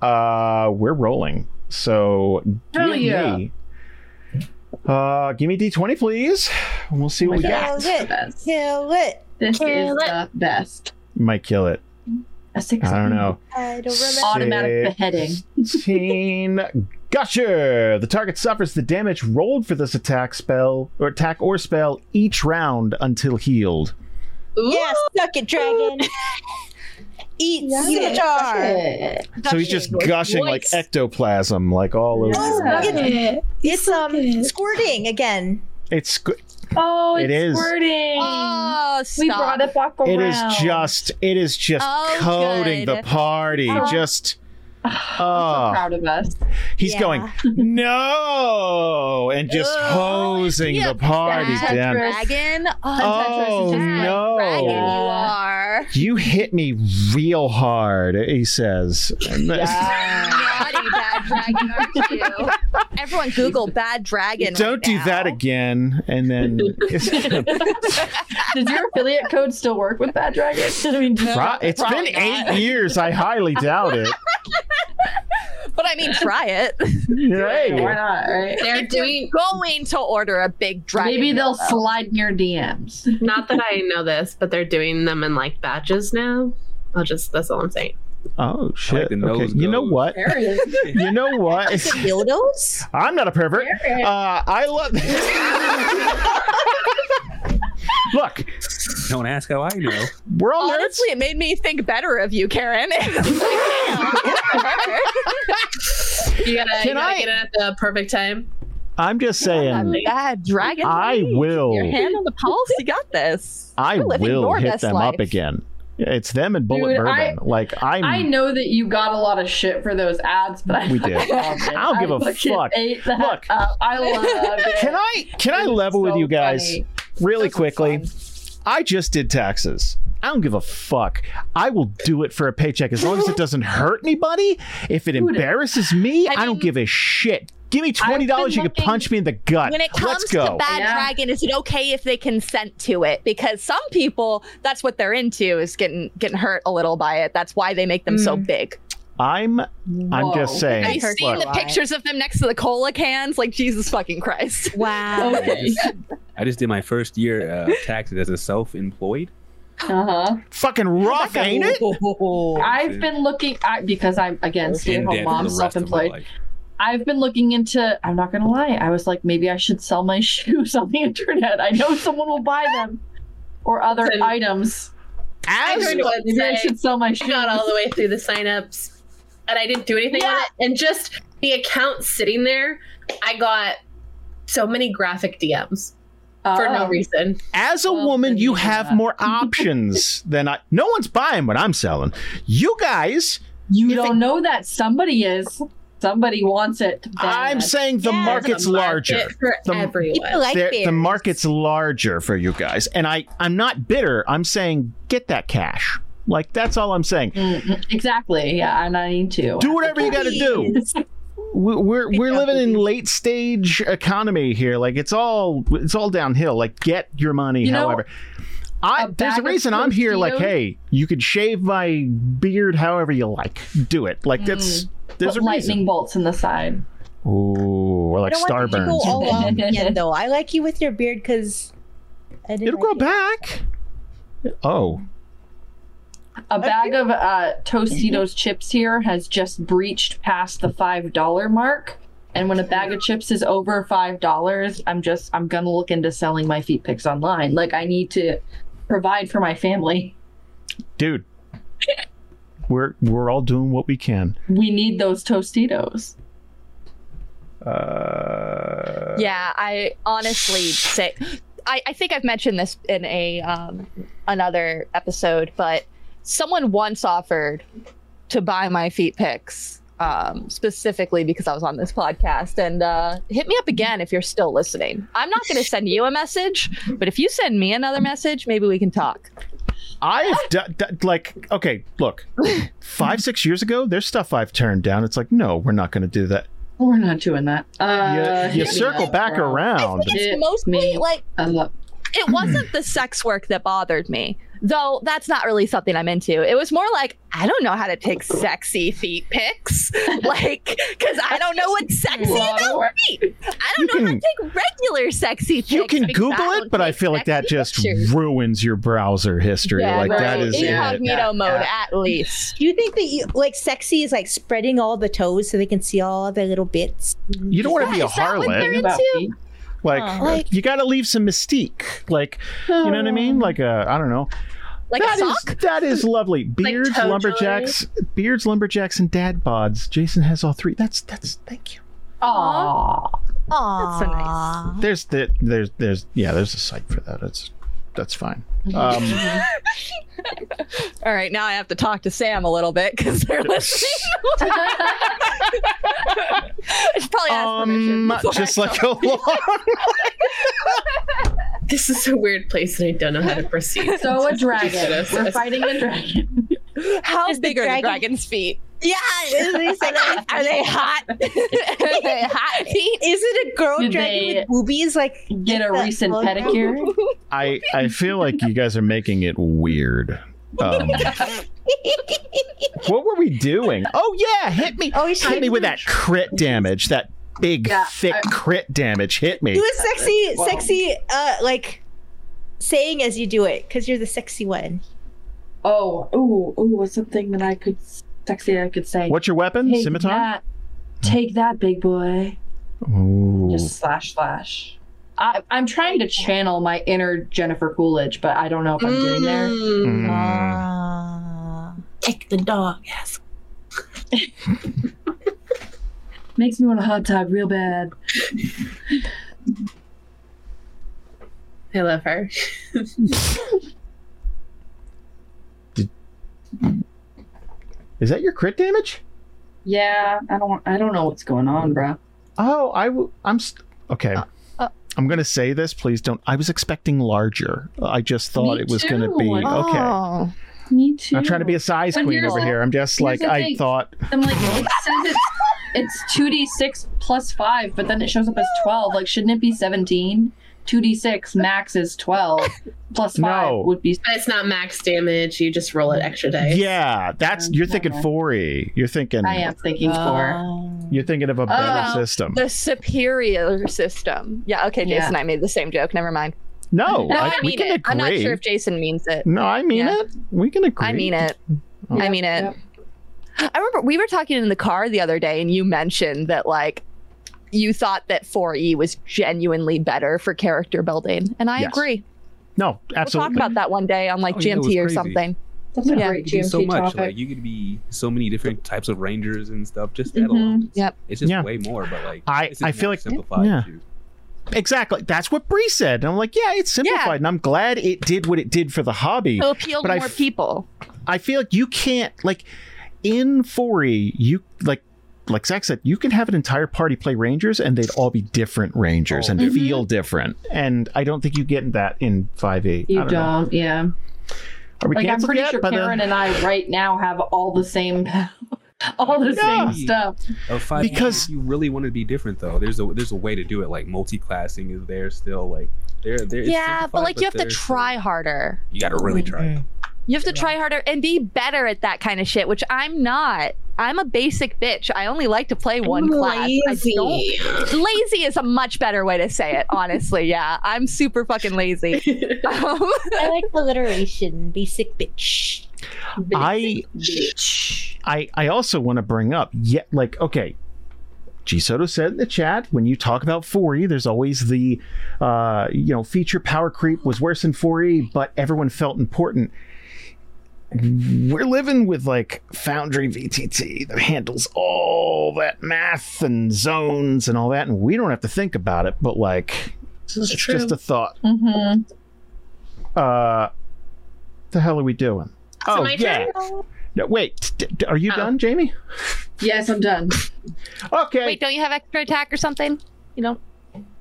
B: Uh, we're rolling. So give
D: Hell yeah.
B: me. Uh, give me d20, please. and We'll see what we
A: God.
B: got.
A: got
D: This
A: it.
D: is the best.
A: Kill it.
D: This
G: Kill
D: is
G: it.
D: the best.
B: Might kill it.
D: A six.
B: I don't know.
A: I don't
D: Automatic beheading.
B: 16 Gusher. The target suffers the damage rolled for this attack spell or attack or spell each round until healed.
A: Yeah, suck it, dragon. Eat
D: Yeah.
A: scimitar.
D: Shit.
B: So he's just gushing like ectoplasm, like all over.
A: Oh,
D: Yeah.
A: suck it. It's um squirting again.
B: It's squ-
D: Oh, it's
B: It is.
D: squirting.
F: Oh, stop.
D: we brought it back around.
B: it is just it is just
F: Oh,
B: coating
F: good.
B: the party.
D: Oh.
B: Just
D: I'm so
B: Oh.
D: proud of us.
B: he's
A: Yeah.
B: going no and just
F: Ugh.
B: hosing
F: Yeah,
B: the party
F: Bad
B: down.
F: dragon. Oh,
B: Oh
D: Tetris is just
B: no!
F: dragon, you are.
B: You hit me real hard, he says. And that's-
F: Naughty bad dragon, aren't you? Everyone, Google bad dragon. right
B: Don't do
F: now.
B: that again. And then
D: Does your affiliate code still work with Bad Dragon? I mean,
B: Pro- it's been eight years. I highly doubt it.
F: But I mean, try it.
D: Why
B: Hey,
D: not? Right?
H: They're doing.
F: Going to order a big dragon.
D: Maybe they'll
F: dildo.
D: slide in your DMs.
H: Not that I know this, but they're doing them in like batches now. I'll just. That's all I'm saying.
B: Oh shit. okay.
E: the nose
B: You know
E: goes.
B: what? You know what?
A: Dildos?
B: I'm not a pervert. Uh, I love. Look,
E: Don't ask how I know.
B: we're all nerds.
F: Honestly, it made me think better of you, Karen. Bad
H: You gotta, you
B: Can
H: gotta
B: I-
H: get it at the perfect time.
B: I'm just saying.
F: dragon.
B: I
F: lady.
B: will.
F: Your hand on the pulse. You got this.
B: I
F: You're living
B: will
F: your
B: hit
F: best
B: them
F: life.
B: up again. It's them and Bullet
D: Dude,
B: Bourbon.
D: I-
B: like I'm.
D: I know that you got a lot of shit for those ads, but I
B: Hmm. We did. I don't give
D: a
B: a fuck.
D: Ate that
B: Look.
D: up. I love it.
B: Can I can I
D: It's
B: level with
D: so
B: you guys
D: funny.
B: really
D: Those are
B: quickly?
D: fun.
B: I just did taxes. I don't give a fuck. I will do it for a paycheck as long as it doesn't hurt anybody. If it embarrasses me, I,
F: I
B: don't
F: mean-
B: give a shit. Give me
D: I've
B: twenty dollars. You
D: been
B: can punch me in the gut.
F: When it comes
B: Let's go.
F: to bad
D: Yeah.
F: dragon, is it okay if they consent to it? Because some people, that's what they're into, is getting getting hurt a little by it. That's why they make them so big.
B: I'm I'm just
D: Whoa.
B: saying.
F: I've seen
B: look,
F: the pictures of them next to the cola cans. Like Jesus fucking Christ.
A: Wow.
D: Okay.
E: I just did my first year uh, taxes as a self-employed.
D: Uh huh.
B: fucking rough, ain't it?
D: I've been looking I, because I'm again
E: In
D: stay-at-home
E: debt
D: mom,
E: for the rest of my
D: self-employed.
E: life.
D: I've been looking into. I'm not gonna lie. I was like, maybe I should sell my shoes on the internet. I know someone will buy them, or other
H: So-
D: items.
H: I joined a
D: Maybe I
H: website.
D: should sell my
H: I
D: shoes.
H: got all the way through the signups and I didn't do anything
D: Yeah.
H: with it. And just the account sitting there, I got so many graphic DMs for no
D: Oh.
H: reason.
B: As a
D: Well,
B: woman,
D: then
B: you
D: you
B: have
D: have-
B: more options than I. No one's buying what I'm selling. You guys,
D: You,
B: You
D: don't
B: think-
D: know that somebody is. Somebody wants it.
B: I'm
D: bad.
B: saying the
A: Yes.
B: market's
H: A market
B: larger.
H: for
B: The-
A: People
H: everyone.
A: like
B: There-
A: bears.
B: the market's larger for you guys, and I I'm not bitter. I'm saying get that cash. Like that's all I'm saying.
D: Mm, exactly. Yeah, and I need to.
B: Do whatever you got to do. We- we're we're living in late stage economy here. Like it's all it's all downhill. Like get your money.
D: You know,
B: however, I
D: a
B: there's a
D: bag of
B: reason I'm here. Like
D: Tostitos-
B: hey, you could shave my beard however you like. Do it. Like that's there's
D: Mm. Put
B: a
D: lightning
B: reason.
D: bolts in the side.
B: Ooh, or
A: I
B: like
A: don't want them to go all
B: starburns.
D: on.
A: off again, though. I like you with your beard because
B: It'll grow back. Oh,
D: A bag of uh,
B: Mm-hmm.
D: Tostitos chips here has just breached past the five dollar mark, and when a bag of chips is over five dollars, I'm just I'm gonna look into selling my feet pics online. Like I need to provide for my family.
B: dude, we're we're all doing what we can.
D: We need those Tostitos.
B: Uh,
F: yeah, I honestly say I, I think I've mentioned this in a um, another episode, but someone once offered to buy my feet pics um, specifically because I was on this podcast. And uh, hit me up again if you're still listening. I'm not going to send you a message, but if you send me another message, maybe we can talk.
B: I've d- d- like okay, look, five six years ago, there's stuff I've turned down. It's like no, we're not going to do that.
D: We're not doing that.
B: You,
D: Uh,
B: you
D: hit me
B: circle
D: up,
B: back
D: bro.
B: around.
F: I think it's
D: It
F: mostly
D: may-
F: like
D: I love-
F: it wasn't the sex work that bothered me though that's not really something i'm into it was more like i don't know how to take sexy feet pics like because i don't know what's sexy
D: Lot of
F: about
D: work.
F: me i don't
B: You
F: know
B: can-
F: how to take regular sexy pics
B: You can
F: because
B: Google
F: don't
B: it, but I
F: take
B: feel like that
F: sexy
B: just
F: pictures.
B: ruins your browser history.
F: Yeah,
B: like that
D: right.
B: is it.
F: incognito
D: Yeah,
F: mode
D: yeah.
F: at least
A: Do you think that you like sexy is like spreading all the toes so they can see all the little bits?
B: You don't want to be a
F: Is that what they're
B: harlot.
D: About
F: into?
D: feet.
B: Like,
A: Huh.
B: like you got to leave some mystique. Like you know what I mean? Like a I don't know.
F: like
B: That
F: a
B: is-
F: sock
B: that is lovely. Beards,
H: toe
B: lumberjacks, beards, lumberjacks, and dad bods. Jason has all three. That's that's thank you.
D: Aw.
A: Aww.
F: so nice.
B: There's the there's there's yeah there's a site for that. It's that's fine. Um,
F: all right now i have to talk to sam a little bit because they're listening i should probably ask permission
B: um
F: before
B: just
F: I
B: like a
H: This is a weird place and I don't know how to proceed.
D: So a dragon.
H: Jesus.
D: We're fighting a dragon.
F: How
A: Is the
F: big are
A: dragon-
F: the dragon's feet?
A: Yeah, is this
F: Are they, are they hot? are they hot feet?
A: Is it a girl
D: Did
A: dragon
D: they-
A: with boobies? Like
D: Get a
A: that
D: recent
A: logo?
D: pedicure.
B: I I feel like you guys are making it weird. Um, what were we doing? Oh yeah, hit me.
A: oh,
B: Hit me
A: she
B: with that crit damage. That big
D: Yeah,
B: thick
D: I-
B: crit damage. Hit
A: do
B: me.
A: a sexy,
D: Wow.
A: sexy, uh, like saying as you do it because you're the sexy one.
D: Oh, ooh, ooh, what's something that I could sexy I could say?
B: What's your weapon?
D: Take
B: Scimitar.
D: that. Take that, big boy.
B: Ooh.
D: Just slash slash. I, I'm trying to channel my inner Jennifer Coolidge, but I don't know if I'm getting there.
B: Mm.
A: Ah.
H: Take the dog. Yes.
D: Makes me want a hot tub real bad.
H: I love her.
B: Is that your crit damage?
D: Yeah, I don't. I don't know what's going on, bro.
B: Oh, I w- I'm st- okay.
F: uh.
B: I'm gonna say this. Please don't. I was expecting larger. I just thought
D: Me
B: it was gonna be
D: too.
B: okay.
F: Oh.
D: Me too.
B: I'm trying to be a size
D: But
B: queen
D: here's
B: over
D: the-
B: here. I'm just
D: here's
B: like
D: the
B: I
D: thing.
B: thought.
D: I'm like, it says it's two d six plus five, but then it shows up as twelve. Like, shouldn't it be seventeen? 2d6, max is 12, plus 5
B: No.
D: would be.
H: But it's not max damage. You just roll it extra dice.
B: Yeah, that's you're thinking
D: Okay.
B: 4e. You're thinking
D: I am thinking 4.
B: you're thinking of a better
F: Oh.
B: system.
F: The superior system. Yeah, okay,
D: Yeah.
F: Jason, I made the same joke. Never mind.
B: No,
F: No, I,
B: we
F: mean
B: can
F: it.
B: agree.
F: I'm not sure if Jason means it.
B: no, I mean
F: Yeah.
B: it. We can agree.
F: I mean it. I mean it. I remember we were talking in the car the other day, and you mentioned that like you thought that 4E was genuinely better for character building, and I
B: Yes.
F: agree.
B: No, absolutely.
F: We'll talk about that one day on like
E: Oh, yeah, it
F: GMT
E: was
F: or
E: crazy.
F: something.
D: That's a
F: Yeah.
D: great
E: You
D: GMT
E: could do so much.
D: topic.
E: Like you could be so many different types of rangers and stuff. Just that
D: Mhm.
E: alone.
F: Yep.
E: It's just
B: Yeah.
E: way more. But like,
B: I-
E: it's just
B: I feel
E: more
B: like-
E: simplified.
B: yeah.
E: too.
B: Exactly. That's what Bree said. And I'm like, yeah, it's simplified. And I'm glad it did what it did for the hobby.
F: So appeal
B: But
F: to
B: I
F: more
B: f-
F: people.
B: I feel like you can't like in 4E, you like like Zach said, you can have an entire party play Rangers and they'd all be different Rangers
E: Oh,
B: and
E: Mhm.
B: feel different. And I don't think you get that in 5E.
D: You
B: I don't,
D: don't,
B: know.
D: yeah.
B: Are we
D: Like, I'm
B: canceled
D: pretty
B: yet? uh,
D: sure
B: By the-
D: Karen and I right now have all the same. All the
B: Yeah.
D: same stuff.
E: Of five
B: Because-
E: because you really want to be different though. There's a there's a way to do it. Like multi-classing is there still. Like there there. it's
F: yeah, but
E: simplified,
F: like you have to
E: there's still-
F: try harder.
E: You got to really try.
F: You have to try harder and be better at that kind of shit, which I'm not. I'm a basic bitch. I only like to play one class. I don't
H: Lazy.
F: lazy is a much better way to say it honestly yeah i'm super fucking lazy Um,
A: I like alliteration. Basic bitch.
B: I I I also want to bring up yet like okay. G Soto said in the chat when you talk about 4E, there's always the uh, you know feature power creep was worse than 4E, but everyone felt important. We're living with like Foundry VTT that handles all that math and zones and all that, and we don't have to think about it. But like, it's just a thought.
D: Mm-hmm.
B: Uh, the hell are we doing? oh
H: my
B: yeah. No, wait, d- d- are you
H: Oh.
B: done, Jamie?
D: Yes, I'm done.
B: Okay.
F: wait don't you have extra attack or something you don't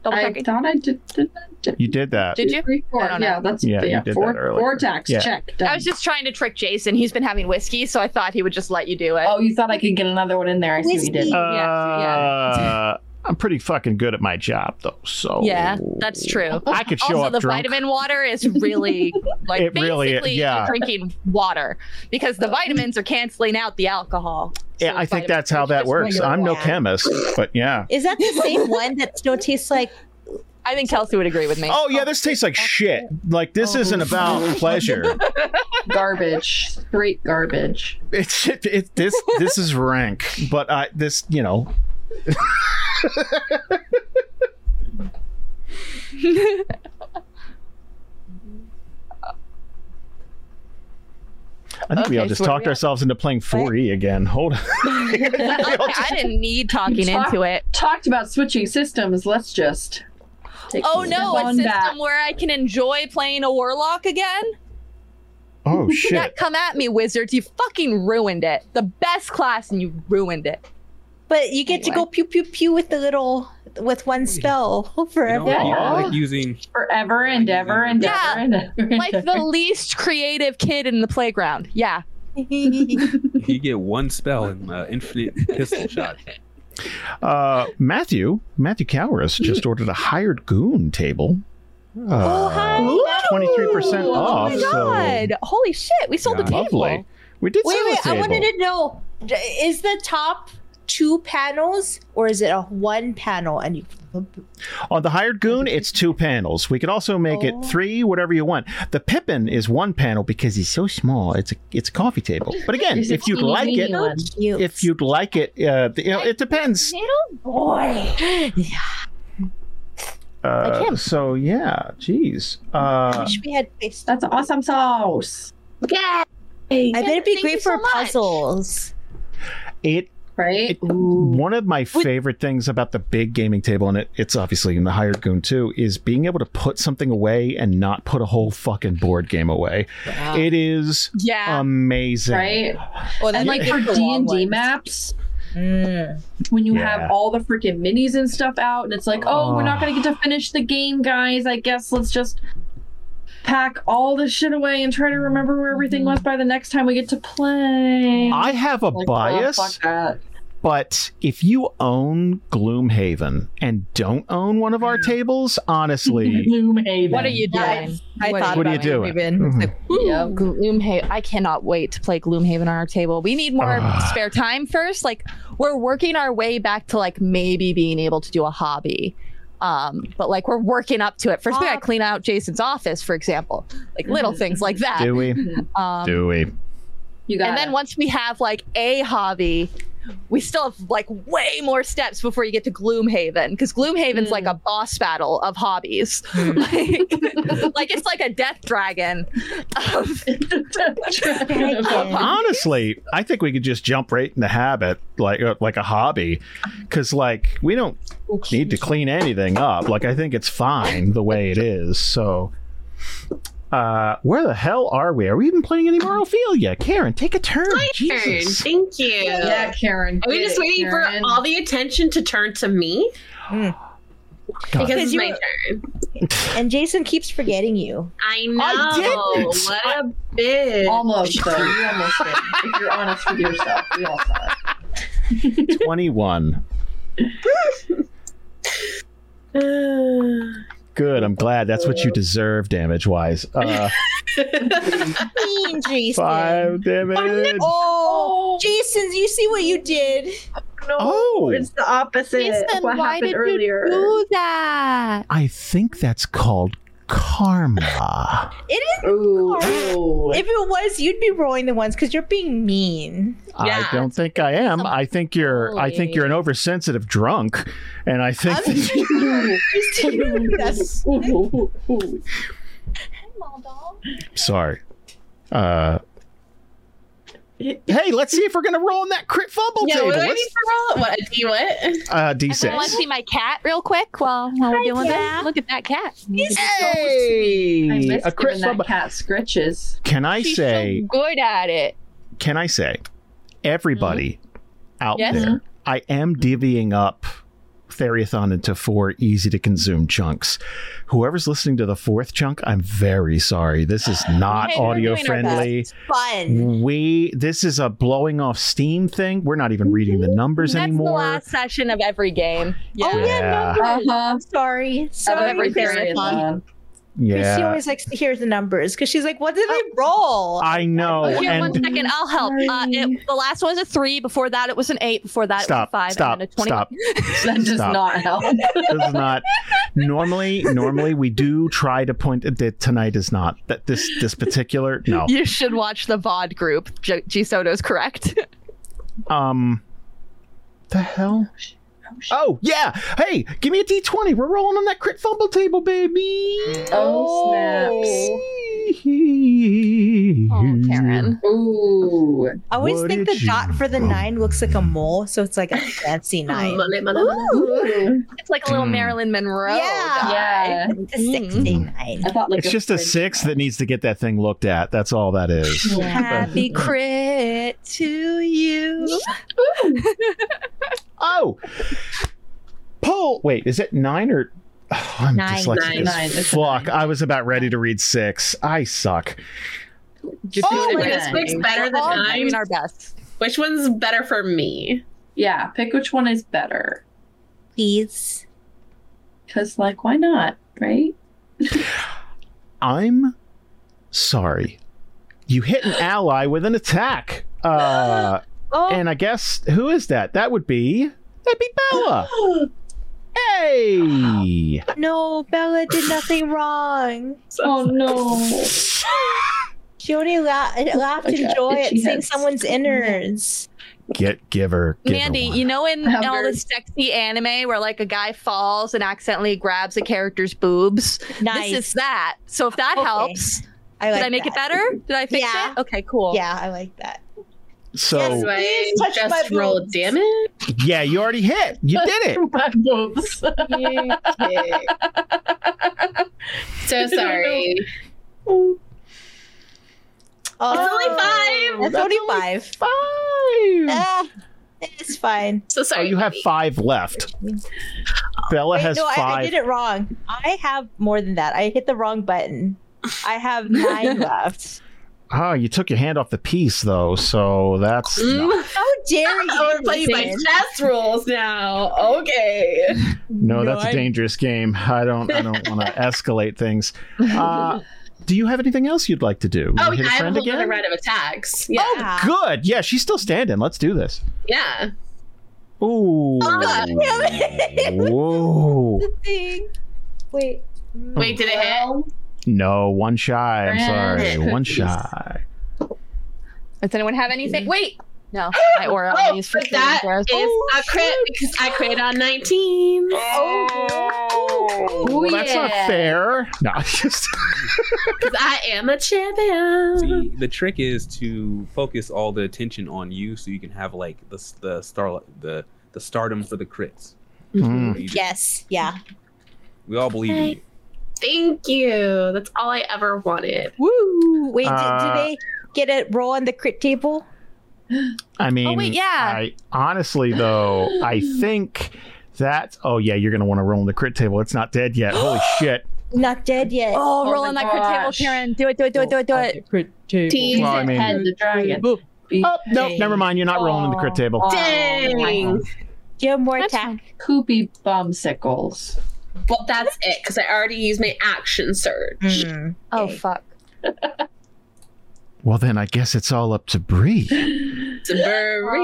F: double
D: I
F: checking
D: thought I did. did, did
B: You did that.
F: Did you?
D: Three, four.
F: I don't know.
D: Yeah, that's
B: Yeah,
D: yeah.
B: you did
D: four,
B: that earlier.
D: four attacks.
B: Yeah.
D: Check. Done.
F: i was just trying to trick jason he's been having whiskey so i thought he would just let you do it
D: Oh, you thought I could get another one in there? I see what you did.
A: Whiskey.
B: Uh, I'm pretty fucking good at my job though, so
F: yeah that's true
B: I could show
F: also
B: up
F: the
B: drunk.
F: vitamin water is really like
B: It really-
F: basically
B: yeah.
F: you're drinking water because the vitamins are canceling out the alcohol
B: yeah,
F: So
B: I think
F: vitamin
B: that's how
F: is
B: that
F: just
B: works.
F: regular
B: I'm no
F: water.
B: chemist, but yeah.
A: Is that the same one that still tastes like?
F: i think kelsey would agree with me
B: Oh yeah, this tastes like shit. Like this
D: Oh.
B: isn't about pleasure.
D: Garbage. Straight garbage.
B: It's it, it this this is rank, but I this you know. I think we
F: Okay,
B: all just
F: so where are
B: talked
F: we at?
B: ourselves into playing 4E again. Hold on. We all
F: I,
B: just-
F: I didn't need talking
D: Talk-
F: into it
D: Talked about switching systems. Let's just. Take
F: Oh
D: a
F: no,
D: step
F: a
D: on
F: system
D: back.
F: where I can enjoy playing a warlock again?
B: oh
F: Yeah,
B: shit.
F: come at me, wizards. You fucking ruined it. The best class and you ruined it.
A: But you get to go pew pew pew with the little with one spell
E: You know,
A: forever.
E: people
D: Yeah.
E: like using
D: Forever and ever and
F: Yeah.
D: ever and ever. and
F: Like the least creative kid in the playground. Yeah.
E: you get one spell and uh, infinite pistol shot.
B: Uh, Matthew, Matthew Cowris just ordered a hired goon table. Uh,
A: oh hi.
B: Twenty-three percent
F: Oh
B: off.
F: my
B: so
F: god. Holy shit, we sold the
E: Yeah.
F: table.
B: lovely. We did
A: Wait,
B: sell
A: wait.
B: a table.
A: I wanted to know: d- is the top two panels or is it a one panel? And you,
B: On the hired goon, it's two panels. We could also make
A: Oh.
B: it three, whatever you want. The Pippin is one panel because he's so small. It's a it's a coffee table. But again,
D: It's a
B: if you'd
D: teeny
B: like it,
D: weeny one.
A: you
B: if you'd like it, uh, you know, it depends.
A: boy.
B: Uh,
A: him.
B: so yeah, jeez.
A: I
B: Uh,
A: wish we had faced.
D: That's awesome sauce.
A: I bet it'd
F: Thank
A: be
F: you
A: great
F: so
A: for
F: much.
A: puzzles.
B: it
D: Right?
B: One of my favorite things about the big gaming table, and it, it's obviously in the hired goon too, is being able to put something away and not put a whole fucking board game away. It is
F: Yeah.
B: amazing.
D: Right?
A: Or
D: And like for D and D maps, when you
B: Yeah.
D: have all the freaking minis and stuff out, and it's like, oh, we're not
B: Oh.
D: gonna get to finish the game, guys. I guess let's just pack all this shit away and try to remember where everything was by the next time we get to play.
B: I have a
D: Like, oh,
B: bias.
D: fuck that.
B: But if you own Gloomhaven and don't own one of our
D: Mm.
B: tables, honestly,
D: Gloomhaven.
F: What are you doing? I,
D: What-
F: thought
B: what are
F: about
B: you doing?
F: Gloomhaven. It's
B: Mhm.
F: like, yeah, Gloomhaven. I cannot wait to play Gloomhaven on our table. We need more
D: Ah.
B: Ugh.
F: spare time first. Like we're working our way back to like maybe being able to do a hobby. Um, but like we're working up to it. First, we gotta clean out Jason's office, for example. Like little things like that.
B: do we?
F: um,
B: Do we?
D: You got
F: and then
D: it.
F: once we have like a hobby, we still have like way more steps before you get to Gloomhaven because Gloomhaven's like a boss battle of hobbies. Mm. like, like it's like a death dragon. of-
B: honestly, I think we could just jump right into habit, like uh, like a hobby, because like we don't need to clean anything up. Like I think it's fine the way it is. So, uh, where the hell are we? Are we even playing any more Ophelia? Karen, take a turn. Jesus.
H: Thank you.
D: yeah, Karen.
H: Are we
D: get
H: just
D: it,
H: waiting
D: Karen.
H: for all the attention to turn to me?
B: Hmm. God.
H: Because it's
A: you
H: my
A: were-
H: turn.
A: And Jason keeps forgetting you.
H: I know.
B: didn't.
H: What a bitch.
D: Almost though. You almost did. If you're honest with yourself, we all saw it.
B: Twenty-one. Good. I'm glad. That's what you deserve, damage-wise. Uh,
A: Mean Jason.
B: five damage.
A: Oh, Jason, you see what you did?
J: No,
B: Oh.
J: it's the opposite.
F: Jason,
J: what
F: why
J: happened
F: did
J: earlier?
F: you do that?
B: I think that's called karma.
A: It is.
D: Ooh.
A: If it was, you'd be rolling the ones because you're being mean.
B: I don't think I am. I think you're. I think you're an oversensitive drunk, and I think
A: I'm Just that's
B: sorry. Uh, hey, let's see if we're gonna roll on that crit fumble
G: Yeah,
B: table.
G: what do I need
B: Let's-
G: to roll? What a D what?
B: uh,
F: Want to
B: D6.
F: see my cat real quick while, while we're doing that? Look at that cat.
D: I
B: Hey,
D: missed
B: a crit
D: giving that
B: fumble.
D: cat scritches.
B: Can I
F: She's
B: say?
F: so good at it.
B: Can I say? Everybody out
F: Mm-hmm. Yes. Mm-hmm.
B: there, I am divvying up Theriathon into four easy to consume chunks. Whoever's listening to the fourth chunk, I'm very sorry. This is not
F: Hey, we're
B: audio
F: doing our best.
B: friendly.
A: fun.
B: we this is a blowing off steam thing we're not even reading the numbers
F: Mm-hmm. That's the
B: anymore
F: last session of every game. Yeah.
A: Oh yeah,
B: Yeah.
A: numbers.
D: Uh-huh.
A: I'm sorry.
D: Of
A: Sorry,
D: every
A: Chrissy.
D: period. line.
A: Chrissy
B: yeah
A: always likes to hear the numbers because she's like, "What did I roll?"
B: i know
F: Oh, here, one
B: and
F: second. I'll help. Uh, it, the last one was a three. Before that, it was an eight. Before that,
B: stop
F: it was a five.
B: stop
F: and then a 20.
B: stop
D: That does
B: Stop.
D: not help.
B: this is not normally normally we do try to point that tonight is not that this this particular no
F: You should watch the VOD group. G, G Soto's correct.
B: um the hell oh yeah hey give me a d20 we're rolling on that crit fumble table baby
D: Oh snaps.
F: Oh, Karen.
D: Ooh.
A: I always
B: What
A: think
B: did
A: the dot
B: you
A: for the
B: roll?
A: nine looks like a mole, so it's like a fancy nine.
H: Mole, mole, mole.
F: It's like a little
B: Mm.
F: Marilyn Monroe.
A: Yeah.
F: guy.
D: Yeah.
A: It's a sixty nine.
D: I thought like
B: it's just a
D: fringe-
B: six that needs to get that thing looked at. That's all that is.
F: Happy crit to you.
B: oh, pull. Wait, is it nine or? Oh, I'm
A: Nine.
B: dyslexic
H: Nine.
B: as
D: Nine, it's a
B: fuck. I was about ready to read six. I suck.
D: Just do
H: Oh,
D: it
H: like
D: again.
H: this looks better than
F: We're all
H: mine.
F: doing our best.
H: Which one's better for me?
D: Yeah, pick which one is better.
A: Please.
D: Cause like, why not? Right?
B: I'm sorry. You hit an ally with an attack. Uh, and I guess who is that? That would be that'd be Bella. Hey.
A: Oh, No, Bella did nothing wrong.
D: Oh no.
A: She only la- laughed
D: Like
A: in
D: a
A: joy at
D: itchy
A: seeing
D: head.
A: someone's innards.
B: Get give her. Give
F: Mandy,
B: her one.
F: you know in
D: Hubbard.
F: all the sexy anime where like a guy falls and accidentally grabs a character's boobs?
A: Nice.
F: This is that. So if that
A: Okay.
F: helps,
A: I like
F: did I make it
A: that.
F: better? Did I fix
A: Yeah.
F: it? Okay, cool.
A: Yeah, I like that.
B: so
A: Yes,
H: Do I
A: Please touch my
H: just roll
A: boobs.
H: damage?
B: yeah, you already hit. You did it.
D: My boobs.
H: so sorry. it's only
A: Oh.
H: five.
A: That's only five.
B: Five.
A: Ah, it's fine.
H: So
B: Oh,
H: sorry.
B: you have
H: buddy.
B: five left. Bella
A: Wait,
B: has
A: no, I, I
B: five.
A: did it wrong. I have more than that. I hit the wrong button. I have nine left.
B: Ah, you took your hand off the piece though, so that's
H: Mm,
B: not-
A: How dare you?
H: we're playing by
A: Jason.
H: chess rules now. Okay.
B: no, that's a
C: I-
B: dangerous game. I don't, I don't want to escalate things. Uh, do you have anything else you'd like to do? You
H: Oh,
B: wanna
H: yeah,
B: hit
H: I
B: a
H: have a
B: friend
H: whole
B: again?
H: other round of attacks. Yeah.
A: Oh,
B: Good. Yeah, she's still standing. Let's do this.
H: Yeah.
B: Ooh.
H: Oh,
B: Whoa.
A: the thing. Wait.
H: Wait, did it hit?
B: No, one shy. I'm
D: Friend.
B: sorry. One shy.
F: Does anyone have anything? Wait, no, my aura
H: Mm-hmm. Oh,
F: only is for
H: but that
F: saving throws.
H: is a crit because I crit on 19.
B: Oh, well, that's not
F: yeah.
B: fair. No, it's just
H: Because I am a champion.
E: See, the trick is to focus all the attention on you, so you can have like the s- the star the the stardom for the crits.
B: Mm.
E: You-
A: Yes. Yeah.
E: We all believe in you.
H: Thank you. That's all I ever wanted.
A: Woo. Wait.
B: Uh,
A: did, do they get a roll on the crit table?
B: I mean,
F: Oh, wait, yeah.
B: Mm, I honestly though, I think that. Oh yeah, you're gonna want to roll on the crit table. It's not dead yet. Holy shit.
A: Not dead yet.
F: Oh,
D: Oh
F: roll
D: my
F: on that crit table,
D: gosh.
F: Karen. Do it, do it, do it, do it, do
C: I'll
F: it.
C: get Crit table.
H: Tease
B: Well, I mean-
D: Head the dragon. Oh,
C: Table.
B: Oh no, never mind. You're not rolling on the crit table.
H: Dang.
A: Do you have more
F: That's
A: attack?
D: Poopy bumsicles.
H: Well, that's it because I already used my action surge.
A: Mm.
F: Oh fuck.
B: Well then, I guess it's all up to Bree
H: It's a very-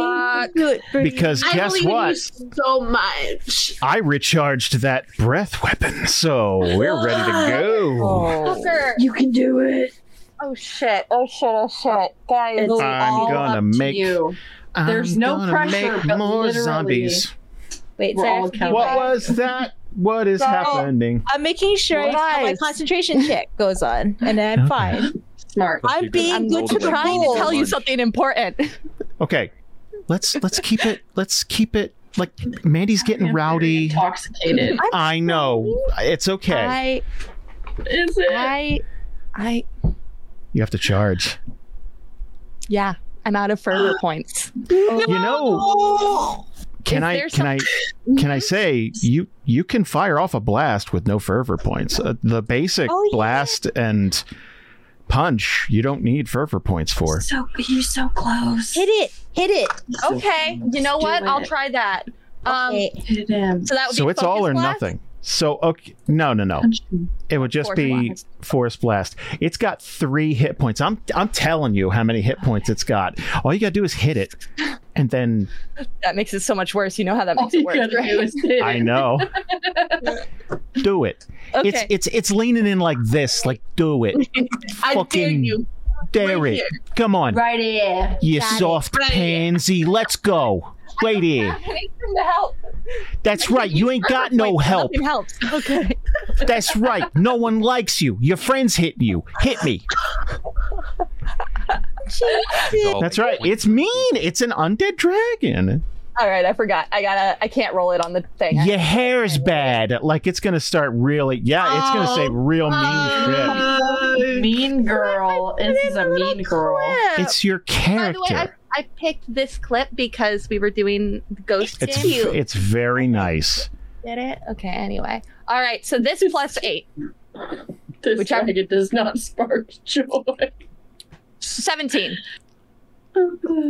A: Good. for you.
B: because
H: I
B: guess
H: believe in you
B: what?
H: so much.
B: I recharged that breath weapon, so we're ready to go.
A: Oh.
F: Fucker.
D: You can do it.
F: Oh shit. Oh shit. Oh shit. Guys.
D: It's
B: I'm
D: all
B: gonna
D: up to
B: make-
D: you.
B: I'm
D: There's no
B: gonna
D: pressure,
B: Make
D: but
B: more
D: literally-
B: zombies.
A: Wait.
D: We're
A: so I
D: all
A: have to do
D: counting.
B: What
A: that?
B: was that? What is
A: So-
B: happening?
A: I'm making sure I- how my
F: Nice.
A: concentration check goes on, and then I'm
B: Okay.
A: fine.
D: Smart.
E: Plus,
A: I'm
E: you're gonna
A: being
E: roll
A: good
E: the
A: to
E: weapon
A: trying to
E: for
A: tell
E: lunch.
F: important.
B: Okay, let's let's keep it. Let's keep it. Like Mandy's getting rowdy.
D: Intoxicated.
B: I know. It's okay.
F: I
D: Is it?
F: I I
B: you have to charge.
F: yeah. I'm out of fervor points.
B: You know.
H: Oh.
B: Can
F: Is
B: I
F: there
B: can I can I say you you can fire off a blast with no fervor points. Uh, the basic
A: Oh, yeah.
B: blast and punch you don't need fervor points for.
D: So you're so close.
A: Hit it. Hit it.
F: Okay. You know what? I'll try that. Um.
A: Okay.
D: Hit him.
F: So that would be
B: So it's all
F: focus
B: or
F: blast?
B: nothing. So okay, no no no.
D: Punch him.
B: It would just
F: Force
B: be
F: blast.
B: force blast. It's got three hit points. I'm I'm telling you how many hit points it's got. All you gotta do is hit it, and then
F: That makes it so much worse. You know how that
D: All
F: makes
D: you
F: it worse,
D: gotta
F: right?
D: do is hit
B: I
D: it.
B: know. do it.
F: Okay.
B: It's it's it's leaning in like this. Like do it.
H: I dare
B: Fucking
H: you.
B: dare
H: Right
B: it.
H: here.
B: Come on,
D: Right here.
B: you
A: Got it.
B: soft
H: Right here.
B: pansy. Let's go. Right here. That's right. You ain't got no
F: Wait,
B: help.
F: Nothing helps. Okay.
B: That's right. No one likes you. Your friends hit you. Hit me.
E: It's all
B: That's
E: like
B: right.
E: one-
B: It's mean. It's an undead dragon.
F: All right. I forgot. I gotta. I can't roll it on the thing.
B: Your hair's bad. Like it's gonna start really. Yeah, it's gonna
F: Oh,
B: say real mean
D: Mean girl. This is a mean girl.
B: shit. It's your
F: By the way, I,
B: character.
F: I picked this clip because we were doing the ghost
B: It's
F: game. You
B: it's very nice.
F: Did it? Okay. Anyway. All right. So this plus eight,
D: This
F: Which I'm-
D: dragon does not spark joy.
F: seventeen.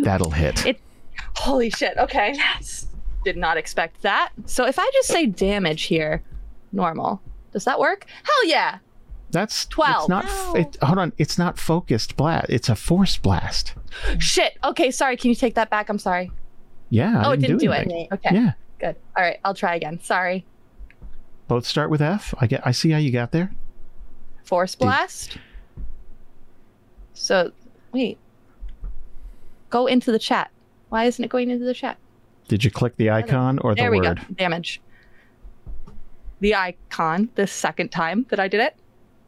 B: That'll hit.
F: Holy shit. Okay.
D: Yes.
F: Did not expect that. So if I just say damage here, normal. Does that work? Hell yeah.
B: That's
F: Twelve.
B: It's not. f- It, hold on. It's not focused blast. It's a force blast.
F: Shit. Okay. Sorry. Can you take that back? I'm sorry.
B: Yeah. I
F: oh, it didn't do,
B: anything.
F: it. Okay.
B: Yeah.
F: Good. All right. I'll try again. Sorry.
B: Both start with F. I get. I see how you got there.
F: Force
B: Did-
F: blast. So wait. Go into the chat. Why isn't it going into the chat?
B: Did you click the icon or the
F: There we
B: word?
F: go. Damage. The icon the second time that I did it.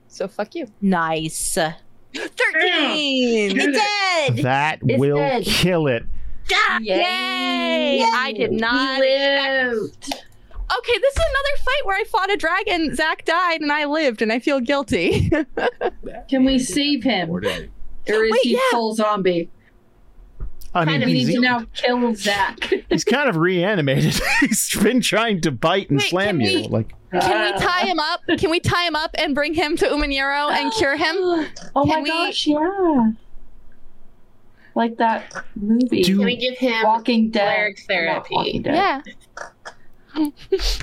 F: So fuck you.
A: Nice.
F: 13!
A: It did.
B: That
D: It's
B: will
D: dead.
B: kill it.
F: Yay! I did not.
D: He lived.
F: Okay, this is another fight where I fought a dragon. Zach died and I lived, and I feel guilty.
D: Can we save
E: Or
D: him?
E: did-
D: Or is
F: Wait,
D: he
F: yeah.
D: full zombie?
B: I mean,
D: Kind of, we
B: he's,
D: need to now kill Zach.
B: he's kind of reanimated. he's been trying to bite and
F: Wait,
B: slam
F: can
B: you.
F: we-
B: Like
D: Uh.
F: Can we tie him up? Can we tie him up and bring him to Umaniro and cure him?
D: Oh
F: Can
D: my
F: we-
D: gosh, yeah. Like that movie,
B: Do-
H: Can we give him
D: Walking Dead.
H: cleric
D: Not Walking
H: therapy?
D: Dead.
F: Yeah.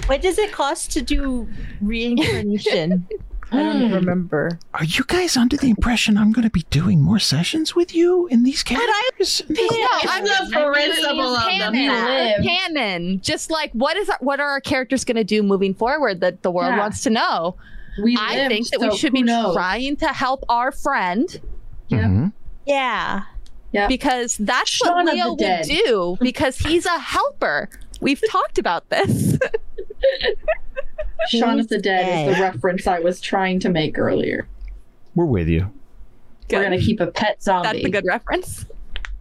A: What does it cost to do reincarnation? Hmm. I don't remember.
B: Are you guys under the impression I'm going to be doing more sessions with you in these characters?
F: No,
H: I'm the principal of the
F: canon.
D: live.
F: Canon. Just like what is our, what are our characters going to do moving forward that the world
D: Yeah.
F: wants to know?
D: We
F: I
D: lived,
F: think that
D: so
F: we should
D: who
F: be
D: knows?
F: trying to help our friend
D: Yeah.
B: Mhm.
A: Yeah.
F: because that's
D: Shaun of
F: what
D: the
F: Leo will
D: Dead.
F: do because he's a helper. We've talked about this.
D: Shaun of the Dead is
A: Hey.
D: the reference I was trying to make earlier.
B: We're with you.
D: We're gonna keep a pet zombie.
F: That's a good reference.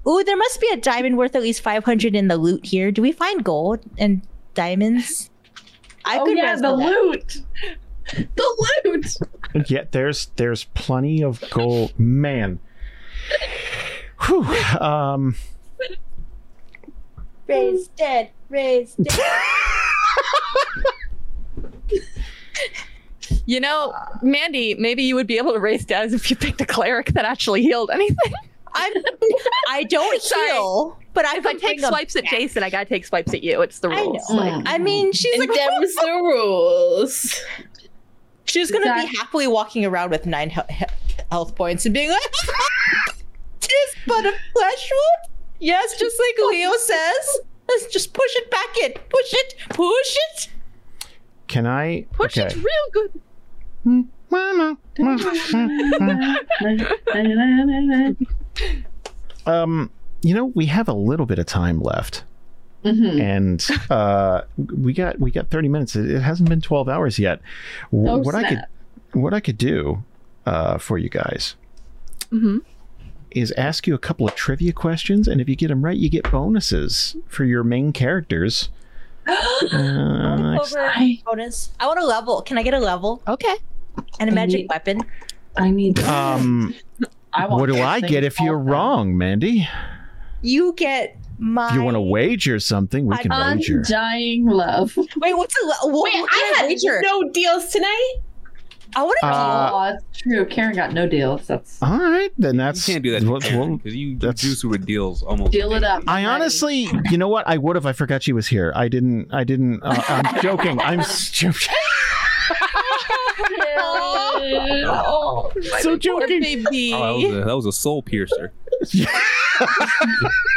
A: Ooh, there must be a diamond worth at least 500 in the loot here. Do we find gold and diamonds? I
D: oh yeah, the
A: wrestle that.
D: loot. The loot.
B: And yet there's there's plenty of gold. Man. Whew. Um,
A: Ray's dead. Ray's dead.
F: You know, Mandy, maybe you would be able to raise deads if you picked a cleric that actually healed anything.
A: I'm, I don't
F: Sorry.
A: heal, but I,
F: If I take
A: can bring 'em
F: swipes at
A: back.
F: Jason, I gotta take swipes at you. It's the
A: I
F: rules.
A: know. Like, I mean, she's
H: And
A: like,
H: them's the rules.
A: she's gonna
D: Exactly.
A: be happily walking around with nine he- he- health points and being like, "Tis but a flesh wound." Yes, just like Leo says. Let's just push it back in. Push it. Push it.
B: can I?
F: Push it
B: okay.
F: real good.
B: Hmm.
D: mm-hmm.
B: Um, you know, we have a little bit of time left, and uh, we got we got thirty minutes. It, it hasn't been twelve hours yet. W-
D: Oh,
B: what I could
D: snap.
B: what I could do uh, for you guys
F: Mhm.
B: is ask you a couple of trivia questions, and if you get them right, you get bonuses for your main characters. Uh, next-
A: Over
D: I,
A: bonus. I want a level. Can I get a level
F: Okay.
A: and a
D: I
A: magic
D: need-
A: weapon?
D: I need.
B: um,
D: I want
B: what do I
D: things
B: get if
D: all
B: you're
D: done.
B: wrong, Mandy?
A: You get my.
B: If you want to wager something, we can wager.
D: Undying love.
A: Wait, what's a le- what,
H: Wait,
A: what
H: I
A: can
H: had
A: wager?
H: no deals tonight.
A: I want to.
B: Uh,
D: oh, that's true. Karen got no deals. That's
B: All right, then
E: You
B: that's
E: can't do that
B: we'll-
E: because
B: we'll-
E: you, you
B: that's-
E: juice with deals almost.
D: deal it up.
B: I
D: Mandy.
B: honestly, you know what? I would have. I forgot she was here. I didn't. I didn't. Uh, I'm joking. I'm s- jo-
H: Oh,
B: so joking.
F: Baby.
E: Oh, that, was a, that was a soul piercer.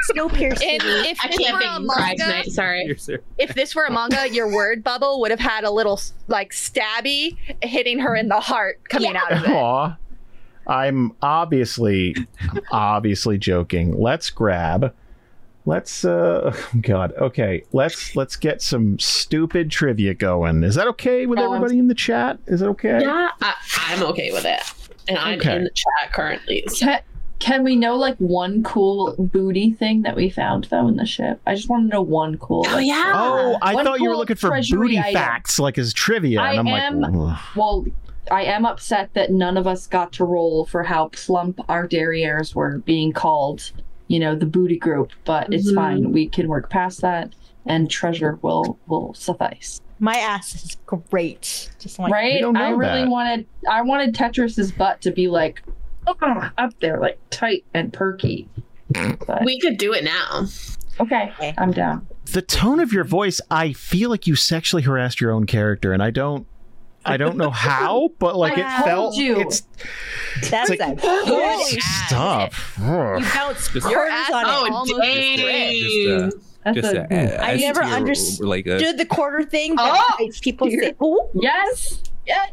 A: Snow piercing.
F: And if
H: I
F: this
H: can't
F: were
H: make
F: a
H: you cry
F: manga,
H: tonight. Sorry.
E: piercer.
F: if this were a manga, your word bubble would have had a little like stabby hitting her in the heart coming out of it.
B: Aw. I'm obviously, I'm obviously joking. Let's grab. Let's. Uh, God. Okay. Let's let's get some stupid trivia going. Is that okay with
D: Oh, I'm-
B: everybody in the chat? Is that okay?
H: Yeah, I, I'm okay with it. And I'm
B: Okay.
H: in the chat currently. So.
D: Can, can we know like one cool booty thing that we found though in the ship? I just want to know one cool.
H: Oh
D: like-
H: yeah.
B: Oh, I
D: One
B: thought you were
D: cool
B: looking for
D: treasury
B: booty
D: item.
B: facts like as trivia, and
D: I
B: I'm
D: am-
B: like, "Ugh."
D: Well, I am upset that none of us got to roll for how plump our derrieres were being called. You know, the booty group, but it's
B: Mm-hmm.
H: Mhm.
D: fine. We can work past that, and treasure will will suffice.
A: my ass is great. Just like
D: right?
B: don't know
D: I really
B: that.
D: wanted I wanted Tetris's butt to be like "Ugh," up there, like tight and perky. But,
H: We could do it now.
D: okay,
A: Okay.
D: I'm down.
B: the tone of your voice i feel like you sexually harassed your own character and i don't i don't know how but like
D: I
B: it
D: told
B: felt
D: you.
B: it's
A: That's
B: It's
A: a
B: like-
A: good
B: stop
A: You
B: Ugh.
A: bounce
E: Just-
A: corners
F: ass
A: on
F: is
A: it.
H: Oh,
F: almost
H: dang.
E: Just, uh,
D: That's
E: just
D: a-
E: a, a,
A: I
E: S
A: never
E: tier,
A: understood
E: Like uh, a,
A: Did the quarter thing that
H: Oh,
A: makes people
D: dear.
A: say, "Ooh,
D: yes. Yes.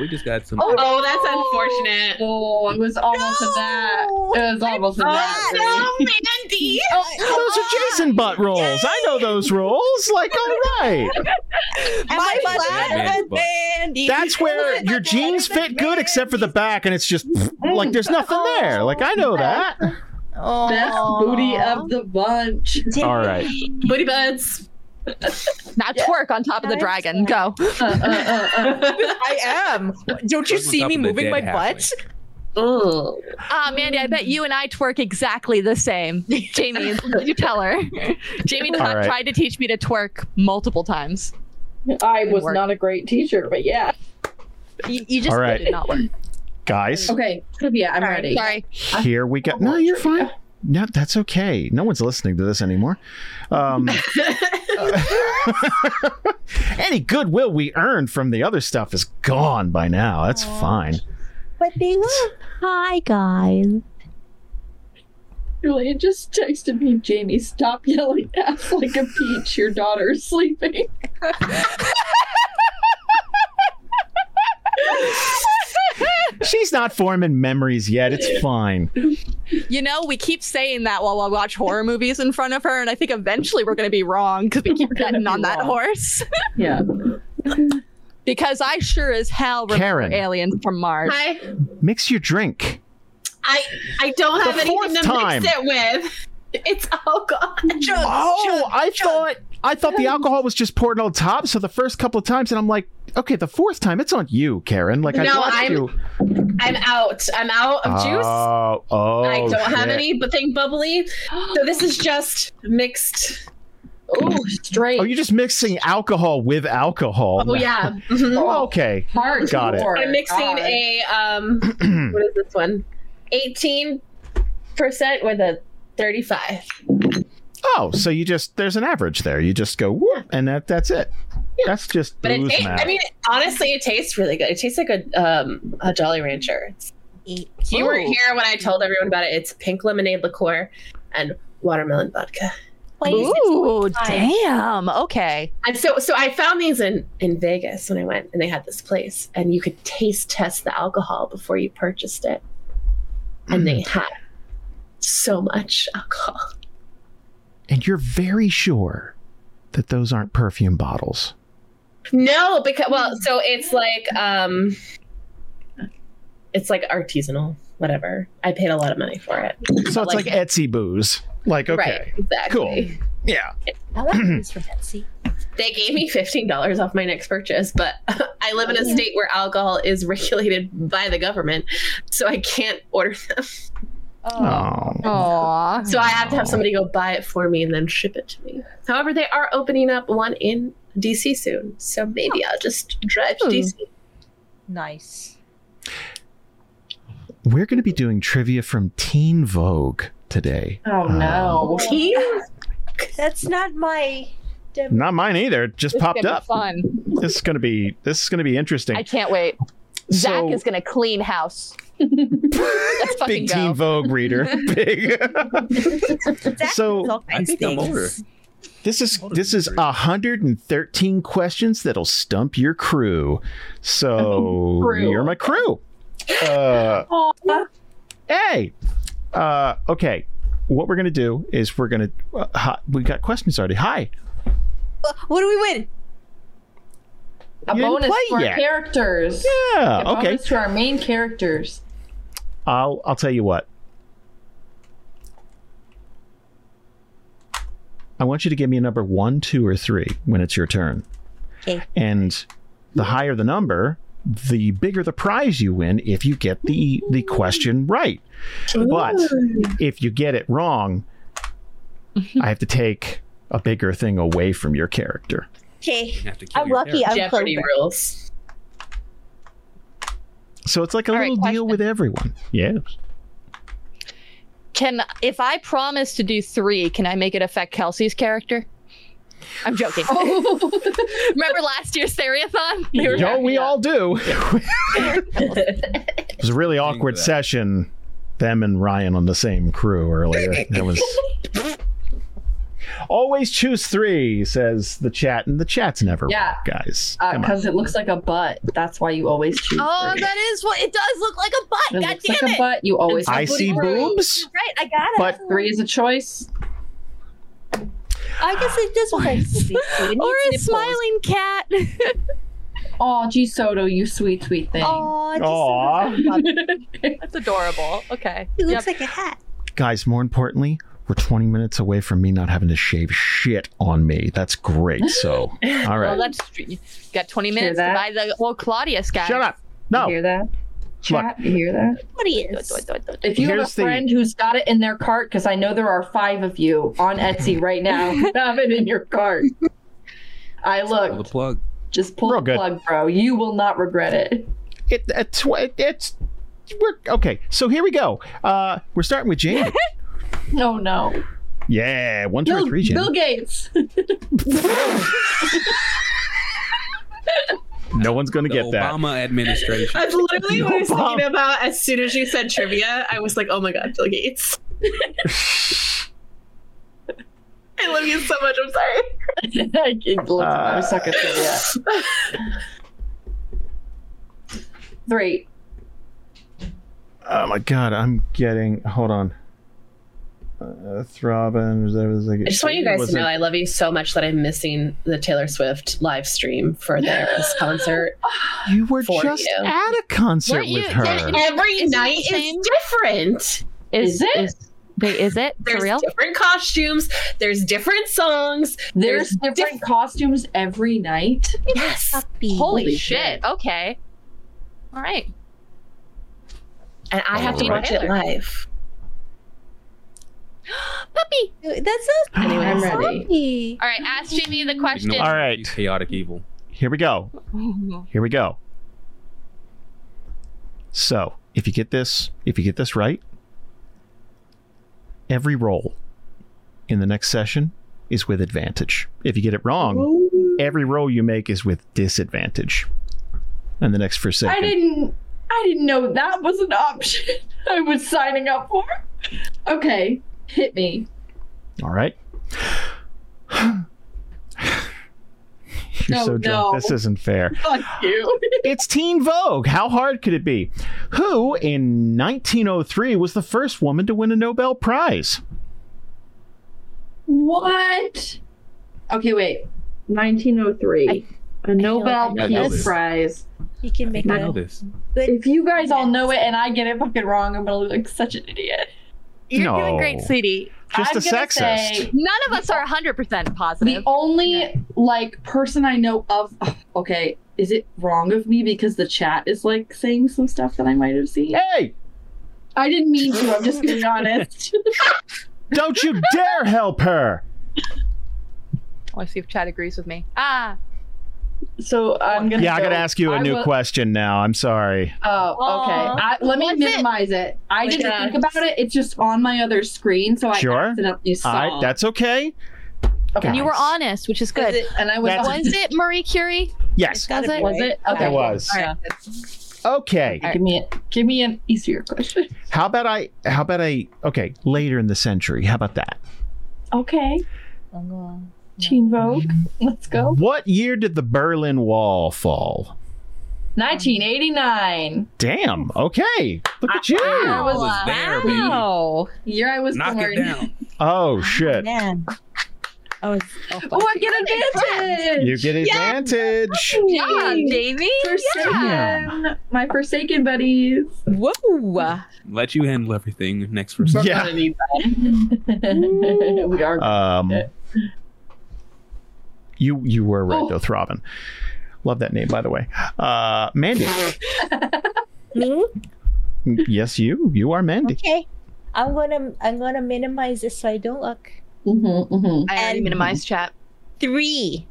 E: we just got some.
B: uh,
D: Oh,
H: Oh, that's unfortunate.
D: Oh, it was almost a that. It was almost a that.
H: Oh, no, Mandy.
B: those are jason butt rolls i know those rolls like all right
A: am I
E: butt
A: flat?"
E: is man's butt.
B: that's where your jeans fit good except for the back and it's just like there's nothing there like i know that
D: Best booty of the bunch.
B: all right
H: Booty buds.
F: Now twerk on top of the dragon. Go.
D: Uh, uh, uh, uh.
A: I am. Don't you
E: Goes on
A: see
E: top
A: me
E: of the
A: moving
E: dead
A: my
E: halfway.
A: butt?
H: Oh.
F: Ah, Mandy, I bet you and I twerk exactly the same. Jamie, you tell her. Jamie
B: All right.
F: tried to teach me to twerk multiple times.
D: uh. I was
F: work.
D: not a great teacher, but yeah.
F: You, you just
B: All right.
F: it did not work.
B: guys.
D: Okay, trivia. I'm
G: Sorry.
D: ready.
F: Sorry.
B: Here we go. No, you're fine. No, that's okay. No one's listening to this anymore. Um, any goodwill we earned from the other stuff is gone by now. That's fine.
A: But they were. Hi, guys.
D: Julian just texted me, Jamie, stop yelling ass like a peach. Your daughter is sleeping.
B: She's not forming memories yet. It's fine.
F: You know, we keep saying that while we watch horror movies in front of her, and I think eventually we're going to be wrong because we keep
D: gonna
F: getting
D: be
F: on that
D: wrong.
F: horse.
D: Yeah.
F: Because I sure as hell remember
B: Karen.
F: Alien from Mars.
H: I
B: Mix your drink.
H: I I don't have
B: fourth
H: anything to
B: time.
H: mix it with. It's all gone.
B: Oh, I thought I thought the alcohol was just poured on top. So the first couple of times, and I'm like, okay, the fourth time, it's on you, Karen. Like I
H: No,
B: watched
H: I'm-
B: you.
H: I'm out. I'm out of juice.
B: Oh, oh,
H: I don't have
B: shit.
H: anything bubbly. So this is just mixed.
D: Oh, straight.
B: Oh, you're just mixing alcohol with alcohol.
H: Oh yeah. Mhm.
B: Oh, okay.
D: Hard
B: Got it.
H: I'm mixing a um what is this one?
G: 18% with a 35.
B: Oh, so you just there's an average there. You just go whoop, and that that's it. That's just
H: But it,
B: booze
H: ta-
B: math.
H: I mean, honestly, it tastes really good. It tastes like a um a Jolly Rancher. It's, you weren't here when I told everyone about it. It's pink lemonade liqueur and watermelon vodka.
F: Ooh, damn. Okay.
H: And so, so I found these in in Vegas when I went, and they had this place, and you could taste test the alcohol before you purchased it, and
B: Mm.
H: they had so much alcohol.
B: and you're very sure that those aren't perfume bottles.
H: No, because well, so it's like um, it's like artisanal, whatever. I paid a lot of money for it.
B: So it's like,
H: like
B: Etsy booze. Like okay,
H: Right, exactly.
B: cool. Yeah.
A: I like these from Etsy.
H: They gave me fifteen dollars off my next purchase, but I live in a state where alcohol is regulated by the government, so I can't order them.
B: Oh.
F: Aw.
H: So I have to have somebody go buy it for me and then ship it to me. However, they are opening up one in DC soon, so maybe I'll just drive to
F: Ooh.
H: DC.
A: Nice.
B: We're going to be doing trivia from Teen Vogue today.
D: Oh no.
A: That's not my. Dem-
B: Not mine either. It just
F: This is
B: popped
F: gonna be
B: up.
F: Fun.
B: This is going to be this is going to be interesting.
F: I can't wait. Zach
B: So-
F: is going to clean house. Let's fucking
B: big
F: go.
B: Teen Vogue reader. big.
A: Zach
B: So-
A: does all
E: I
A: kinds of
E: think I'm
A: things.
E: older.
B: This is
E: Motor
B: this is
E: degree.
B: 113 questions that'll stump your crew. So
D: crew.
B: you're my crew. Uh,
D: Aw.
B: hey, uh, okay. What we're gonna do is we're gonna uh, hi, we got questions already. Hi,
A: Wha- What do we win?
D: A
B: You didn't
D: bonus
B: play
D: to our
B: yet.
D: characters.
B: yeah,
D: A
B: Uh, okay.
D: bonus to our main characters.
B: I'll I'll tell you what. I want you to give me a number one, two, or three when it's your turn.
A: Okay.
B: And the higher the number, the bigger the prize you win if you get the the question right. But if you get it wrong, I have to take a bigger thing away from your character.
A: Okay.
E: You have to kill
A: I'm
E: your
A: lucky.
E: character.
A: I'm
H: Jeopardy
A: Clover.
H: rules.
B: So it's like a
F: All right,
B: little deal
F: question.
B: with everyone. Yes.
F: Can if I promise to do three, can I make it affect Kelsey's character? I'm joking. Remember last year's Theriathon? They were-
B: Yo, we all do. it was a really
E: Thank you
B: awkward
E: for that.
B: session. Them and Ryan on the same crew earlier. That was. Always choose three, says the chat, and the chat's never
D: Yeah.
B: wrong, guys. Come on.
D: Because Uh, it looks like a butt. That's why you always choose.
F: Oh,
D: three.
F: that is what it does look like a
D: It
F: butt. God
D: looks like
F: damn
D: a
F: it!
D: butt. You always
B: I
D: choose
B: see
D: three.
B: boobs,
A: Right, I got it.
B: but
D: Three is a choice.
A: I guess it does work.
F: Or a smiling cat.
D: Oh, gee, Soto, you sweet, sweet thing.
F: Oh,
B: Aw.
F: That's adorable. Okay.
A: It
F: Yep.
A: looks like a hat.
B: guys, more importantly, we're 20 minutes away from me not having to shave shit on me. That's great. So, all
F: Well,
B: right.
F: that's you got 20 minutes to
D: that?
F: buy the old Claudius guy.
B: Shut up.
D: You
B: No.
D: hear that? Chat, you hear that?
A: What is?
D: If you
B: Here's the-
D: have a friend who's got it in their cart, because I know there are five of you on Etsy right now, have it in your cart. I
E: Pull the
D: looked.
E: plug.
D: Just pull
B: Real
D: the
B: good.
D: plug, bro. You will not regret it.
B: It, it's, it's we're okay. So here we go. Uh, we're starting with Jane.
D: No, Oh, no.
B: yeah, one, two, or
D: Bill,
B: three, Jane.
D: Bill Gates.
B: no one's going to
E: The
B: get that.
E: Obama administration.
H: That's literally what I was
B: No, Bob.
H: thinking about as soon as you said trivia. I was like, oh my god, Bill Gates. I love you so much. I'm sorry.
D: I can't believe I'm stuck at trivia. Three.
B: Oh my god, I'm getting. Hold on. Uh, throbbing. There was like,
H: I just want you guys
B: was
H: to know
B: it-
H: I love you so much that I'm missing the Taylor Swift live stream for their Eras concert.
B: you were
H: for
B: just
H: you.
B: at a concert
F: Weren't
B: with
F: you-
B: her.
H: Every
F: Isn't it the
H: night is
F: same?
H: different.
F: Is,
D: Is it?
F: is- wait, is it for
H: There's
F: real?
H: different costumes. There's different songs.
D: There's,
H: There's
D: different costumes every night.
H: Yes.
F: Holy,
D: Holy
F: shit. Oh,
D: shit.
F: Okay. All right.
H: And I have to
B: Alright.
H: watch it live.
F: Puppy.
A: That's not
H: Anyway, I'm ready.
A: funny.
F: All right. Ask Jamie the question.
E: Ignore
B: All
E: him.
B: right.
E: He's chaotic evil.
B: Here we go. Here we go. So, if you get this, if you get this right, every roll in the next session is with advantage. If you get it wrong, every roll you make is with disadvantage. And the next for
D: I
B: second.
D: didn't. I didn't know that was an option. I was signing up for. Okay, hit me.
B: All right. You're
D: No,
B: so drunk.
D: no.
B: This isn't fair.
D: Fuck you.
B: It's Teen Vogue. How hard could it be? Who in 1903 was the first woman to win a Nobel Prize?
D: What? Okay, wait. 1903. A Nobel
E: I know
D: Peace
E: this.
D: Prize.
A: You can make
E: I know
A: a
E: this.
A: good.
D: If you guys all know it and I get it fucking wrong, I'm gonna look like such an idiot.
F: You're doing
B: No.
F: great, sweetie.
B: Just
D: I'm
B: a
D: gonna
B: sexist.
D: say
F: None of us are 100%
D: the
F: positive.
D: only like person I know of. Ugh, Okay, is it wrong of me because the chat is like saying some stuff that I might have seen?
B: Hey,
D: I didn't mean to. I'm just being honest.
B: don't you dare help her.
F: Oh, I see if Chad agrees with me. Ah.
D: So I'm gonna.
B: Yeah, I
D: go-
B: gotta ask you a
D: I
B: new
D: will-
B: question now. I'm sorry.
D: Oh,
F: Aw.
D: okay. I, let me
F: Was it-
D: minimize it. I
F: Was
D: didn't
F: it-
D: think about it. It's just on my other screen, so I
B: Sure.
D: accidentally saw.
B: I, that's okay.
D: okay.
F: And you were
B: Nice.
F: honest, which is
D: Was
F: good.
D: it, and I was.
B: That's-
F: Was it Marie Curie?
A: It's
B: Yes,
A: gotta
F: Was it-
A: be,
D: Was
A: right?
D: it? Okay.
B: it was.
D: Yeah.
B: Okay.
D: Give me a, Give me an easier question.
B: How about I? How about I? Okay, later in the century. How about that?
D: Okay.
F: I'm going.
D: Teen Vogue. Let's go.
B: What year did the Berlin Wall fall?
D: 1989.
B: Damn. Okay. Look at
E: I
B: you.
E: was there, baby.
F: Wow.
D: The year I was
E: Knock
D: born.
E: it down.
B: Oh shit.
A: Man. I was. Oh, fuck.
D: Oh, I get advantage.
B: You get advantage.
F: Yeah, Jamie.
D: Forsaken.
B: Yeah.
D: My Forsaken buddies.
A: Whoa.
E: Let you handle everything next for
B: Yeah.
D: Gonna need that. we are.
B: Um,
D: Yeah.
B: you you were right
D: Oh.
B: though, Throbbing. Love that name, by the way. Uh, Mandy.
A: Me?
B: yes, you. You are Mandy.
A: Okay. I'm gonna I'm gonna minimize this so I don't look.
D: Mhm, mhm.
F: I already
A: And-
F: minimized chat.
A: Three.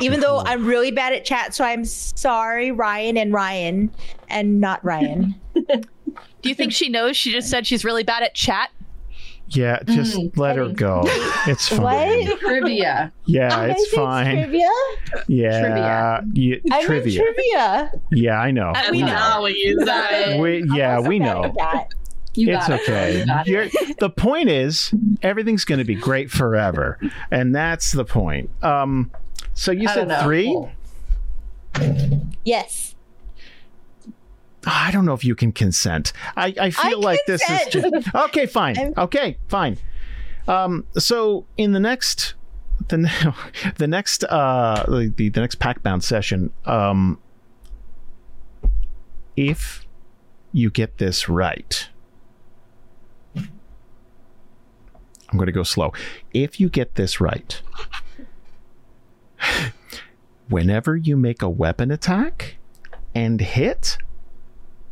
A: Even though I'm really bad at chat, so I'm sorry, Ryan and Ryan and not Ryan.
F: Do you think she knows? She just said she's really bad at chat.
B: Yeah, just
D: Mm,
B: let her
A: Mandy.
B: go. It's fine.
A: What?
D: Trivia.
B: Yeah,
A: Am I
B: it's
A: doing
B: fine.
A: Trivia?
B: yeah, you-
A: I'm
B: trivia.
A: in trivia.
B: Yeah, I know.
F: I-
H: We
B: we
H: can
B: know.
H: always use that.
B: We,
A: I'm
B: yeah,
A: also
B: we
A: bad
B: know.
A: at that.
D: You
B: it's
D: got it.
B: okay.
D: You got it.
B: You're, the point is, everything's going to be great forever, and that's the point. Um, so you
D: I
B: said
D: don't know.
B: three.
A: Yes.
B: I don't know if you can consent. I, I feel like this is
A: consent.
B: just okay. Fine.
A: I'm-
B: Okay. Fine. Um, so in the next, the ne- the next uh the the next packbound session, um, if you get this right, I'm going to go slow. If you get this right, whenever you make a weapon attack and hit,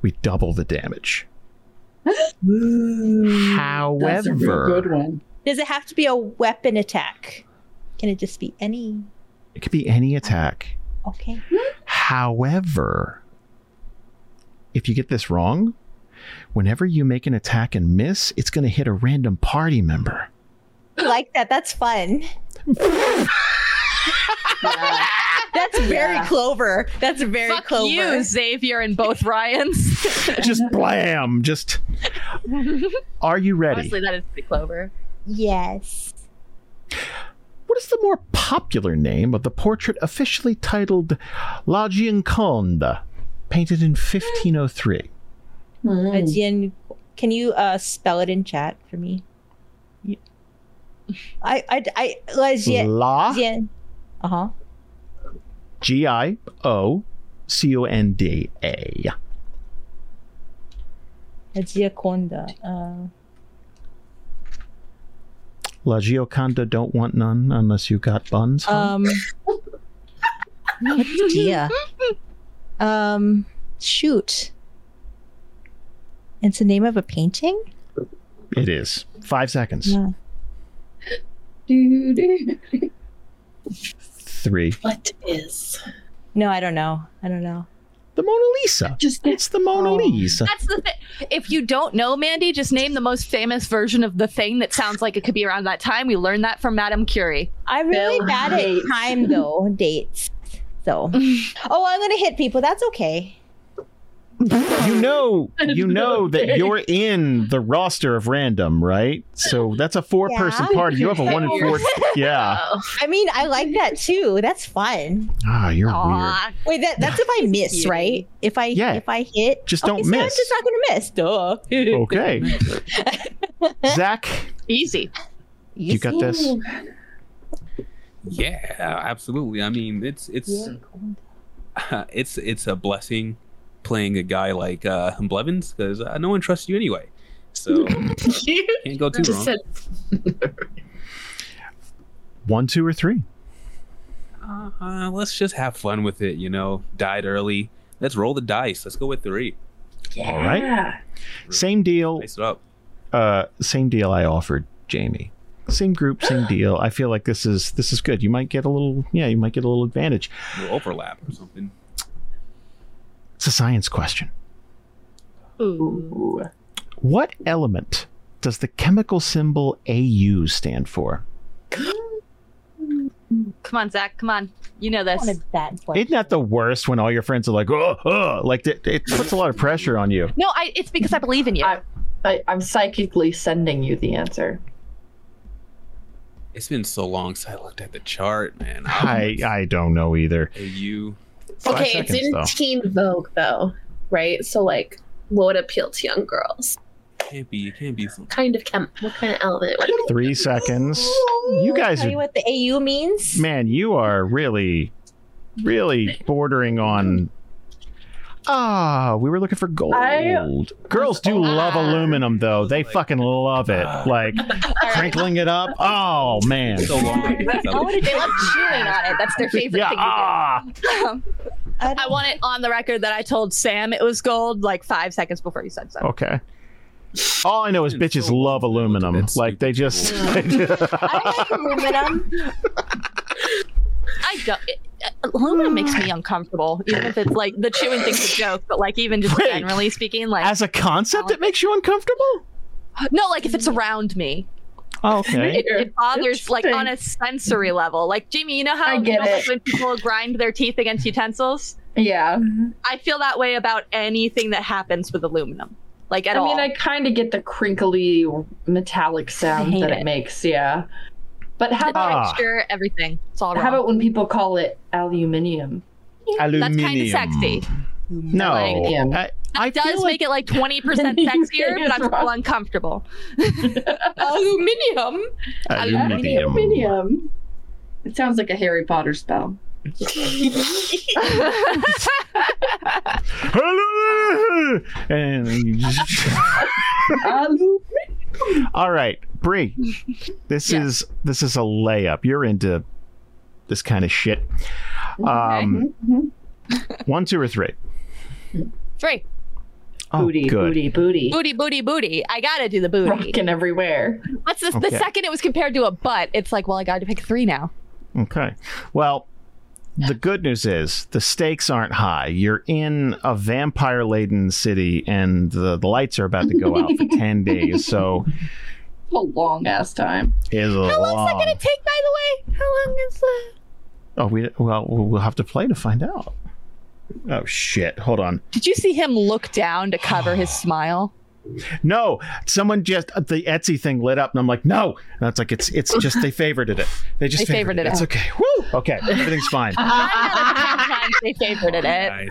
B: we double the damage.
D: That's a real good
B: However,
D: one.
A: Does it have to be a weapon attack? Can it just be any?
B: it could be any attack.
A: Okay.
B: However, if you get this wrong, whenever you make an attack and miss, it's going to hit a random party member.
A: I like that. That's fun. That's very
F: Yeah.
A: clover. That's very
F: Fuck
A: clover.
F: you, Xavier, and both Ryans.
B: just blam. Just. Are you ready?
F: Honestly, that is pretty clover.
A: Yes.
B: What is the more popular name of the portrait officially titled La Gioconda, painted in 1503?
D: Mm.
B: Hmm.
A: Ajin, can you uh, spell it in chat for me? I, I, I, Lajien.
B: La
A: Uh huh.
B: G I O C O N D A.
A: Ajiaconda. Uh,
B: La Gioconda don't want none unless you got buns. huh?
A: um. oh, dear. Um. Shoot. It's the name of a painting.
B: it is. Five seconds.
A: Yeah.
B: Three.
H: What is?
A: No, I don't know. I don't know.
B: The Mona Lisa. Just it's the Mona Lisa.
F: That's the thing. If you don't know, Mandy, just name the most famous version of the thing that sounds like it could be around that time. We learned that from Madame Curie.
A: I'm really
H: Bill
A: bad
H: Gates.
A: at time though, dates. So, oh, I'm gonna hit people. That's okay.
B: You know, you know that you're in the roster of random, right? So that's a four-person
A: Yeah.
B: party. You have a one in four. Yeah.
A: I mean, I like that too. That's fun.
B: Ah, you're weird.
F: Aw.
A: Wait, that that's if I miss, right? If I
B: Yeah.
A: if I hit,
B: Just
A: Okay,
B: don't
A: so I'm
B: miss.
A: just not gonna miss. Duh.
B: Okay. Zach,
F: Easy.
B: you got this.
E: Yeah, absolutely. I mean, it's it's it's it's a blessing playing a guy like uh, Blevins because uh, no one trusts you anyway. So can't go too wrong.
H: Just said
B: One, two, or three.
E: uh, let's just have fun with it, you know. Died early. Let's roll the dice. Let's go with three.
B: All right. Same deal.
E: Dice it up.
B: Uh, same deal I offered Jamie. Same group, same deal. I feel like this is this is good. You might get a little, yeah, you might get a little advantage.
E: We'll overlap or something.
B: It's a science question.
D: Ooh.
B: What element does the chemical symbol AU stand for?
F: Come on, Zach. Come on. You know
A: I
F: this.
A: wanted that one.
B: Isn't that the worst when all your friends are like, oh, oh," like it, it puts a lot of pressure on you.
F: No, I, it's because I believe in you.
D: I- I, I'm psychically sending you the answer.
E: It's been so long since I looked at the chart, man.
B: I I don't know either.
E: you
B: Five
H: okay, it's
B: seconds,
H: in
B: though.
H: Teen Vogue though, right? So like, what would appeal to young girls?
E: can't be. You can't be. Some,
H: Kind of chem. What kind of element? would it
B: Three seconds. You guys
A: tell
B: are
A: you what the AU means.
B: man, you are really, really bordering on. Ah, we were looking for gold. Girls do love aluminum, though. They fucking love it. Like crinkling it up. Oh man.
E: so long. since I
F: I
E: looked-
F: wanna- they love chewing on it. That's their favorite
B: Yeah.
F: thing. to do.
B: Ah.
F: I want it on the record that I told Sam it was gold like five seconds before you said so.
B: Okay. All I know is bitches love aluminum. Like they just.
A: I like aluminum.
F: I don't. It, uh, aluminum makes me uncomfortable, even if it's like the chewing thing's a joke, but like even just
B: Wait.
F: generally speaking, like
B: As a concept, it makes you uncomfortable.
F: no, like if it's around me,
B: Okay.
F: it, it bothers like on a sensory level. Like Jamie, you know how
D: I
F: you
D: get
F: know, like,
D: it.
F: when people grind their teeth against utensils?
D: Yeah.
F: I feel that way about anything that happens with aluminum, like at
D: I
F: all.
D: mean, I kind of get the crinkly metallic sound
F: hate
D: that
F: it.
D: it makes. Yeah. But how
F: the
D: about,
B: Ah.
F: texture, everything. It's all
D: how
F: wrong.
D: about when people call it aluminium?
B: Aluminum.
F: That's kind of sexy.
B: No. I,
D: Aluminium.
F: That
B: I
F: does
B: feel like
F: make it like twenty percent
D: Anything
F: sexier,
D: is
F: but I'm
D: wrong.
F: still uncomfortable.
D: Aluminium.
B: aluminium.
D: Aluminium. It sounds like a Harry Potter spell.
B: Hello! and you just-
D: Alu-
B: all right brie this
F: Yeah.
B: is this is a layup you're into this kind of shit um
F: Mm-hmm.
B: one two or three
F: Three.
B: Oh,
D: booty,
B: good
D: booty, booty,
F: Booty, booty, booty. I gotta do the booty.
D: Rocking everywhere.
F: What's this?
B: Okay.
F: The second it was compared to a butt, it's like, well, I got to pick three now.
B: okay well the good news is the stakes aren't high. You're in a vampire laden city, and the, the lights are about to go out for 10 days. So
D: a long ass time.
B: it's a
F: How long's
B: long.
F: that gonna take, by the way? How long is that?
B: oh, we, well, we'll have to play to find out. Oh, shit. Hold on.
F: Did you see him look down to cover his smile?
B: no someone just the etsy thing lit up and i'm like no and it's like it's it's just they favorited it they just
F: They
B: favored
F: favorited it.
B: it's okay Woo! okay everything's fine
F: they favorited it.
E: Guys,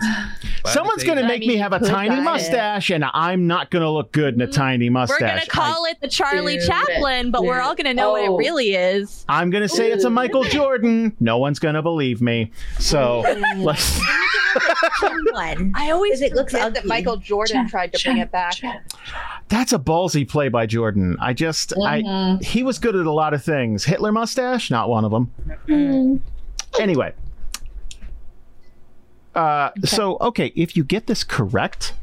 E: glad
B: someone's
E: they-
B: gonna
F: I
B: make me
F: mean,
B: have a
F: who
B: tiny
F: died?
B: mustache and i'm not gonna look good in a tiny
F: Mm-hmm. We're
B: mustache
F: gonna call it the Charlie
D: Dude.
F: Chaplin, but we're all gonna know what
D: Oh.
F: it really is.
B: I, am gonna say it's a michael jordan no one's gonna believe me so like
A: One.
F: I always
A: 'Cause it looks
F: forget that
A: ugly.
F: Michael Jordan tried to bring it back.
B: that's a ballsy play by jordan i just i
D: Mhm.
B: he was good at a lot of things hitler mustache not one of them anyway uh so okay if you get this correct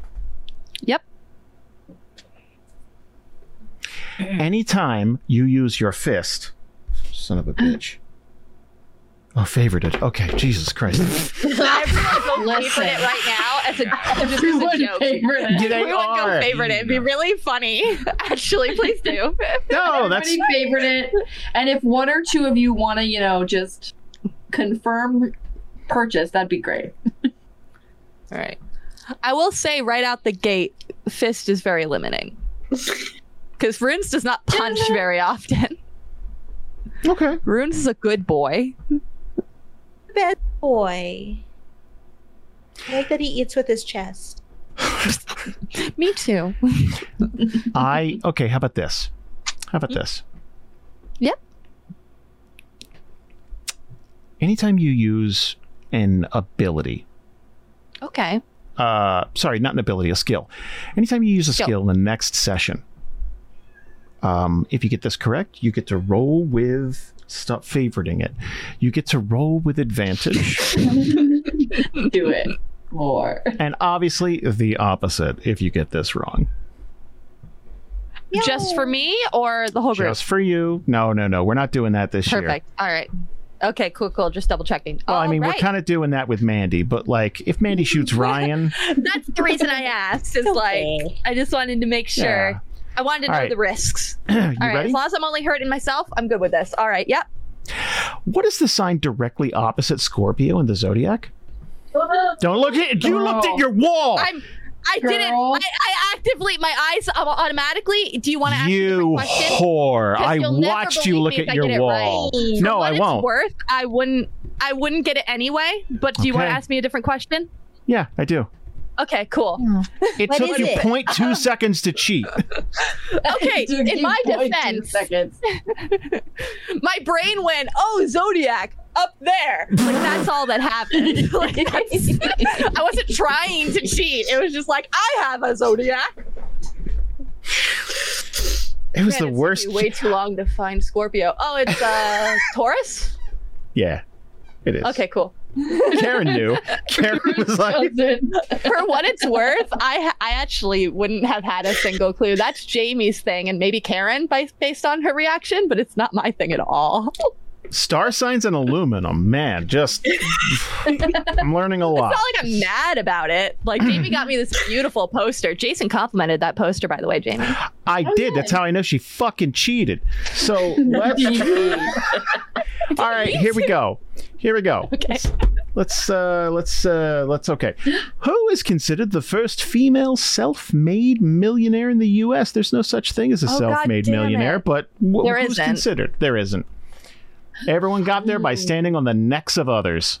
F: Yep.
B: anytime you use your fist son of a bitch oh favorited okay jesus christ
F: Favorite it right now as a, just as a
D: Everyone
F: joke.
D: favorite it.
B: Yeah, they
F: Everyone go
B: are.
F: favorite it. It'd be really funny. Actually, please do.
B: no Oh, that's
D: Everybody favorite it. And if one or two of you want to, you know, just confirm purchase, that'd be great.
F: All right. I will say right out the gate, fist is very limiting. Because Runes does not punch very often.
B: okay
F: Runes is a good boy.
A: Bad boy. I like that he eats with his chest.
F: Me too. Mm-hmm.
B: i okay how about this how about this
F: Yeah.
B: anytime you use an ability
F: Okay.
B: uh, sorry, not an ability, a skill. Anytime you use a
F: Skill.
B: skill in the next session, um, if you get this correct, you get to roll with stop favoriting it. You get to roll with advantage,
D: Do it. More.
B: and obviously the opposite if you get this wrong.
F: Just for me or the whole group?
B: Just for you. No, no, no. We're not doing that this year.
F: Oh, Perfect. All right. Okay, cool, cool. Just double checking.
B: Well, I
F: All
B: mean,
F: right.
B: we're kind of doing that with Mandy, but like, if Mandy shoots Ryan,
F: That's the reason I asked, is like, I just wanted to make sure.
B: Yeah.
F: I wanted to
B: All
F: know
B: right.
F: the risks.
B: you
F: All right.
B: ready?
F: As long as I'm only hurting myself, I'm good with this. All right. Yep.
B: What is the sign directly opposite Scorpio in the zodiac? Don't look at you. Looked at
D: Girl.
B: your wall.
F: I'm. I didn't.
D: Girl.
F: I, I actively. My eyes au- automatically. Do you want to ask a
B: you
F: different question?
B: whore!
F: 'Cause
B: I
F: you'll never
B: watched you
F: believe
B: look
F: me if
B: at
F: I
B: your
F: get it
B: wall.
F: For
B: No,
F: what
B: I
F: it's
B: won't.
F: Worth. I wouldn't. I wouldn't get it anyway. But do you want to
B: Okay.
F: ask me a different question?
B: Yeah, I do.
F: Okay. Cool.
B: It
A: What
B: took
A: is
B: you
A: it?
B: 0.2 seconds to cheat.
F: Okay,
D: Took
F: in
D: you
F: my
D: 0.2
F: defense.
D: seconds.
F: My brain went. Oh, zodiac up there. Like that's all that happened. Like, that's- I wasn't trying to cheat. It was just like I have a zodiac.
B: It was
F: Man,
B: the
F: it took
B: worst.
F: me Way too long to find Scorpio. Oh, it's uh Taurus.
B: yeah, it is.
F: Okay. Cool.
B: Karen knew. Karen was like,
D: Doesn't-
F: for what it's worth, I I actually wouldn't have had a single clue. That's Jamie's thing, and maybe Karen by, based on her reaction, but it's not my thing at all. It's
B: star signs and aluminum. Man, just. I'm learning a lot.
F: not like I'm mad about it. Like Jamie got me this beautiful poster. Jason complimented that poster, by the way, Jamie.
B: I
F: Oh,
B: did. That's how I know she fucking cheated. So let's. All right, here we go. Here we go.
F: Okay.
B: Let's uh let's uh let's okay. Who is considered the first female self-made millionaire in the US? There's no such thing as a
F: Oh,
B: self-made
F: God damn
B: millionaire,
F: it.
B: but wh-
F: There
B: who's
F: isn't.
B: considered? There isn't. Everyone got there by standing on the necks of others.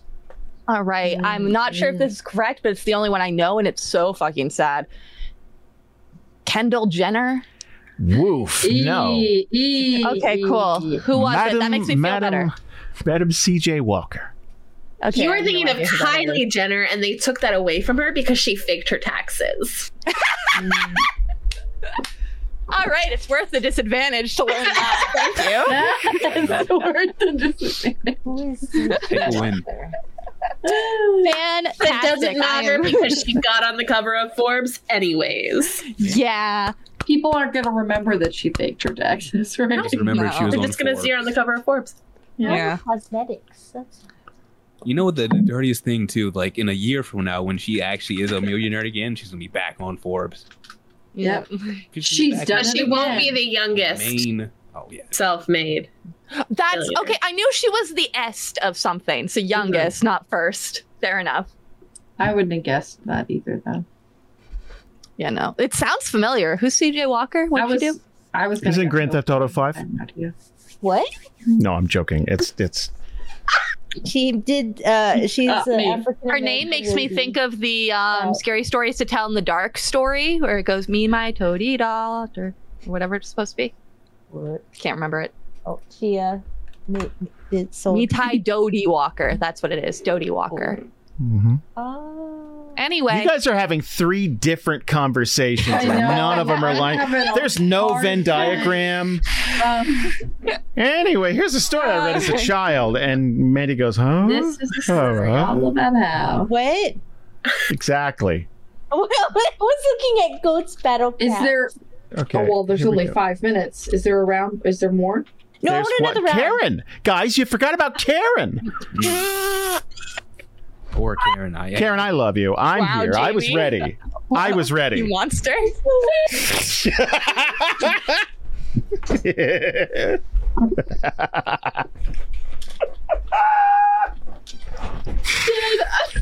F: All right. I'm not sure if this is correct, but it's the only one I know, and it's so fucking sad. Kendall Jenner.
B: Woof.
D: E,
B: No.
D: Eee, eee,
F: Okay, cool.
D: eee.
F: Who was it? That makes me feel
B: Madam,
F: better.
B: Madam CJ Walker.
F: Okay,
H: you
F: I
H: were
F: have no
H: thinking of
F: idea who that is.
H: Kylie Jenner, and they took that away from her because she faked her taxes.
F: All right, it's worth the disadvantage to learn that. Thank you.
D: That's worth the decision.
E: Take a win.
F: Fantastic.
H: That doesn't
F: I
H: matter
F: am-
H: because she got on the cover of Forbes anyways.
F: yeah.
D: People aren't going to remember that she faked her taxes, right?
E: Just remember
F: No.
E: she was
H: We're
E: on
H: just gonna
E: four.
H: see her on the cover of Forbes.
A: Cosmetics. That's
E: You know what the dirtiest thing too? Like in a year from now, when she actually is a millionaire again, she's gonna be back on Forbes.
H: Yep.
E: 'Cause
D: She's
E: back
D: done
H: But she
D: it
H: won't
D: again.
H: be the youngest.
E: Main. Oh yeah.
H: Self-made.
F: That's
H: Failure.
F: okay. I knew she was the est of something, so youngest, not first. Fair enough.
D: I wouldn't have guessed that either, though.
F: Yeah, no. It sounds familiar. Who's CJ Walker?
D: I
F: What
D: was,
F: did you do?
D: I was gonna
B: Is it
D: go
B: Grand
D: to-
B: Theft Auto Five?
D: I have no idea.
F: What?
B: No, I'm joking. It's it's
A: She did. Uh, she's
D: Uh, me.
A: African.
F: Her name makes me think of the um, scary stories to tell in the dark story, where it goes me, my toady dot, or whatever it's supposed to be. Can't remember it.
A: Oh, she uh, ma- did sold.
F: Me tie Dodie Walker. That's what it is. Dodie Walker.
B: Mhm.
A: Oh.
F: Anyway,
B: you guys are having three different conversations.
D: I
B: and
D: know.
B: None of them are
D: I'm
B: lying.
D: having a
B: There's no
D: hard
B: Venn
D: time.
B: diagram.
D: Um, Uh,
B: Anyway, here's a story I read as a child, and Mandy goes, "Huh?
D: this is the story all about how.
A: What?
B: exactly."
A: I was looking at goats battle.
D: Is
A: Cat.
D: there?
B: Okay.
D: oh well, there's
B: here we
D: only
B: go.
D: five minutes. Is there a round? Is there more?
A: No, I
B: There's
A: want
B: what-
A: another round.
B: Karen, guys, you forgot about Karen.
E: Or Karen. I.
B: Karen, I love you. I'm
F: Wow,
B: here. I was
F: Jamie.
B: ready. I was ready.
F: you monster.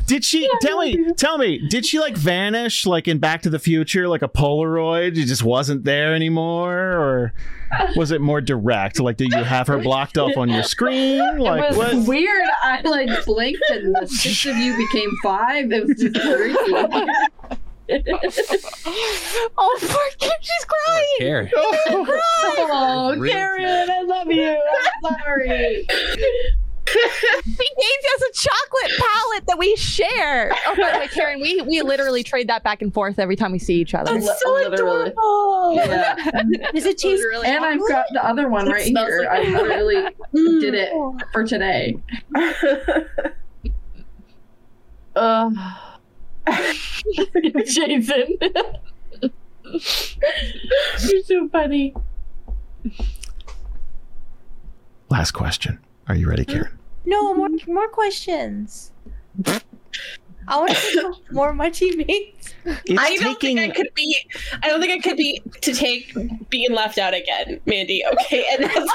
B: did she tell me tell me did she like vanish like in back to the future like a polaroid she just wasn't there anymore or was it more direct like did you have her blocked off on your screen like
D: it was
B: what
D: weird. I like blinked, and the six of you became five. It was just crazy.
F: oh, poor kid, she's
E: Or
F: crying.
E: Karen.
D: Oh,
E: Really?
D: Karen, I love you. I'm sorry.
F: He gave us a chocolate palette that we share. Oh, by the way, Karen, we we literally trade that back and forth every time we see each other.
D: so literally. Yeah.
A: Does it taste?
H: Literally.
D: And I've got the other one
H: It
D: right
H: smells
D: here.
H: like-
D: I literally
F: mm.
D: did it for today. Um, Jason. You're so funny.
B: last question are you ready karen
A: No, more more questions. I want to know more of my teammates.
B: it's
H: I don't think I could be. I don't think I could be to take being left out again, Mandy. Okay, and that's
E: I'm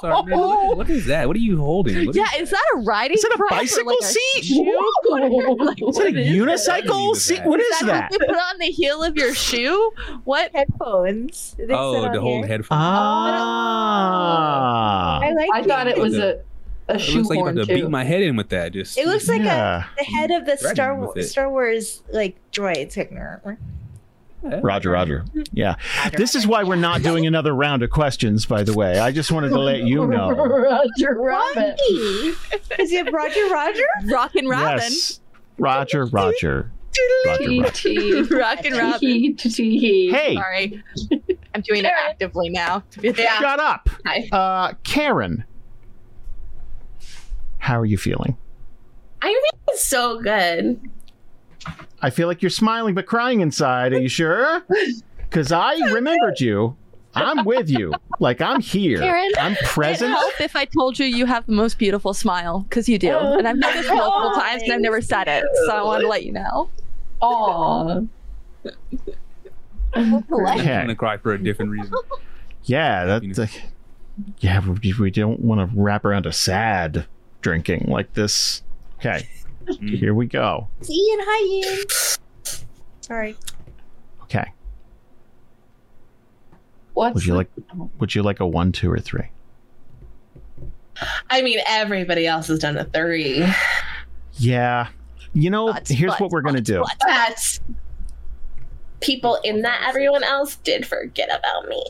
E: sorry, man. What, what is that? What are you holding? What
F: Yeah, is that a riding?
B: is it a
F: crop or
B: bicycle
F: like
B: seat is
D: What
B: it a
D: is
B: unicycle
E: that?
B: seat what is
F: Is that
B: that
F: what you put on the heel of your shoe? What?
A: Headphones. They sit
E: Oh,
A: on
E: the whole
A: here.
E: headphone.
B: ah
A: I like.
D: I thought it was a, a
E: it looks like you're
D: shoehorn,
E: about to beat
D: too.
E: my head in with that. Just
A: It looks like a
B: yeah.
A: the head of the
E: Threatening
A: Star
E: with
A: Wa-
E: it.
A: Star Wars like droids.
B: Roger, Roger. Yeah. This is why we're not doing another round of questions, by the way. I just wanted to let you know.
D: Roger Rabbit.
A: Rocky. Is it Roger Roger?
F: Rockin' Robin.
B: Yes. Roger, Roger. Roger, Roger.
D: Tee-tee.
F: Rockin' Robin.
D: Tee-hee, tee-tee.
B: Hey,
F: Sorry. I'm doing it
H: Karen.
F: actively now.
B: shut up.
H: Hi.
B: Uh, Karen. How are you feeling?
H: I'm feeling so good.
B: I feel like you're smiling but crying inside. Are you sure? Because I remembered you. I'm with you. Like, I'm here.
F: Karen,
B: I'm
F: Would it
B: present.
F: help if I told you you have the most beautiful smile? Because you do.
D: Oh,
F: and I've said this multiple
D: thank
F: times and I've never said it. So I wanted to let you know.
D: Aw.
E: I'm
B: Okay.
E: gonna cry for a different reason.
B: Yeah, that's like, yeah, we, we don't want to wrap around a sad drinking like this. Okay,
E: Mm.
B: here we go.
A: It's Ian. Hi, Ian. Sorry.
B: Okay, would
D: What's
B: you like would you like a one, two, or three?
H: I mean, everybody else has done a three.
B: Yeah, you know,
F: Butts,
B: here's
F: butts,
B: what we're gonna
F: butts,
B: do.
F: butts.
H: But people in that everyone else did forget about me.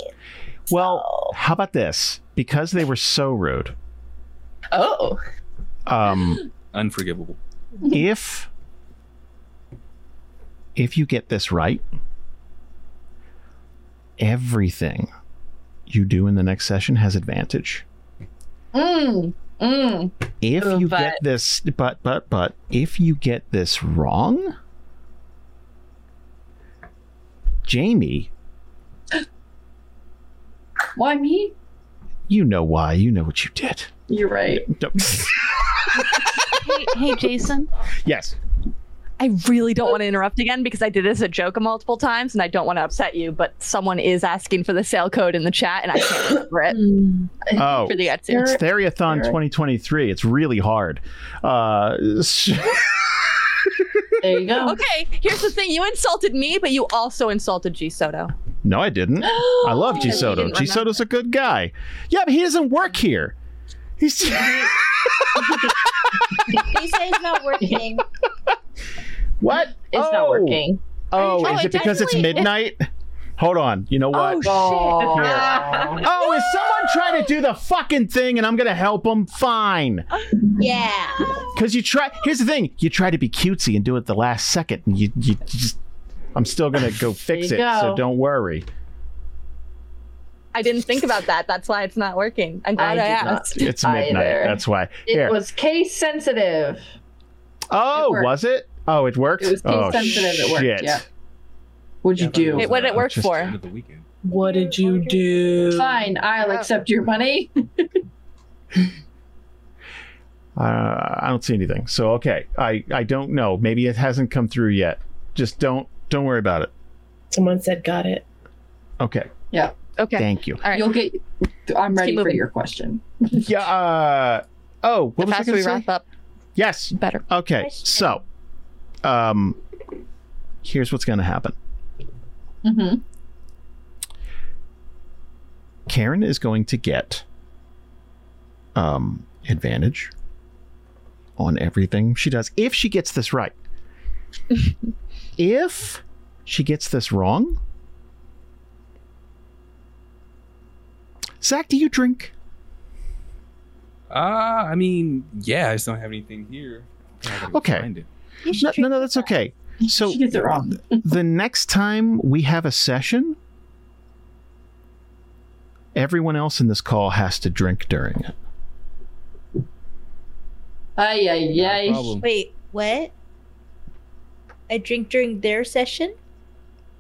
B: Well, how about this? Because they were so rude,
H: Oh,
B: um,
E: Unforgivable.
B: if if you get this right, everything you do in the next session has advantage.
D: Mm, mm.
B: if
H: Oh,
B: you
H: but-
B: get this but but but if you get this wrong jamie
D: Why me?
B: you know why you know what you did
D: You're right.
B: Don't-
F: hey, hey, Jason.
B: Yes.
F: I really don't want to interrupt again because I did this as a joke multiple times and I don't want to upset you, but someone is asking for the sale code in the chat and I can't remember it.
B: Oh.
F: for the
B: It's
F: Etsy.
B: Theriathon
D: Eric.
B: 2023. It's really hard. Uh,
D: There you go.
F: Okay, here's the thing. You insulted me, but you also insulted G Soto.
B: no, I didn't.
H: Oh,
B: I love G
F: Because you
B: Soto.
F: didn't
B: G Soto's a good guy. Yeah, but he doesn't work here. He's.
A: He said it's not working.
B: what?
D: It's not working.
B: Oh,
F: Oh,
B: is
F: it
B: it because it's
F: definitely- it-
B: midnight? Hold on. You know what?
F: Oh, shit.
B: Oh, is someone trying to do the fucking thing and I'm going to help them? Fine.
D: Oh.
A: Yeah.
B: Because you try. Here's the thing you try to be cutesy and do it the last second, and you, you just. I'm still going to go fix it,
D: you
B: so
D: go.
B: don't worry.
F: I didn't think about that. That's why it's not working. I'm glad I,
D: I did not.
F: asked.
B: It's midnight.
D: Either.
B: That's why.
D: It
B: Here.
D: was case sensitive.
B: oh,
D: it worked.
B: was it? Oh, it worked?
D: It was
B: oh,
D: case-sensitive, it worked,
B: Shit.
D: yeah. What'd you do?
F: Wait, what did it work
B: Just-
F: for?
C: What did you do?
D: Fine,
F: Oh.
D: I'll accept your money.
B: Uh, I don't see anything. So, okay. I, I don't know. Maybe it hasn't come through yet. Just don't don't worry about it.
H: Someone said, "Got it."
B: Okay.
F: Okay.
B: Thank you.
F: All right.
D: You'll get. I'm
F: Let's
D: ready
F: keep
D: for
F: moving.
D: your question.
B: Yeah. Uh, oh,
F: the
B: what was I
F: faster
B: going
F: we
B: to say?
F: wrap up,
B: Yes.
F: the better.
B: Okay.
A: Question.
B: So, um, here's what's going to happen.
D: Mm-hmm.
B: Karen is going to get um advantage on everything she does if she gets this right. if she gets this wrong, Zach, do you drink?
E: Ah, I mean, yeah, I just don't have anything here. I gotta go
B: Okay.
E: find it.
A: You should
B: No,
A: drink
B: no, no, that's okay. So
D: she gets it wrong.
B: the next time we have a session, everyone else in this call has to drink during it.
D: Ay, ay,
E: Not a
D: ay.
E: problem.
A: Wait, what? I drink during their session?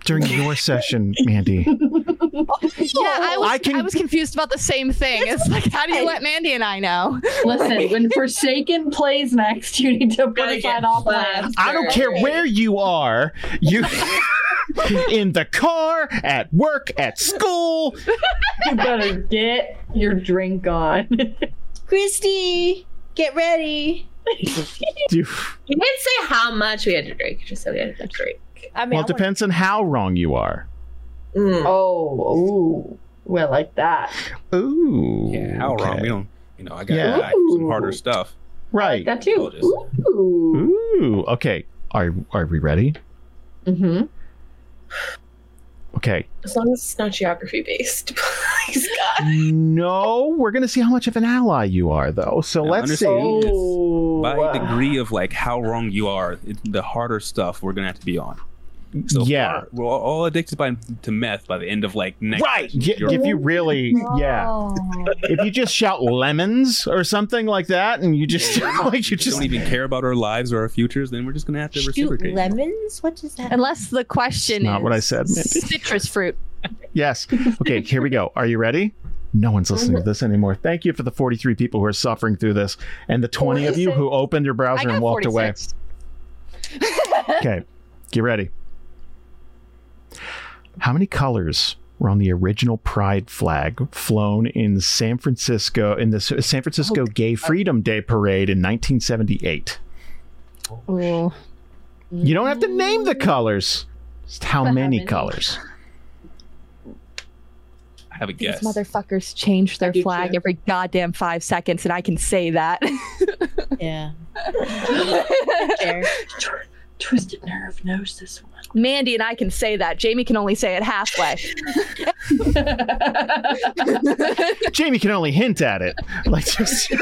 B: During your session, Mandy.
F: Yeah, I was,
B: Oh, I
F: I,
B: can-
F: was confused about the same thing. It's like, how do you let Mandy and I know?
D: Listen, when Forsaken plays next, you need to put
H: Gotta
D: aside
H: get
D: all plans.
H: flagged.
B: I don't care where you are. You in the car, at work, at school.
D: You better get your drink on.
A: Christy, get ready.
B: You-
H: You didn't say how much we had to drink. You just said we had to drink.
A: I
B: well,
A: mean, I
B: it
A: wanna-
B: depends on how wrong you are.
H: Mm.
D: oh, ooh. Well, like that.
B: Ooh.
E: Yeah, how wrong?
B: okay.
E: We don't, you know, I got
B: Yeah.
E: to die for some harder
D: Ooh.
E: stuff.
B: Right.
D: That too.
E: Apologies.
D: Ooh.
B: Ooh. Okay. Are are we ready?
D: Mm-hmm.
B: Okay.
H: As long as it's not geography based, please God.
B: No, we're gonna see how much of an ally you are, though. So
E: Now,
B: let's see.
E: understand this.
D: Oh.
E: By degree of like how wrong you are, it, the harder stuff we're gonna have to be on. So
B: Yeah.
E: far, we're all- all addicted by to meth by the end of like next.
B: Right.
E: session.
B: Y-
E: You're-
B: if you really, yeah.
F: Oh.
B: If you just shout lemons or something like that, and you just like you
E: if you
B: just
E: don't even care about our lives or our futures, then we're just gonna have to
A: Shoot
E: reciprocate.
A: lemons? What does that
F: Unless the question
B: not
F: is
B: what I said, Mandy.
F: citrus fruit.
B: Yes. Okay, here we go. Are you ready? No one's listening to this anymore. Thank you for the 43 people who are suffering through this and the 20 of you who opened your
F: I
B: browser
F: got
B: and walked
F: 46.
B: away. Okay, get ready. How many colors were on the original pride flag flown in San Francisco in the S- San Francisco Gay Freedom Day parade in 1978?
F: Ooh.
B: You don't have to name the colors. Just how
F: But how
B: many
F: many?
B: colors?
E: I have a
F: These
E: guess.
F: motherfuckers change their
D: do
F: flag
D: too.
F: every goddamn five seconds, and I can say that.
A: Yeah.
D: Twisted Nerve knows this one.
F: Mandy and I can say that. Jamie can only say it halfway.
B: Jamie can only hint at it. Like just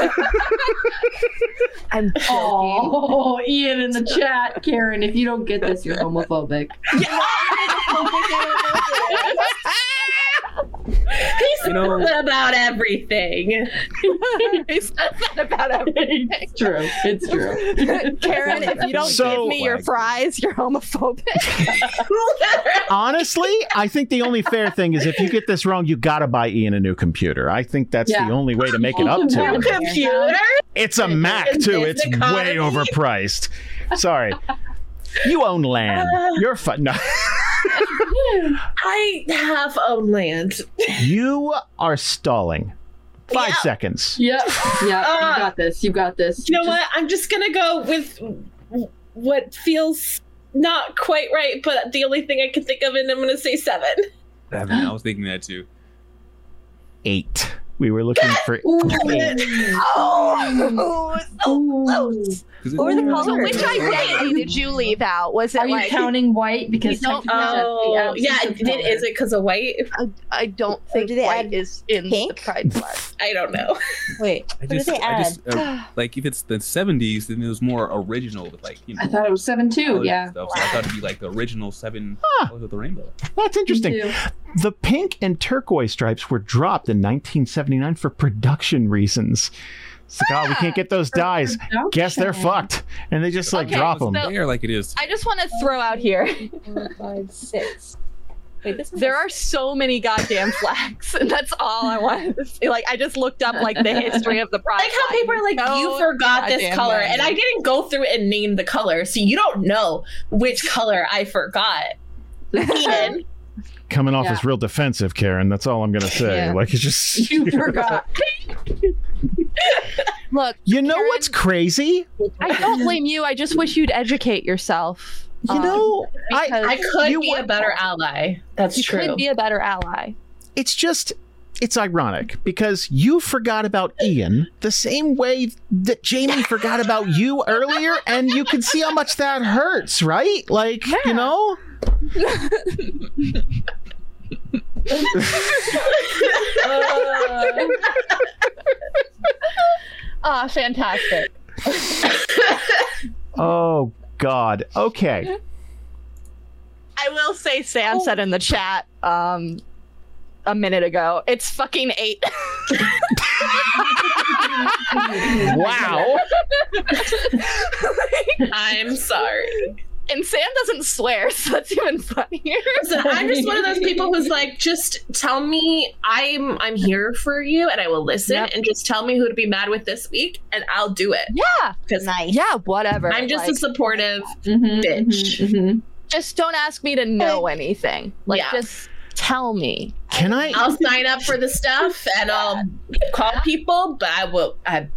F: I'm joking.
D: oh, Ian in the chat, Karen. If you don't get this, you're homophobic.
H: He's
E: You know-
H: upset about everything.
F: It's not about everything.
D: It's true. It's true.
F: Karen, if you don't
B: So-
F: give me your fries, you're homophobic.
B: Honestly, I think the only fair thing is if you get this wrong, you gotta buy Ian a new computer. I think that's
D: Yeah.
B: the only way to make it up to
D: Yeah.
B: him.
H: Computer?
B: It's a Mac too.
H: this
B: It's way
H: economy?
B: overpriced. Sorry. You own land. You're fun. No.
H: I have own land.
B: You are stalling. Five seconds.
D: Yep. Yep. you
H: Ah.
D: got this. You got this.
H: You know what? I'm just gonna go with what feels not quite right, but the only thing I can think of, and I'm gonna say seven.
E: Seven. I was thinking that too.
B: Eight. We were looking for
A: Oh, Or the color.
F: So which identity did you leave out? Was it
D: Are you
F: like
D: counting white? Because
F: You don't-
D: technically
H: Oh,
D: that's the
H: yeah.
D: absence
H: It,
D: of color.
H: is it because of white?
F: I, I don't
A: Or
F: think
A: do they
F: white
A: add
F: is in
A: pink?
F: the pride flag.
H: I don't know.
A: Wait,
E: I
A: what did
E: just, I
A: they add?
E: just uh, like if it's the '70s, then it was more original with like you know.
D: I thought it was seven
B: Oh,
D: two.
E: colors
D: Yeah.
E: and Stuff. So I thought it'd be like the original seven
B: Huh.
E: colors of the rainbow.
B: That's interesting.
D: Two.
B: The pink and turquoise stripes were dropped in 1979 for production reasons. It's like, oh, we can't get those dyes. Guess they're fucked. And they just like
F: Ah, Okay,
B: drop them.
F: so-
E: there like it is.
F: I just want to throw out here:
A: Four, five, six. Wait, this
F: there are so many goddamn flags, and that's all I wanted to say. Like I just looked up like the history of the pride.
H: Like how
F: flag.
H: people are like,
F: No
H: you forgot this
F: goddamn
H: color,
F: way.
H: and I didn't go through and name the color, so you don't know which color I forgot. Ian,
B: Coming off
D: Yeah.
B: as real defensive, Karen. That's all I'm going to say.
F: Yeah.
B: Like, it's just.
D: You forgot.
F: Look,
B: You know
F: Karen-
B: what's crazy?
F: I don't blame you. I just wish you'd educate yourself.
B: You
F: Um,
B: know, I,
F: because
H: I could
B: You
H: be a
B: were-
H: better ally. That's
F: you
H: true.
F: could be a better ally.
B: it's just it's ironic because you forgot about Ian the same way that Jamie forgot about you earlier and you can see how much that hurts, right? Like, you know?
F: Uh. Ah, fantastic.
B: Oh god. Okay.
F: I will say Sam said in the chat um a minute ago, it's fucking eight.
B: Wow.
H: I'm sorry.
F: and Sam doesn't swear, so that's even funnier.
H: Listen, I'm just one of those people who's like, just tell me I'm I'm here for you, and I will listen,
F: Yep.
H: and just tell me who to be mad with this week, and I'll do it.
F: Yeah.
H: Because
A: nice.
F: Yeah, whatever.
H: I'm just a
F: Like,
H: supportive
D: Mm-hmm,
H: bitch.
F: just don't ask me to know anything. Like
H: Yeah.
F: just tell me.
B: Can I
H: I'll sign up for the stuff, and I'll call people, but I will. I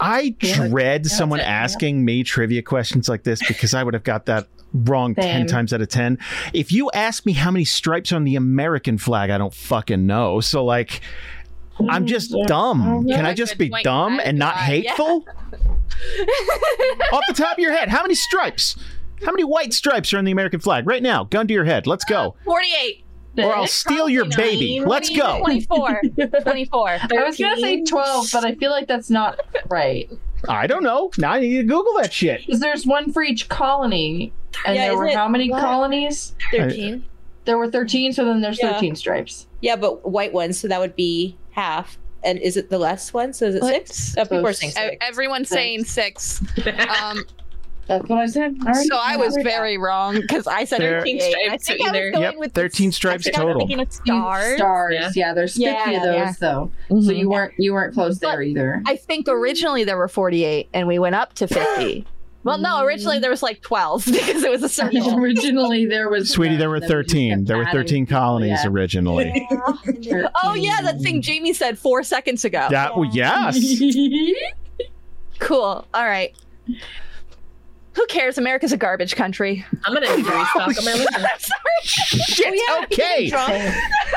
B: I dread someone
D: it. Yeah.
B: asking me trivia questions like this because I would have got that wrong 10
D: Same.
B: times out of 10. If you ask me how many stripes on the American flag, I don't fucking know. So, like, I'm
D: Mm,
B: just dumb. Can I
F: that's a
B: just
F: good
B: be
F: point.
B: dumb
F: I-
B: and not
F: uh, yeah.
B: hateful? Off the top of your head, how many stripes? How many white stripes are on the American flag right now? Gun to your head. Let's go.
F: 48,
B: Or I'll steal your baby. Let's go.
F: 24, 24.
D: I was gonna say twelve, but I feel like that's not right
B: I don't know. Now I need to Google that shit.
D: because there's one for each colony, and
A: Yeah,
D: there were
A: isn't it-
D: how many
A: what?
D: colonies?
A: 13.
D: There were thirteen, so then there's
A: Yeah.
D: thirteen stripes.
A: Yeah, but white ones, so that would be half. And is it the less one? So is it
F: What?
A: six? Oh, people are saying
F: E-
A: six.
F: Everyone's saying six. Um,
D: That's what I said. All right.
F: so I was very wrong because I said
B: There-
F: 13
H: stripes
F: I think I
H: either.
F: was going
B: Yep,
F: with
B: 13
F: the-
B: stripes
F: I think I was
B: total.
F: Thinking of
D: stars.
F: stars.
D: stars.
H: Yeah.
D: Yeah. there's fifty
F: Yeah,
D: of those
F: yeah.
D: though. So
F: Mhm.
E: Mm-hmm.
D: you weren't you weren't close
F: But-
D: there either.
F: I think originally there were 48 and we went up to 50. well, no, originally there was like 12 because it was a circle.
D: Originally there was
B: Sweetie, there were
D: one that we just
B: 13.
D: kept
B: There were
D: adding
B: 13
D: people,
B: colonies
D: yeah.
B: originally.
F: Oh yeah, that thing Jamie said 4 seconds ago.
B: That, well, yes.
F: Cool. All right. Who cares? America's a garbage country.
H: I'm gonna need to restock on my list.
F: I'm sorry.
B: Shit. Okay.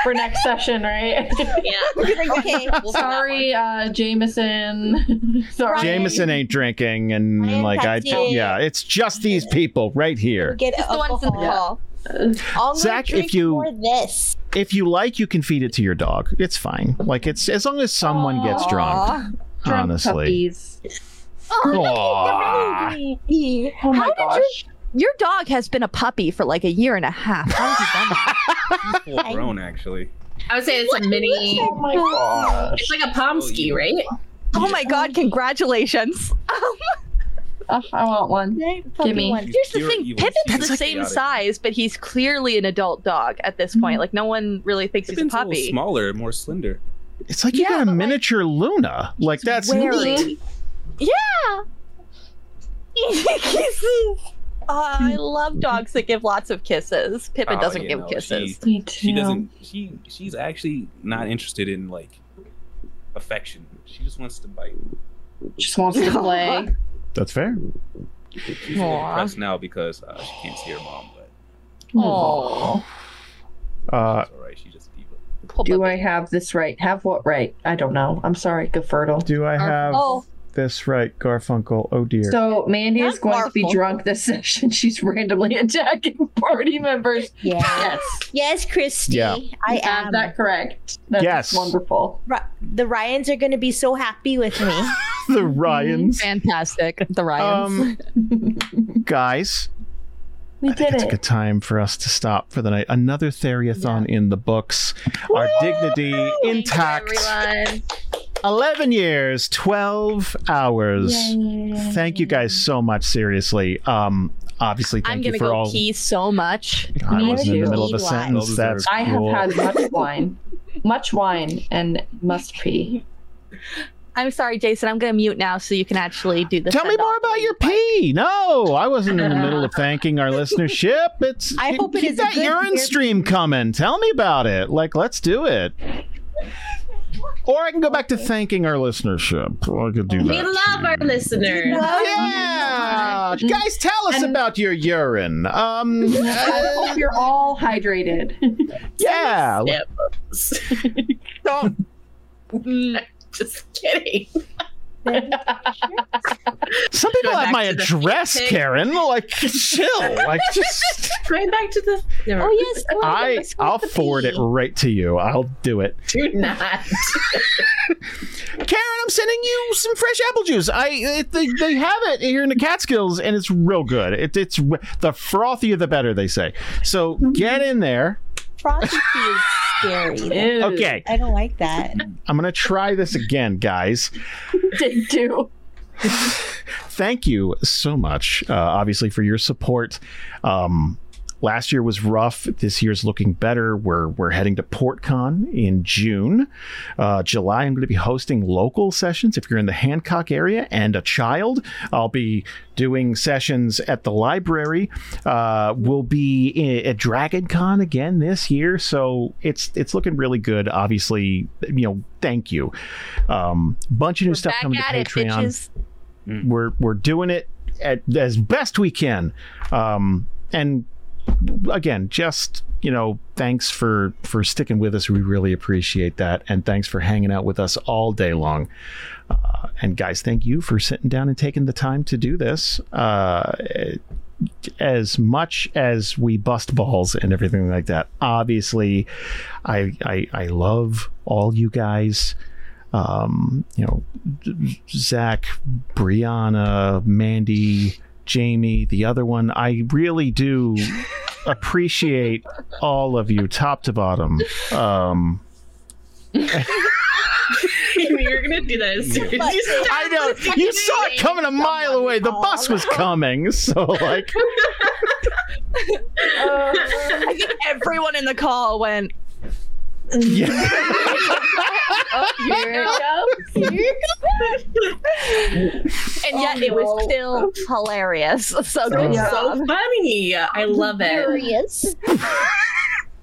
D: for next session, right?
H: Yeah.
A: Okay.
D: Sorry, uh, Jameson. Sorry.
B: Jameson ain't drinking, and
A: I am
B: like I,
A: texting.
B: yeah, it's just these people right here.
A: Get
F: Just the ones in the
A: alcohol.
F: hall.
A: I'll
B: Zach,
A: drink
B: if you-
A: more this.
B: If you like, you can feed it to your dog. It's fine. Like it's as long as someone gets drunk.
F: Aw.
D: Drunk
B: honestly,
D: puppies.
B: Aw.
D: Oh my gosh.
F: Your dog has been a puppy for like a year and a half. How has he done that?
E: Full grown actually.
H: I would say it's a mini.
D: Oh my gosh.
H: It's like a pomsky, right?
F: oh my god, congratulations.
D: Oh, I want one.
A: Give
D: me.
A: One.
E: She's
F: Here's the
E: pure
F: thing
E: evil. She's
F: Pippin's the
E: just
F: same
E: chaotic.
F: size, but he's clearly an adult dog at this point. Like, no one really thinks he's a
E: Pippin's a little
F: puppy.
E: smaller, more slender.
B: it's like you
F: Yeah,
B: got
F: but,
B: a
F: like,
B: miniature Luna. Like that's
F: wary.
B: neat.
F: Kisses. Oh, I love dogs that give lots of kisses. Pippin
B: Ah,
E: Oh,
F: doesn't
E: you
F: give
E: know,
F: kisses.
E: she-
D: Me
E: She doesn't. She she's actually not interested in like affection. She just wants to bite.
D: Just wants to play.
B: That's fair.
E: She's a little
F: Aw.
E: depressed now because uh, she can't see her mom, but
F: Oh,
B: Uh,
E: it's all right. She just diva.
D: Do I have this right? Have what right? I don't know. I'm sorry, Gefertle.
B: do I have
F: oh,
B: this right, Garfunkel? Oh dear.
D: So Mandy is
F: Not
D: going to be
F: Garfunkel.
D: drunk this session. She's randomly attacking party members.
A: Yeah.
D: Yes.
A: Yes, Christy.
B: Yeah.
A: I
D: You
A: am.
D: have that correct. That's
B: Yes.
D: wonderful.
A: Ri- the Ryans are going to be so happy with me.
B: the Ryans.
F: fantastic. The Mm-hmm. Ryans.
B: Um, guys,
D: We
B: I think
D: did
B: it's a
D: it.
B: good time for us to stop for the night. Another Theriathon in the books. Our dignity intact.
H: Everyone.
B: 11 years, 12 hours.
D: Yay.
B: Thank you guys so much, seriously. Um, obviously,
F: I'm
B: thank
F: gonna
B: you for
F: go
B: all.
F: pee so much.
B: I
D: Me
B: wasn't in the
D: too.
B: middle of a
A: Meanwhile.
B: sentence. That's
D: I have
B: cool.
D: had much wine. Much wine and must pee.
F: I'm sorry, Jason. I'm gonna mute now so you can actually do this.
B: Tell me more about your pee. No, I wasn't in the middle of thanking our listenership. It's
A: I hope it
B: keep
A: is a
B: that
A: good
B: urine
A: beer-
B: stream coming. Tell me about it. Like, let's do it. Or I can go back to thanking our listenership. I could do
H: We
B: that.
H: love our listeners.
B: Oh, Yeah, guys, tell us about your urine. Um,
D: I hope you're all hydrated.
B: yeah,
F: Don't.
H: Just kidding.
B: some people
H: Go
B: have
H: back
B: my
H: to the
B: address,
H: pig.
B: Karen. Like, chill. Like, just
H: Going back to the. Never
F: Oh yes. go on,
B: I,
F: let's go
B: I'll
F: to the
B: forward it
F: pee.
B: right to you. I'll do it.
H: do not.
B: Karen, I'm sending you some fresh apple juice. I it, they, they have it here in the Catskills, and it's real good. It, it's re- the frothier the better, they say. So get in there.
A: Frosty is scary.
D: Ew.
B: Okay,
A: I don't like that.
B: I'm gonna try this again, guys.
D: Day two.
B: Thank you so much, uh, obviously, for your support. Um, last year was rough. This year's looking better. We're we're heading to PortCon in June. Uh, July, I'm going to be hosting local sessions. If you're in the Hancock area and a child, I'll be doing sessions at the library. Uh, we'll be i- at Dragon Con again this year, so it's it's looking really good. Obviously, you know, thank you. Um, bunch of new
F: We're
B: stuff
F: back
B: coming to
F: at it,
B: Patreon
F: bitches.
B: we're we're doing it at, as best we can um and again just you know thanks for for sticking with us we really appreciate that and thanks for hanging out with us all day long uh, and guys thank you for sitting down and taking the time to do this uh as much as we bust balls and everything like that obviously i i, I love all you guys um you know Zach, Brianna, Mandy, Jamie, the other one. I really do appreciate all of you, top to bottom. Um,
H: You're gonna do that. as soon as you start
B: I know you saw it coming a mile away. The bus was coming, so like,
F: I think everyone in the call went.
B: yeah.
D: Oh, here it goes.
F: and yet it was still hilarious. So good
B: Yeah.
F: job.
H: so funny. I love it.
A: Curious.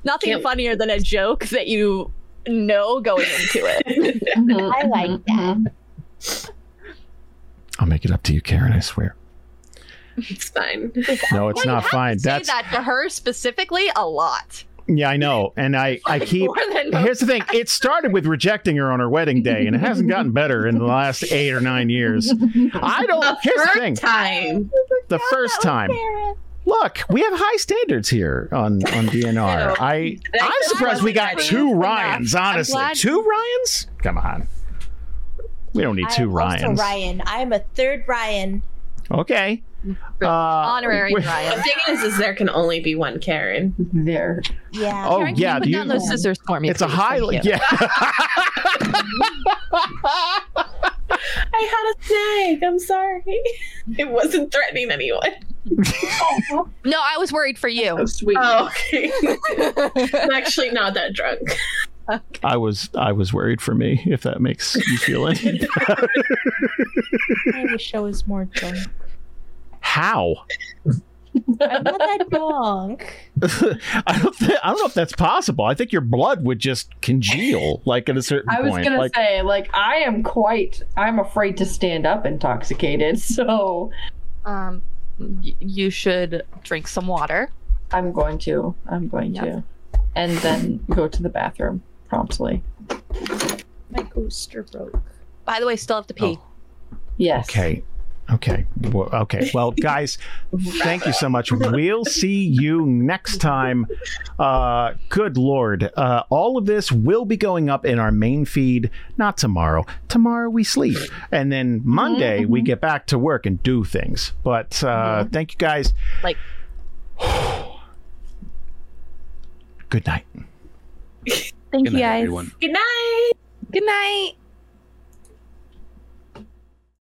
F: Nothing
H: Can't-
F: funnier than a joke that you know going into it.
A: I like
D: Mm-hmm.
A: that.
B: I'll make it up to you, Karen. I swear.
H: It's fine.
B: No, it's
F: Well, you
B: not
F: have
B: fine.
F: to say
B: That's
F: that to her specifically a lot.
B: yeah, I know, and I I keep
D: More than
B: Here's the thing. It started with rejecting her on her wedding day, and it hasn't gotten better in the last eight or nine years. I
H: The
B: don't. Here's the
H: first
B: thing.
H: time.
B: The first time. Look, we have high standards here on on DNR. I I'm surprised we got two Ryans. Honestly,
F: glad-
B: two Ryans. Come on. We don't need
A: I
B: two
A: am also
B: Ryans.
A: Ryan. I'm a third Ryan.
B: Okay. Uh,
F: Honorary
B: we-
H: The
F: Ryan.
H: thing is, is there can only be one Karen.
D: There.
A: Yeah.
B: oh
F: Karen, can
B: yeah.
F: you put
B: do
F: down those scissors for me.
B: it's a
F: please?
B: high.
F: Thank you.
B: Yeah.
H: I had a snag. I'm sorry. It wasn't threatening anyone.
F: No, I was worried for you.
D: Oh, sweet.
H: Oh, okay. I'm actually not that drunk.
B: I was I was worried for me. If that makes you feel any better.
A: I wish I was more drunk.
B: How?
A: I'm not that drunk.
B: I don't thi- I don't know if that's possible. I think your blood would just congeal like at a certain
D: I was
B: point.
D: gonna
B: like,
D: say, like, I am quite. I'm afraid to stand up intoxicated, so
F: Um, y- you should drink some water.
D: I'm going to. I'm going
F: Yeah.
D: to, and then go to the bathroom promptly.
A: My coaster broke.
F: By the way, still have to pee.
D: Yes.
B: Okay. Okay. Well, okay. Well, guys, thank you so much. We'll see you next time. Uh, good Lord. Uh, all of this will be going up in our main feed, not tomorrow. Tomorrow we sleep. And then Monday we get back to work and do things. But uh, thank you guys.
F: Like-
B: good night.
F: Thank
E: Good night, everyone.
G: Good night.
F: Good night.